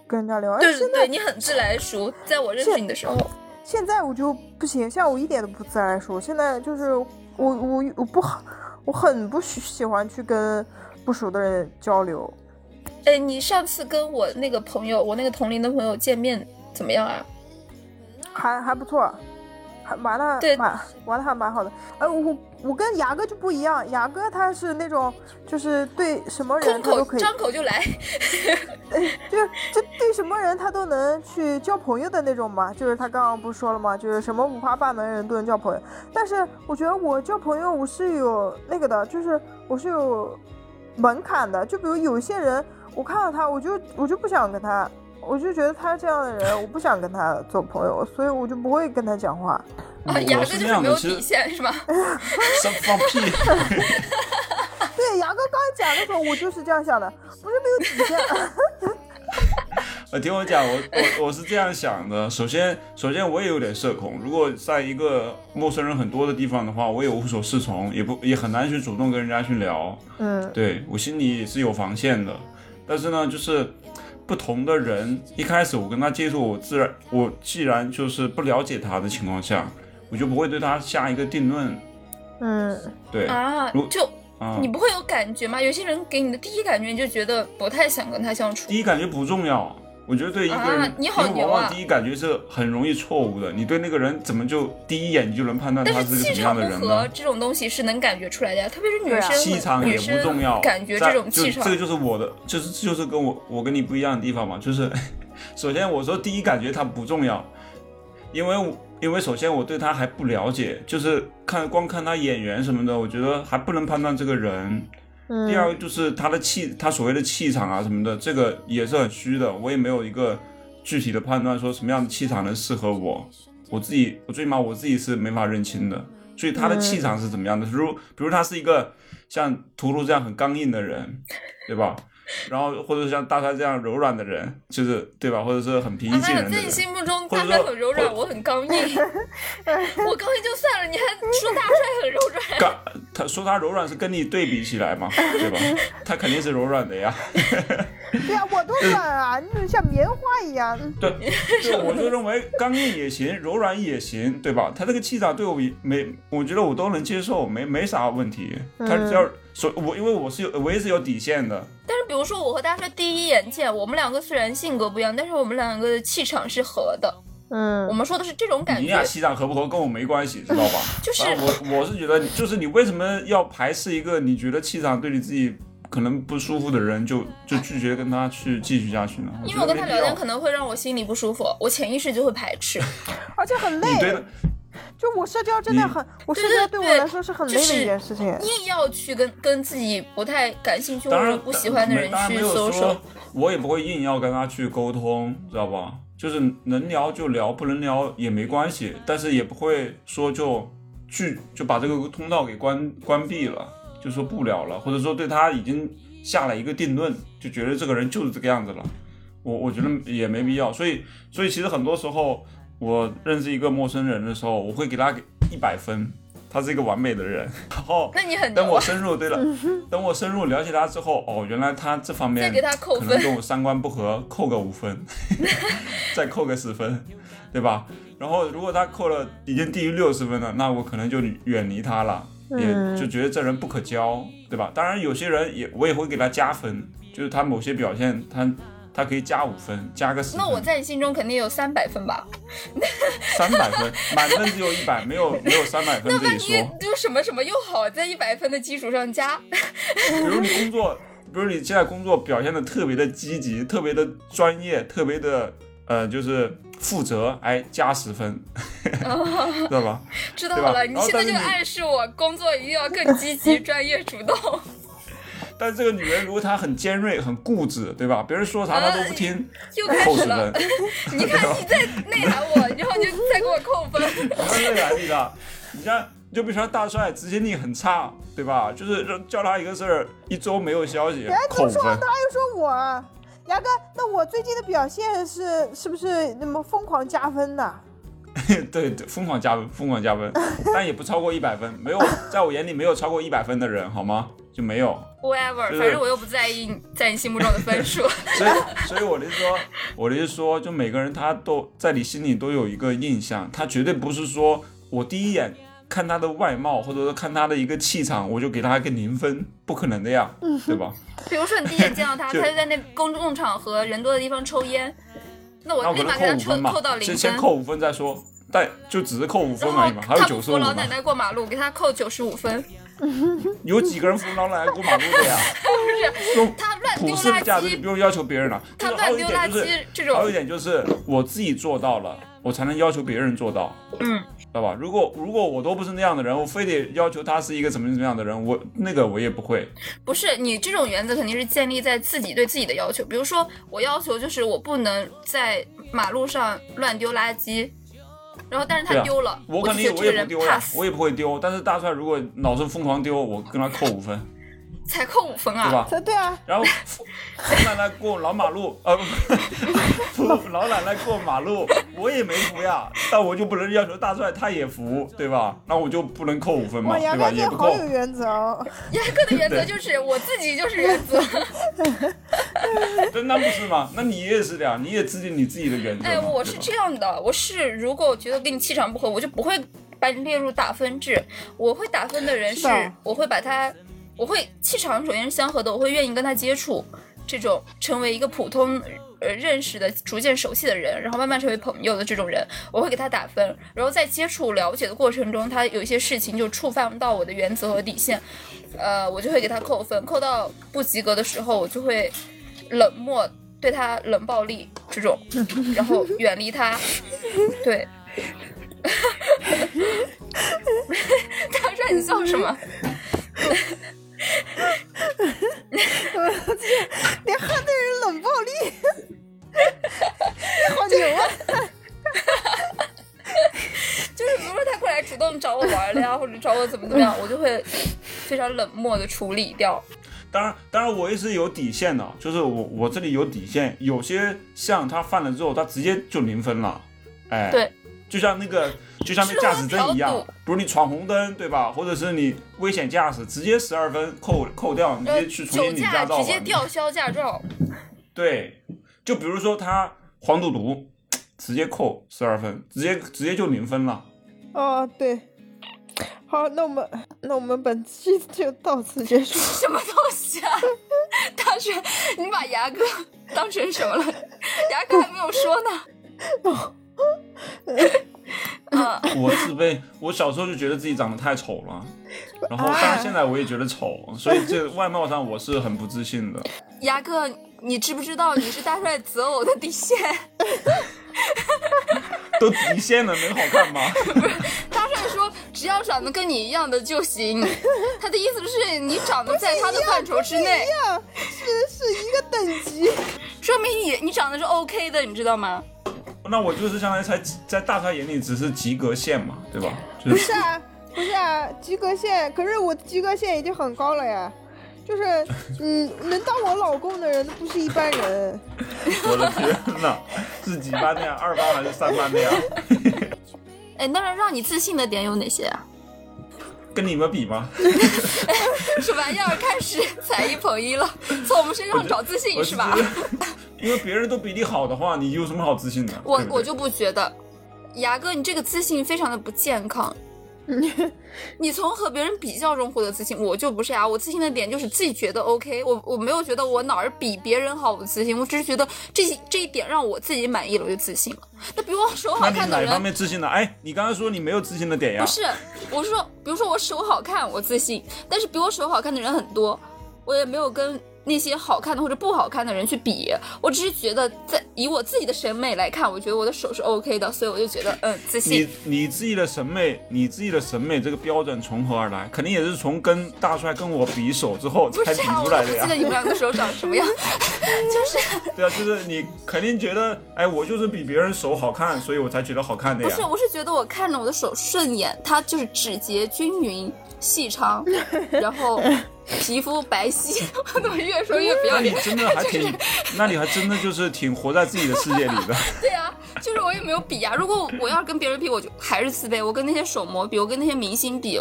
[SPEAKER 3] 跟人家聊。哎
[SPEAKER 2] 对
[SPEAKER 3] 现
[SPEAKER 2] 对，
[SPEAKER 3] 在
[SPEAKER 2] 你很自来熟，在我认识你的时候，
[SPEAKER 3] 哦现在我就不行，现在我一点都不自来熟。现在就是我我我不好，我很不喜喜欢去跟不熟的人交流。
[SPEAKER 2] 哎，你上次跟我那个朋友，我那个同龄的朋友见面怎么样啊？
[SPEAKER 3] 还还不错，还玩的
[SPEAKER 2] 对
[SPEAKER 3] 蛮玩的还蛮好的。哎，我我跟牙哥就不一样，牙哥他是那种就是对什么人
[SPEAKER 2] 空
[SPEAKER 3] 他都
[SPEAKER 2] 口
[SPEAKER 3] 可以，
[SPEAKER 2] 张口就来，
[SPEAKER 3] 就就对什么人他都能去交朋友的那种嘛。就是他刚刚不是说了嘛，就是什么五花八门的人都能交朋友。但是我觉得我交朋友我是有那个的，就是我是有门槛的。就比如有一些人，我看到他我就我就不想跟他。我就觉得他这样的人，我不想跟他做朋友，所以我就不会跟他讲话。
[SPEAKER 2] 啊，牙
[SPEAKER 1] 嗯我
[SPEAKER 2] 哥
[SPEAKER 1] 是那
[SPEAKER 2] 就是
[SPEAKER 1] 样
[SPEAKER 2] 没
[SPEAKER 1] 的，
[SPEAKER 2] 有
[SPEAKER 1] 其
[SPEAKER 2] 底
[SPEAKER 1] 实
[SPEAKER 2] 线是 吧？
[SPEAKER 1] 上放屁，
[SPEAKER 3] 对，牙哥刚才讲的时候，我就是这样想的，不是没有底线。
[SPEAKER 1] 呃，听我讲，我我我是这样想的。首先，首先我也有点社恐，如果在一个陌生人很多的地方的话，我也无所适从，也不也很难去主动跟人家去聊。
[SPEAKER 3] 嗯，
[SPEAKER 1] 对我心里是有防线的。但是呢，就是不同的人，一开始我跟他接触，我自然我既然就是不了解他的情况下，我就不会对他下一个定论。
[SPEAKER 3] 嗯，
[SPEAKER 1] 对，啊、
[SPEAKER 2] 啊
[SPEAKER 1] 如，嗯
[SPEAKER 2] 就你不会有感觉吗？有些人给你的第一感觉，你就觉得不太想跟他相处。
[SPEAKER 1] 第一感觉不重要。我觉得对一个人，
[SPEAKER 2] 啊你好
[SPEAKER 1] 因为
[SPEAKER 2] 牛
[SPEAKER 1] 往往
[SPEAKER 2] 啊
[SPEAKER 1] 第一感觉是很容易错误的。你对那个人怎么就第一眼你就能判断
[SPEAKER 2] 但
[SPEAKER 1] 他
[SPEAKER 2] 是
[SPEAKER 1] 个
[SPEAKER 2] 气
[SPEAKER 1] 什么样
[SPEAKER 2] 场
[SPEAKER 1] 的
[SPEAKER 2] 不
[SPEAKER 1] 人
[SPEAKER 2] 合
[SPEAKER 1] 呢？
[SPEAKER 2] 这种东西是能感觉出来的呀，特别是女
[SPEAKER 3] 对啊
[SPEAKER 2] 生，
[SPEAKER 1] 气场也
[SPEAKER 2] 女
[SPEAKER 1] 不重要，
[SPEAKER 2] 生感觉
[SPEAKER 1] 在
[SPEAKER 2] 这种
[SPEAKER 1] 就
[SPEAKER 2] 气场啊
[SPEAKER 1] 这个就是我的，就是这就是跟我我跟你不一样的地方嘛，就是首先我说第一感觉它不重要，因为我因为首先我对他还不了解，就是看光看他演员什么的，我觉得还不能判断这个人。
[SPEAKER 3] 嗯
[SPEAKER 1] 第二个就是他的气，他所谓的气场啊什么的，这个也是很虚的，我也没有一个具体的判断说什么样的气场能适合我，我自己我最起码我自己是没法认清的。所以他的气场是怎么样的？如比如他是一个像图图这样很刚硬的人，对吧？然后或者像大帅这样柔软的人，就是对吧？或者是很平易
[SPEAKER 2] 啊，
[SPEAKER 1] 近
[SPEAKER 2] 妈呀，
[SPEAKER 1] 人的
[SPEAKER 2] 在
[SPEAKER 1] 人
[SPEAKER 2] 你。心目中，
[SPEAKER 1] 或
[SPEAKER 2] 大
[SPEAKER 1] 者
[SPEAKER 2] 帅
[SPEAKER 1] 说
[SPEAKER 2] 很柔软，我很 刚硬。我刚硬就算了，你还说大帅很柔软，
[SPEAKER 1] 刚他说他柔软是跟你对比起来嘛，对吧？他肯定是柔软的呀。
[SPEAKER 3] 对呀、我都
[SPEAKER 1] 嗯
[SPEAKER 3] 软啊，你像棉花一样。嗯
[SPEAKER 1] 对， 对，我就认为刚硬也行，柔软也行，对吧？他这个气场对我也没，我觉得我都能接受，没没啥问题。
[SPEAKER 2] 嗯
[SPEAKER 1] 他只要说，我因为我是有我也是有底线的，
[SPEAKER 2] 但是比如说我和大帅第一眼见，我们两个虽然性格不一样，但是我们两个的气场是合的。我
[SPEAKER 3] 嗯，
[SPEAKER 2] 们说的是这种感
[SPEAKER 1] 你
[SPEAKER 2] 觉
[SPEAKER 1] 俩，气场合不合跟我没关系，知道吧？
[SPEAKER 2] 就是
[SPEAKER 1] 反正我我是觉得你，就是你为什么要排斥一个你觉得气场对你自己可能不舒服的人，就就拒绝跟他去继续下去呢？
[SPEAKER 2] 因
[SPEAKER 1] 觉
[SPEAKER 2] 为我
[SPEAKER 1] 得没
[SPEAKER 2] 跟他
[SPEAKER 1] 必
[SPEAKER 2] 聊天
[SPEAKER 1] 要
[SPEAKER 2] 可能会让我心里不舒服，我潜意识就会排 斥。
[SPEAKER 3] 而且很
[SPEAKER 1] 你对
[SPEAKER 3] 累
[SPEAKER 1] 的，，
[SPEAKER 3] 就我社交真的
[SPEAKER 1] 你
[SPEAKER 3] 很，我社
[SPEAKER 2] 对对
[SPEAKER 3] 交对我
[SPEAKER 2] 对
[SPEAKER 3] 来说是很累
[SPEAKER 2] 就
[SPEAKER 3] 的
[SPEAKER 2] 是
[SPEAKER 3] 一件事情。
[SPEAKER 2] 硬要去跟跟自己不太感兴趣或
[SPEAKER 1] 当
[SPEAKER 2] 者
[SPEAKER 1] 然
[SPEAKER 2] 不喜欢的人
[SPEAKER 1] 当然没
[SPEAKER 2] 去
[SPEAKER 1] 有
[SPEAKER 2] 搜索
[SPEAKER 1] 说，，我也不会硬要跟他去沟通，知道吧？就是能聊就聊，不能聊也没关系，但是也不会说就拒就把这个通道给关关闭了，就说不聊了，或者说对他已经下了一个定论，就觉得这个人就是这个样子了。我我觉得也没必要，所以所以其实很多时候我认识一个陌生人的时候，我会给他给一百分，他是一个完美的人， 然后
[SPEAKER 2] 那你很
[SPEAKER 1] 等
[SPEAKER 2] 牛
[SPEAKER 1] 我
[SPEAKER 2] 啊！
[SPEAKER 1] 深入对了，等我深入了解他之后，哦，原来他这方
[SPEAKER 2] 再
[SPEAKER 1] 面
[SPEAKER 2] 给他扣
[SPEAKER 1] 可能
[SPEAKER 2] 分，
[SPEAKER 1] 跟我三观不合，扣个五 分， 再扣个十分，对吧？然后如果他扣了已经低于六十分了，那我可能就远离他了，
[SPEAKER 3] 嗯
[SPEAKER 1] 也就觉得这人不可交，对吧？当然有些人也我也会给他加分，就是他某些表现他。他可以加五分，加个十分，
[SPEAKER 2] 那我在你心中肯定有三百分吧？
[SPEAKER 1] 三百分，满分只有一百，没有没有三百分
[SPEAKER 2] 那
[SPEAKER 1] 自己
[SPEAKER 2] 万
[SPEAKER 1] 说。
[SPEAKER 2] 一就什么什么又好，在一百分的基础上加，
[SPEAKER 1] 比如你工作，比如你现在工作表现的特别的积极，特别的专业，特别的呃，就是负责，哎，加十分，
[SPEAKER 2] 哦
[SPEAKER 1] 知道吧？
[SPEAKER 2] 知道
[SPEAKER 1] 对吧
[SPEAKER 2] 了。你
[SPEAKER 1] 然后
[SPEAKER 2] 现在
[SPEAKER 1] 但是
[SPEAKER 2] 就
[SPEAKER 1] 你
[SPEAKER 2] 暗示我工作一定要更 积极、专业、主动。
[SPEAKER 1] 但是这个女人如果她很尖锐、很固执，对吧？别人说啥她都不听，
[SPEAKER 2] 又哎开
[SPEAKER 1] 扣
[SPEAKER 2] 始
[SPEAKER 1] 十
[SPEAKER 2] 了
[SPEAKER 1] 分，，
[SPEAKER 2] 你看你在内涵我，然后你就再给我扣分。
[SPEAKER 1] 太累了，你的。你像你就比如说大帅执行力很差，
[SPEAKER 3] 啊
[SPEAKER 1] 对吧？就是让叫他一个事儿，一周没有消息，扣分。
[SPEAKER 3] 他又说我，啊
[SPEAKER 4] 牙哥，那我最近的表现是是不是那么疯狂加分呢、
[SPEAKER 1] 对对，疯狂加分，疯狂加分，但也不超过一百分，没有，在我眼里没有超过一百分的人，好吗？就没有，
[SPEAKER 2] whatever，
[SPEAKER 1] 是
[SPEAKER 2] 反正我又不在意你在你心目中的分数。
[SPEAKER 1] 所以，所以我的意思说，我的意思说，就每个人他都在你心里都有一个印象，他绝对不是说我第一眼看他的外貌，或者说看他的一个气场，我就给他一个零分，不可能的呀，
[SPEAKER 2] 嗯
[SPEAKER 1] 对吧？
[SPEAKER 2] 比如说你第一眼见到 他，
[SPEAKER 1] 就
[SPEAKER 2] 他就在那公众场合人多的地方抽烟，
[SPEAKER 1] 那
[SPEAKER 2] 那我
[SPEAKER 1] 我可
[SPEAKER 2] 立
[SPEAKER 1] 能扣
[SPEAKER 2] 马给他
[SPEAKER 1] 五
[SPEAKER 2] 抽
[SPEAKER 1] 分嘛
[SPEAKER 2] 扣到，零
[SPEAKER 1] 先
[SPEAKER 2] 分
[SPEAKER 1] 先。扣五分再说，但就只是扣五分
[SPEAKER 2] 然
[SPEAKER 1] 而已
[SPEAKER 2] 后
[SPEAKER 1] 嘛，还有
[SPEAKER 2] 他
[SPEAKER 1] 九
[SPEAKER 2] 不
[SPEAKER 1] 十
[SPEAKER 2] 扶
[SPEAKER 1] 五
[SPEAKER 2] 老
[SPEAKER 1] 嘛
[SPEAKER 2] 奶，奶过马路，给他扣九十五分。
[SPEAKER 1] 有几个人扶老奶奶过马路的呀？ 不是，
[SPEAKER 2] 他乱丢
[SPEAKER 1] 普世
[SPEAKER 2] 垃
[SPEAKER 1] 价值你
[SPEAKER 2] 圾，
[SPEAKER 1] 不用要求别人了。啊就是
[SPEAKER 2] 他
[SPEAKER 1] 还有
[SPEAKER 2] 乱
[SPEAKER 1] 一
[SPEAKER 2] 丢
[SPEAKER 1] 点
[SPEAKER 2] 垃
[SPEAKER 1] 就是，
[SPEAKER 2] 圾这
[SPEAKER 1] 还有一
[SPEAKER 2] 种，
[SPEAKER 1] 点就是我自己做到了，我才能要求别人做到，
[SPEAKER 2] 嗯，
[SPEAKER 1] 知道吧？如果如果我都不是那样的人，我非得要求他是一个怎么怎么样的人，我那个我也不会。
[SPEAKER 2] 不是你这种原则肯定是建立在自己对自己的要求。比如说，我要求就是我不能在马路上乱丢垃圾，然后但是
[SPEAKER 1] 对
[SPEAKER 2] 他
[SPEAKER 1] 啊
[SPEAKER 2] 丢了，
[SPEAKER 1] 我
[SPEAKER 2] 就
[SPEAKER 1] 肯
[SPEAKER 2] 觉
[SPEAKER 1] 定
[SPEAKER 2] 得
[SPEAKER 1] 我
[SPEAKER 2] 这个
[SPEAKER 1] 也
[SPEAKER 2] 人
[SPEAKER 1] 不丢呀，
[SPEAKER 2] pass
[SPEAKER 1] 我也不会丢。但是大帅如果老是疯狂丢，我跟他扣五分，
[SPEAKER 2] 才扣五分
[SPEAKER 1] 对
[SPEAKER 2] 啊。
[SPEAKER 1] 吧？
[SPEAKER 4] 这对啊，
[SPEAKER 1] 然后扶扶奶奶过老马路，呃， 扶老奶奶过马路，我也没扶呀，但我就不能要求大帅他也扶，对吧？那我就不能扣五分嘛，
[SPEAKER 4] 哇，
[SPEAKER 1] 对
[SPEAKER 4] 牙
[SPEAKER 1] 吧？
[SPEAKER 4] 哥
[SPEAKER 1] 也
[SPEAKER 4] 这
[SPEAKER 1] 不
[SPEAKER 4] 好
[SPEAKER 1] 扣。
[SPEAKER 4] 有原则哦。
[SPEAKER 2] 严 格的原则就是我自己就是原则。
[SPEAKER 1] 对，那不是吗？那你也是的呀，你也制定你自己的原则嘛。
[SPEAKER 2] 哎，我是
[SPEAKER 1] 对吧
[SPEAKER 2] 这样的，我是如果我觉得跟你气场不合，我就不会把你列入打分制。我会打分的人
[SPEAKER 4] 是
[SPEAKER 2] 是
[SPEAKER 4] 吧，
[SPEAKER 2] 我会把他，我会气场首先是相合的，我会愿意跟他接触，这种成为一个普通。呃，认识的逐渐熟悉的人，然后慢慢成为朋友的这种人，我会给他打分。然后在接触了解的过程中，他有一些事情就触犯到我的原则和底线，呃，我就会给他扣分，扣到不及格的时候，我就会冷漠对他冷暴力这种，然后远离他。 对，大帅，你笑什么？
[SPEAKER 4] 连汉对人冷暴力，你好牛啊！
[SPEAKER 2] 就是比如说他过来主动找我玩了呀，或者找我怎么怎么样，我就会非常冷漠的处理掉。
[SPEAKER 1] 当然，当然我也是有底线的，就是我我这里有底线，有些像他犯了之后，他直接就零分了，哎，
[SPEAKER 2] 对，
[SPEAKER 1] 就像那个就像那驾驶证一样
[SPEAKER 2] 是我的调度，
[SPEAKER 1] 比如你闯红灯，对吧？或者是你危险驾驶，直接十二分扣扣掉，你直
[SPEAKER 2] 呃，
[SPEAKER 1] 接去重
[SPEAKER 2] 酒
[SPEAKER 1] 新领驾
[SPEAKER 2] 驾
[SPEAKER 1] 照
[SPEAKER 2] 直
[SPEAKER 1] 吧。
[SPEAKER 2] 接吊销驾照，
[SPEAKER 1] 对，就比如说他黄赌毒，直接扣十二分，直接直接就零分了。
[SPEAKER 4] 哦，对，好，那我们那我们本期就到此结束。
[SPEAKER 2] 什么东西啊？大帅，你把牙哥当成什么了？牙哥还没有说呢。 啊，
[SPEAKER 1] 我自卑，我小时候就觉得自己长得太丑了，然后
[SPEAKER 4] 啊
[SPEAKER 1] 但是现在我也觉得丑，所以这外貌上我是很不自信的。
[SPEAKER 2] 牙哥，你知不知道你是大帅择偶的底线？
[SPEAKER 1] 都极限了，能好看吗？
[SPEAKER 2] 大帅说，只要长得跟你一样的就行。 他的意思是你长得在他的范畴之内，
[SPEAKER 4] 呀，是是一个等级。
[SPEAKER 2] 说明你你长得是 OK 的，你知道吗？
[SPEAKER 1] 那我就是相当于才在大帅眼里只是及格线嘛，对吧？就
[SPEAKER 4] 不
[SPEAKER 1] 是
[SPEAKER 4] 是啊，不是啊，及格线，可是我及格线已经很高了呀。就是，嗯，能当我老公的人都不是一般人。
[SPEAKER 1] 我的天呐，是几班的呀？二班还是三班的呀？
[SPEAKER 2] 哎，那让你自信的点有哪些啊？
[SPEAKER 1] 跟你们比吗？
[SPEAKER 2] 是吧？要是开始才艺捧一了，从我们身上找自信
[SPEAKER 1] 我
[SPEAKER 2] 是吧
[SPEAKER 1] 觉？得？因为别人都比你好的话，你有什么好自信的？
[SPEAKER 2] 我
[SPEAKER 1] 对不对
[SPEAKER 2] 我就不觉得，牙哥，你这个自信非常的不健康。你从和别人比较中获得自信，我就不是呀。我自信的点就是自己觉得 OK，我我没有觉得我哪儿比别人好，我自信，我只是觉得这这一点让我自己满意了，我就自信了。那比我手
[SPEAKER 1] 那
[SPEAKER 2] 好
[SPEAKER 1] 你
[SPEAKER 2] 看的
[SPEAKER 1] 哪
[SPEAKER 2] 人
[SPEAKER 1] 方，面自信呢？哎，你刚刚说你没有自信的点呀
[SPEAKER 2] 不？是，我是说，比如说我手好看，我自信，但是比我手好看的人很多，我也没有跟那些好看的或者不好看的人去比，我只是觉得在以我自己的审美来看，我觉得我的手是 OK 的，所以我就觉得嗯自信
[SPEAKER 1] 你。你自己的审美，你自己的审美这个标准从何而来？肯定也是从跟大帅跟我比手之后
[SPEAKER 2] 不
[SPEAKER 1] 才
[SPEAKER 2] 是
[SPEAKER 1] 比
[SPEAKER 2] 啊，
[SPEAKER 1] 出
[SPEAKER 2] 我
[SPEAKER 1] 来
[SPEAKER 2] 都
[SPEAKER 1] 的
[SPEAKER 2] 不
[SPEAKER 1] 呀
[SPEAKER 2] 记得。你们两个手 长什么样，就是
[SPEAKER 1] 对啊，就是你肯定觉得，哎，我就是比别人手好看，所以我才觉得好看的
[SPEAKER 2] 不
[SPEAKER 1] 呀
[SPEAKER 2] 是，。我是觉得我看着我的手顺眼，它就是指节均匀，细长，然 后皮肤白皙。 我怎么越说越不要
[SPEAKER 1] 那你
[SPEAKER 2] 脸？
[SPEAKER 1] 真的还 挺，那你还真的就是挺活在自己的世界里的。
[SPEAKER 2] 对啊，就是我也没有比啊。如果我要是跟别人比，我就还是自卑。我跟那些手模比，我跟那些明星比，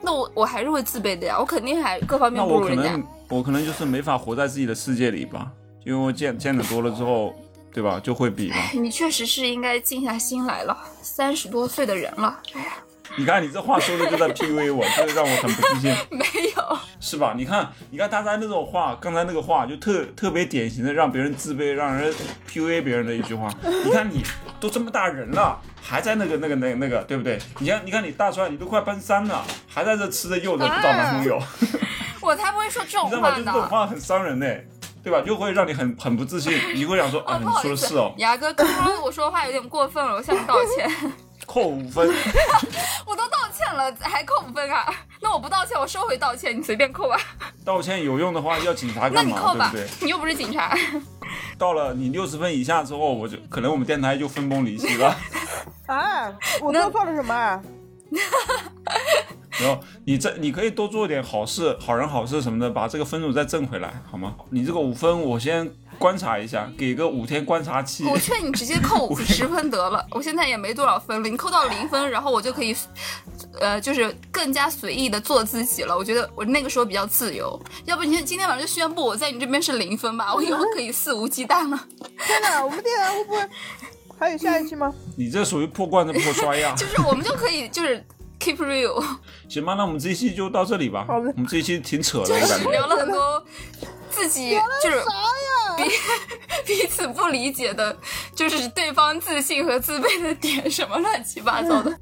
[SPEAKER 2] 那我我还是会自卑的呀。我肯定还各方面
[SPEAKER 1] 那
[SPEAKER 2] 不
[SPEAKER 1] 我
[SPEAKER 2] 如
[SPEAKER 1] 可
[SPEAKER 2] 人家
[SPEAKER 1] 能。我可能就是没法活在自己的世界里吧，因为我见见的多了之后，对吧，就会比嘛。
[SPEAKER 2] 哎你确实是应该静下心来了，三十多岁的人了，
[SPEAKER 1] 你看你这话说的就在 PUA 我，这让我很不自信，
[SPEAKER 2] 没有。
[SPEAKER 1] 是吧？你看，你看大家那种话，刚才那个话就特特别典型的让别人自卑，让人 PUA 别人的一句话。你看你都这么大人了，还在那个那个那个那个，对不对？你看你看你大帅，你都快奔三了，还在这吃着柚子不找男朋友。
[SPEAKER 2] 哎我才不会说这种
[SPEAKER 1] 你知道吗？就是这。
[SPEAKER 2] 话呢
[SPEAKER 1] 种话很伤人呢、对吧？就会让你很很不自信，你会想说啊，
[SPEAKER 2] 哦，
[SPEAKER 1] 你
[SPEAKER 2] 不好
[SPEAKER 1] 说
[SPEAKER 2] 意
[SPEAKER 1] 的
[SPEAKER 2] 思
[SPEAKER 1] 是哦，，
[SPEAKER 2] 牙哥，刚刚我说话有点过分了，我向你道歉。
[SPEAKER 1] 扣五分。
[SPEAKER 2] 我都道歉了，还扣五分啊？ 那我不道歉，我收回道歉，你随便扣吧。啊
[SPEAKER 1] 道歉有用的话，要警察
[SPEAKER 2] 那
[SPEAKER 1] 干
[SPEAKER 2] 你
[SPEAKER 1] 嘛？
[SPEAKER 2] 扣
[SPEAKER 1] 对
[SPEAKER 2] 吧
[SPEAKER 1] 不对？，
[SPEAKER 2] 你又不是警察。
[SPEAKER 1] 到了你六十分以下之后，我就可能我们电台就分崩离析了。
[SPEAKER 4] 啊，我
[SPEAKER 2] 那
[SPEAKER 4] 做错了什么啊？
[SPEAKER 1] 然后你这你可以多做点好事、好人好事什么的，把这个分数再挣回来，好吗？你这个五分我先观察一下，给个五天观察期。
[SPEAKER 2] 我劝你直接扣五十分得了，我现在也没多少分了，你扣到零分，然后我就可以，呃，就是更加随意的做自己了。我觉得我那个时候比较自由，要不你今天晚上就宣布我在你这边是零分吧，我以后可以肆无忌惮了。
[SPEAKER 4] 天哪，我们电台会不会还有下一期吗？
[SPEAKER 1] 你这属于破罐子破摔呀、
[SPEAKER 2] 就是我们就可以就是 keep real，
[SPEAKER 1] 行吧，那我们这一期就到这里吧。
[SPEAKER 4] 好的
[SPEAKER 1] 我们这一期挺扯的，我感觉。
[SPEAKER 2] 聊了很多自己就是彼 彼此不理解的，就是对方自信和自卑的点，什么乱七八糟的。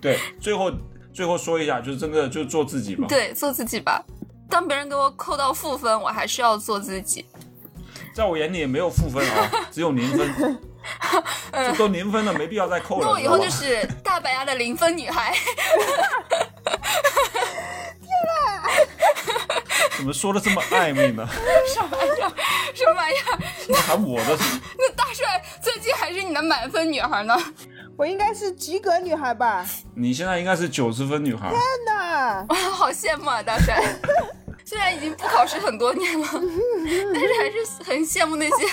[SPEAKER 1] 对，最后最后说一下，就是真的就做自己吧。
[SPEAKER 2] 对，做自己吧。当别人给我扣到负分，我还是要做自己。
[SPEAKER 1] 在我眼里也没有负分啊，只有零 分。这都零分了，没必要再扣了。
[SPEAKER 2] 那我以后
[SPEAKER 1] 知道
[SPEAKER 2] 就
[SPEAKER 1] 吧
[SPEAKER 2] 是大白牙的零分女孩。
[SPEAKER 1] 怎么说的这么暧昧呢？
[SPEAKER 2] 什么玩意儿？什么玩意儿？
[SPEAKER 1] 怎么还我的？
[SPEAKER 2] 那大帅最近还是你的满分女孩呢？
[SPEAKER 4] 我应该是及格女孩吧？
[SPEAKER 1] 你现在应该是九十分女 孩，
[SPEAKER 4] 真的，
[SPEAKER 2] 哇，好羡慕啊，大帅！ 虽然已经不考试很多年了， 但是还是很羡慕那些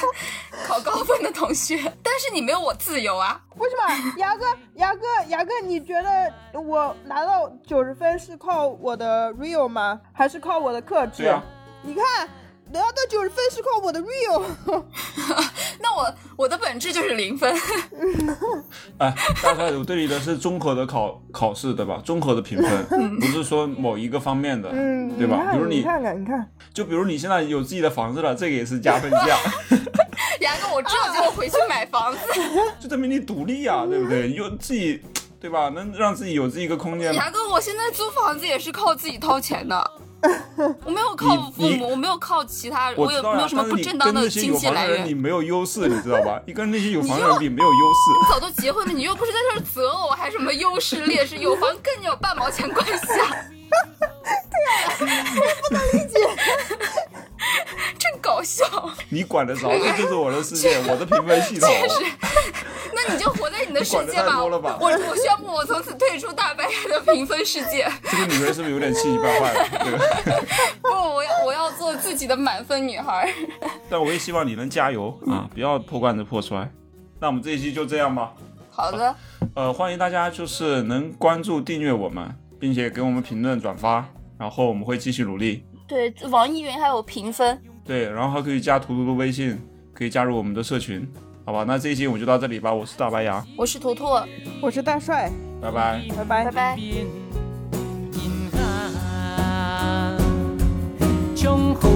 [SPEAKER 2] 考高分的同学。但是你没有我自由啊！
[SPEAKER 4] 为什么？牙哥，牙哥，牙哥，你觉得我拿到九十分是靠我的 real 吗？还是靠我的克制？
[SPEAKER 1] 对啊，
[SPEAKER 4] 你看，拿到九十分是靠我的 real。
[SPEAKER 2] 那我我的本质就是零分，
[SPEAKER 1] 哎，大帅，我对你的是综合的考考试，对吧？综合的 评分，不是说某一个方面的，
[SPEAKER 4] 嗯，
[SPEAKER 1] 对吧？
[SPEAKER 4] 你看
[SPEAKER 1] 比如你，
[SPEAKER 4] 看看，你看，
[SPEAKER 1] 就比如你现在有自己的房子了，这个也是加分 项，
[SPEAKER 2] 牙哥，我这就回去买房子。
[SPEAKER 1] 就证明你独立啊，对不对？有自己，对吧？能让自己有自己一个空间。
[SPEAKER 2] 牙哥，我现在租房子也是靠自己掏钱 的，我没有靠父
[SPEAKER 1] 你
[SPEAKER 2] 母，我没有靠其他，
[SPEAKER 1] 我
[SPEAKER 2] 有
[SPEAKER 1] 知道
[SPEAKER 2] 没
[SPEAKER 1] 呀
[SPEAKER 2] 有什么
[SPEAKER 1] 但是
[SPEAKER 2] 不
[SPEAKER 1] 你
[SPEAKER 2] 正当
[SPEAKER 1] 跟
[SPEAKER 2] 的
[SPEAKER 1] 那些
[SPEAKER 2] 经
[SPEAKER 1] 有
[SPEAKER 2] 济
[SPEAKER 1] 房
[SPEAKER 2] 来
[SPEAKER 1] 的人，你
[SPEAKER 2] 源。
[SPEAKER 1] 没有优势，你知道吧？你跟那些有房的人比没有优势。
[SPEAKER 2] 早都结婚了，你又不是在这儿择偶，还什么优势劣势？有房跟你有半毛钱关系啊？对啊，我不能理解， 真搞笑。
[SPEAKER 1] 你管 得着？这就是我的世界，我的评分系统。
[SPEAKER 2] 那你就活在你的世
[SPEAKER 1] 你
[SPEAKER 2] 界
[SPEAKER 1] 管得太
[SPEAKER 2] 吧。
[SPEAKER 1] 多了吧
[SPEAKER 2] 我我宣布，我从此退出大白牙的评分世 界。
[SPEAKER 1] 这个女人是不是有点气急败坏了？对吧？
[SPEAKER 2] 不，我要我要做自己的满分女孩。
[SPEAKER 1] 但我也希望你能加油啊，不要破罐子破摔。那我们这一期就这样吧。
[SPEAKER 2] 好的，
[SPEAKER 1] 呃，欢迎大家就是能关注、订阅我们，并且给我们评论、转发，然后我们会继续努力。
[SPEAKER 2] 对，网易云还有评分，
[SPEAKER 1] 对，然后还可以加图图的微信，可以加入我们的社群，好吧？那这一期我们就到这里吧。我是大白牙，
[SPEAKER 2] 我是图图，
[SPEAKER 4] 我是大帅，
[SPEAKER 1] 拜拜。
[SPEAKER 4] 拜拜
[SPEAKER 2] 拜。拜。
[SPEAKER 5] 银行，将好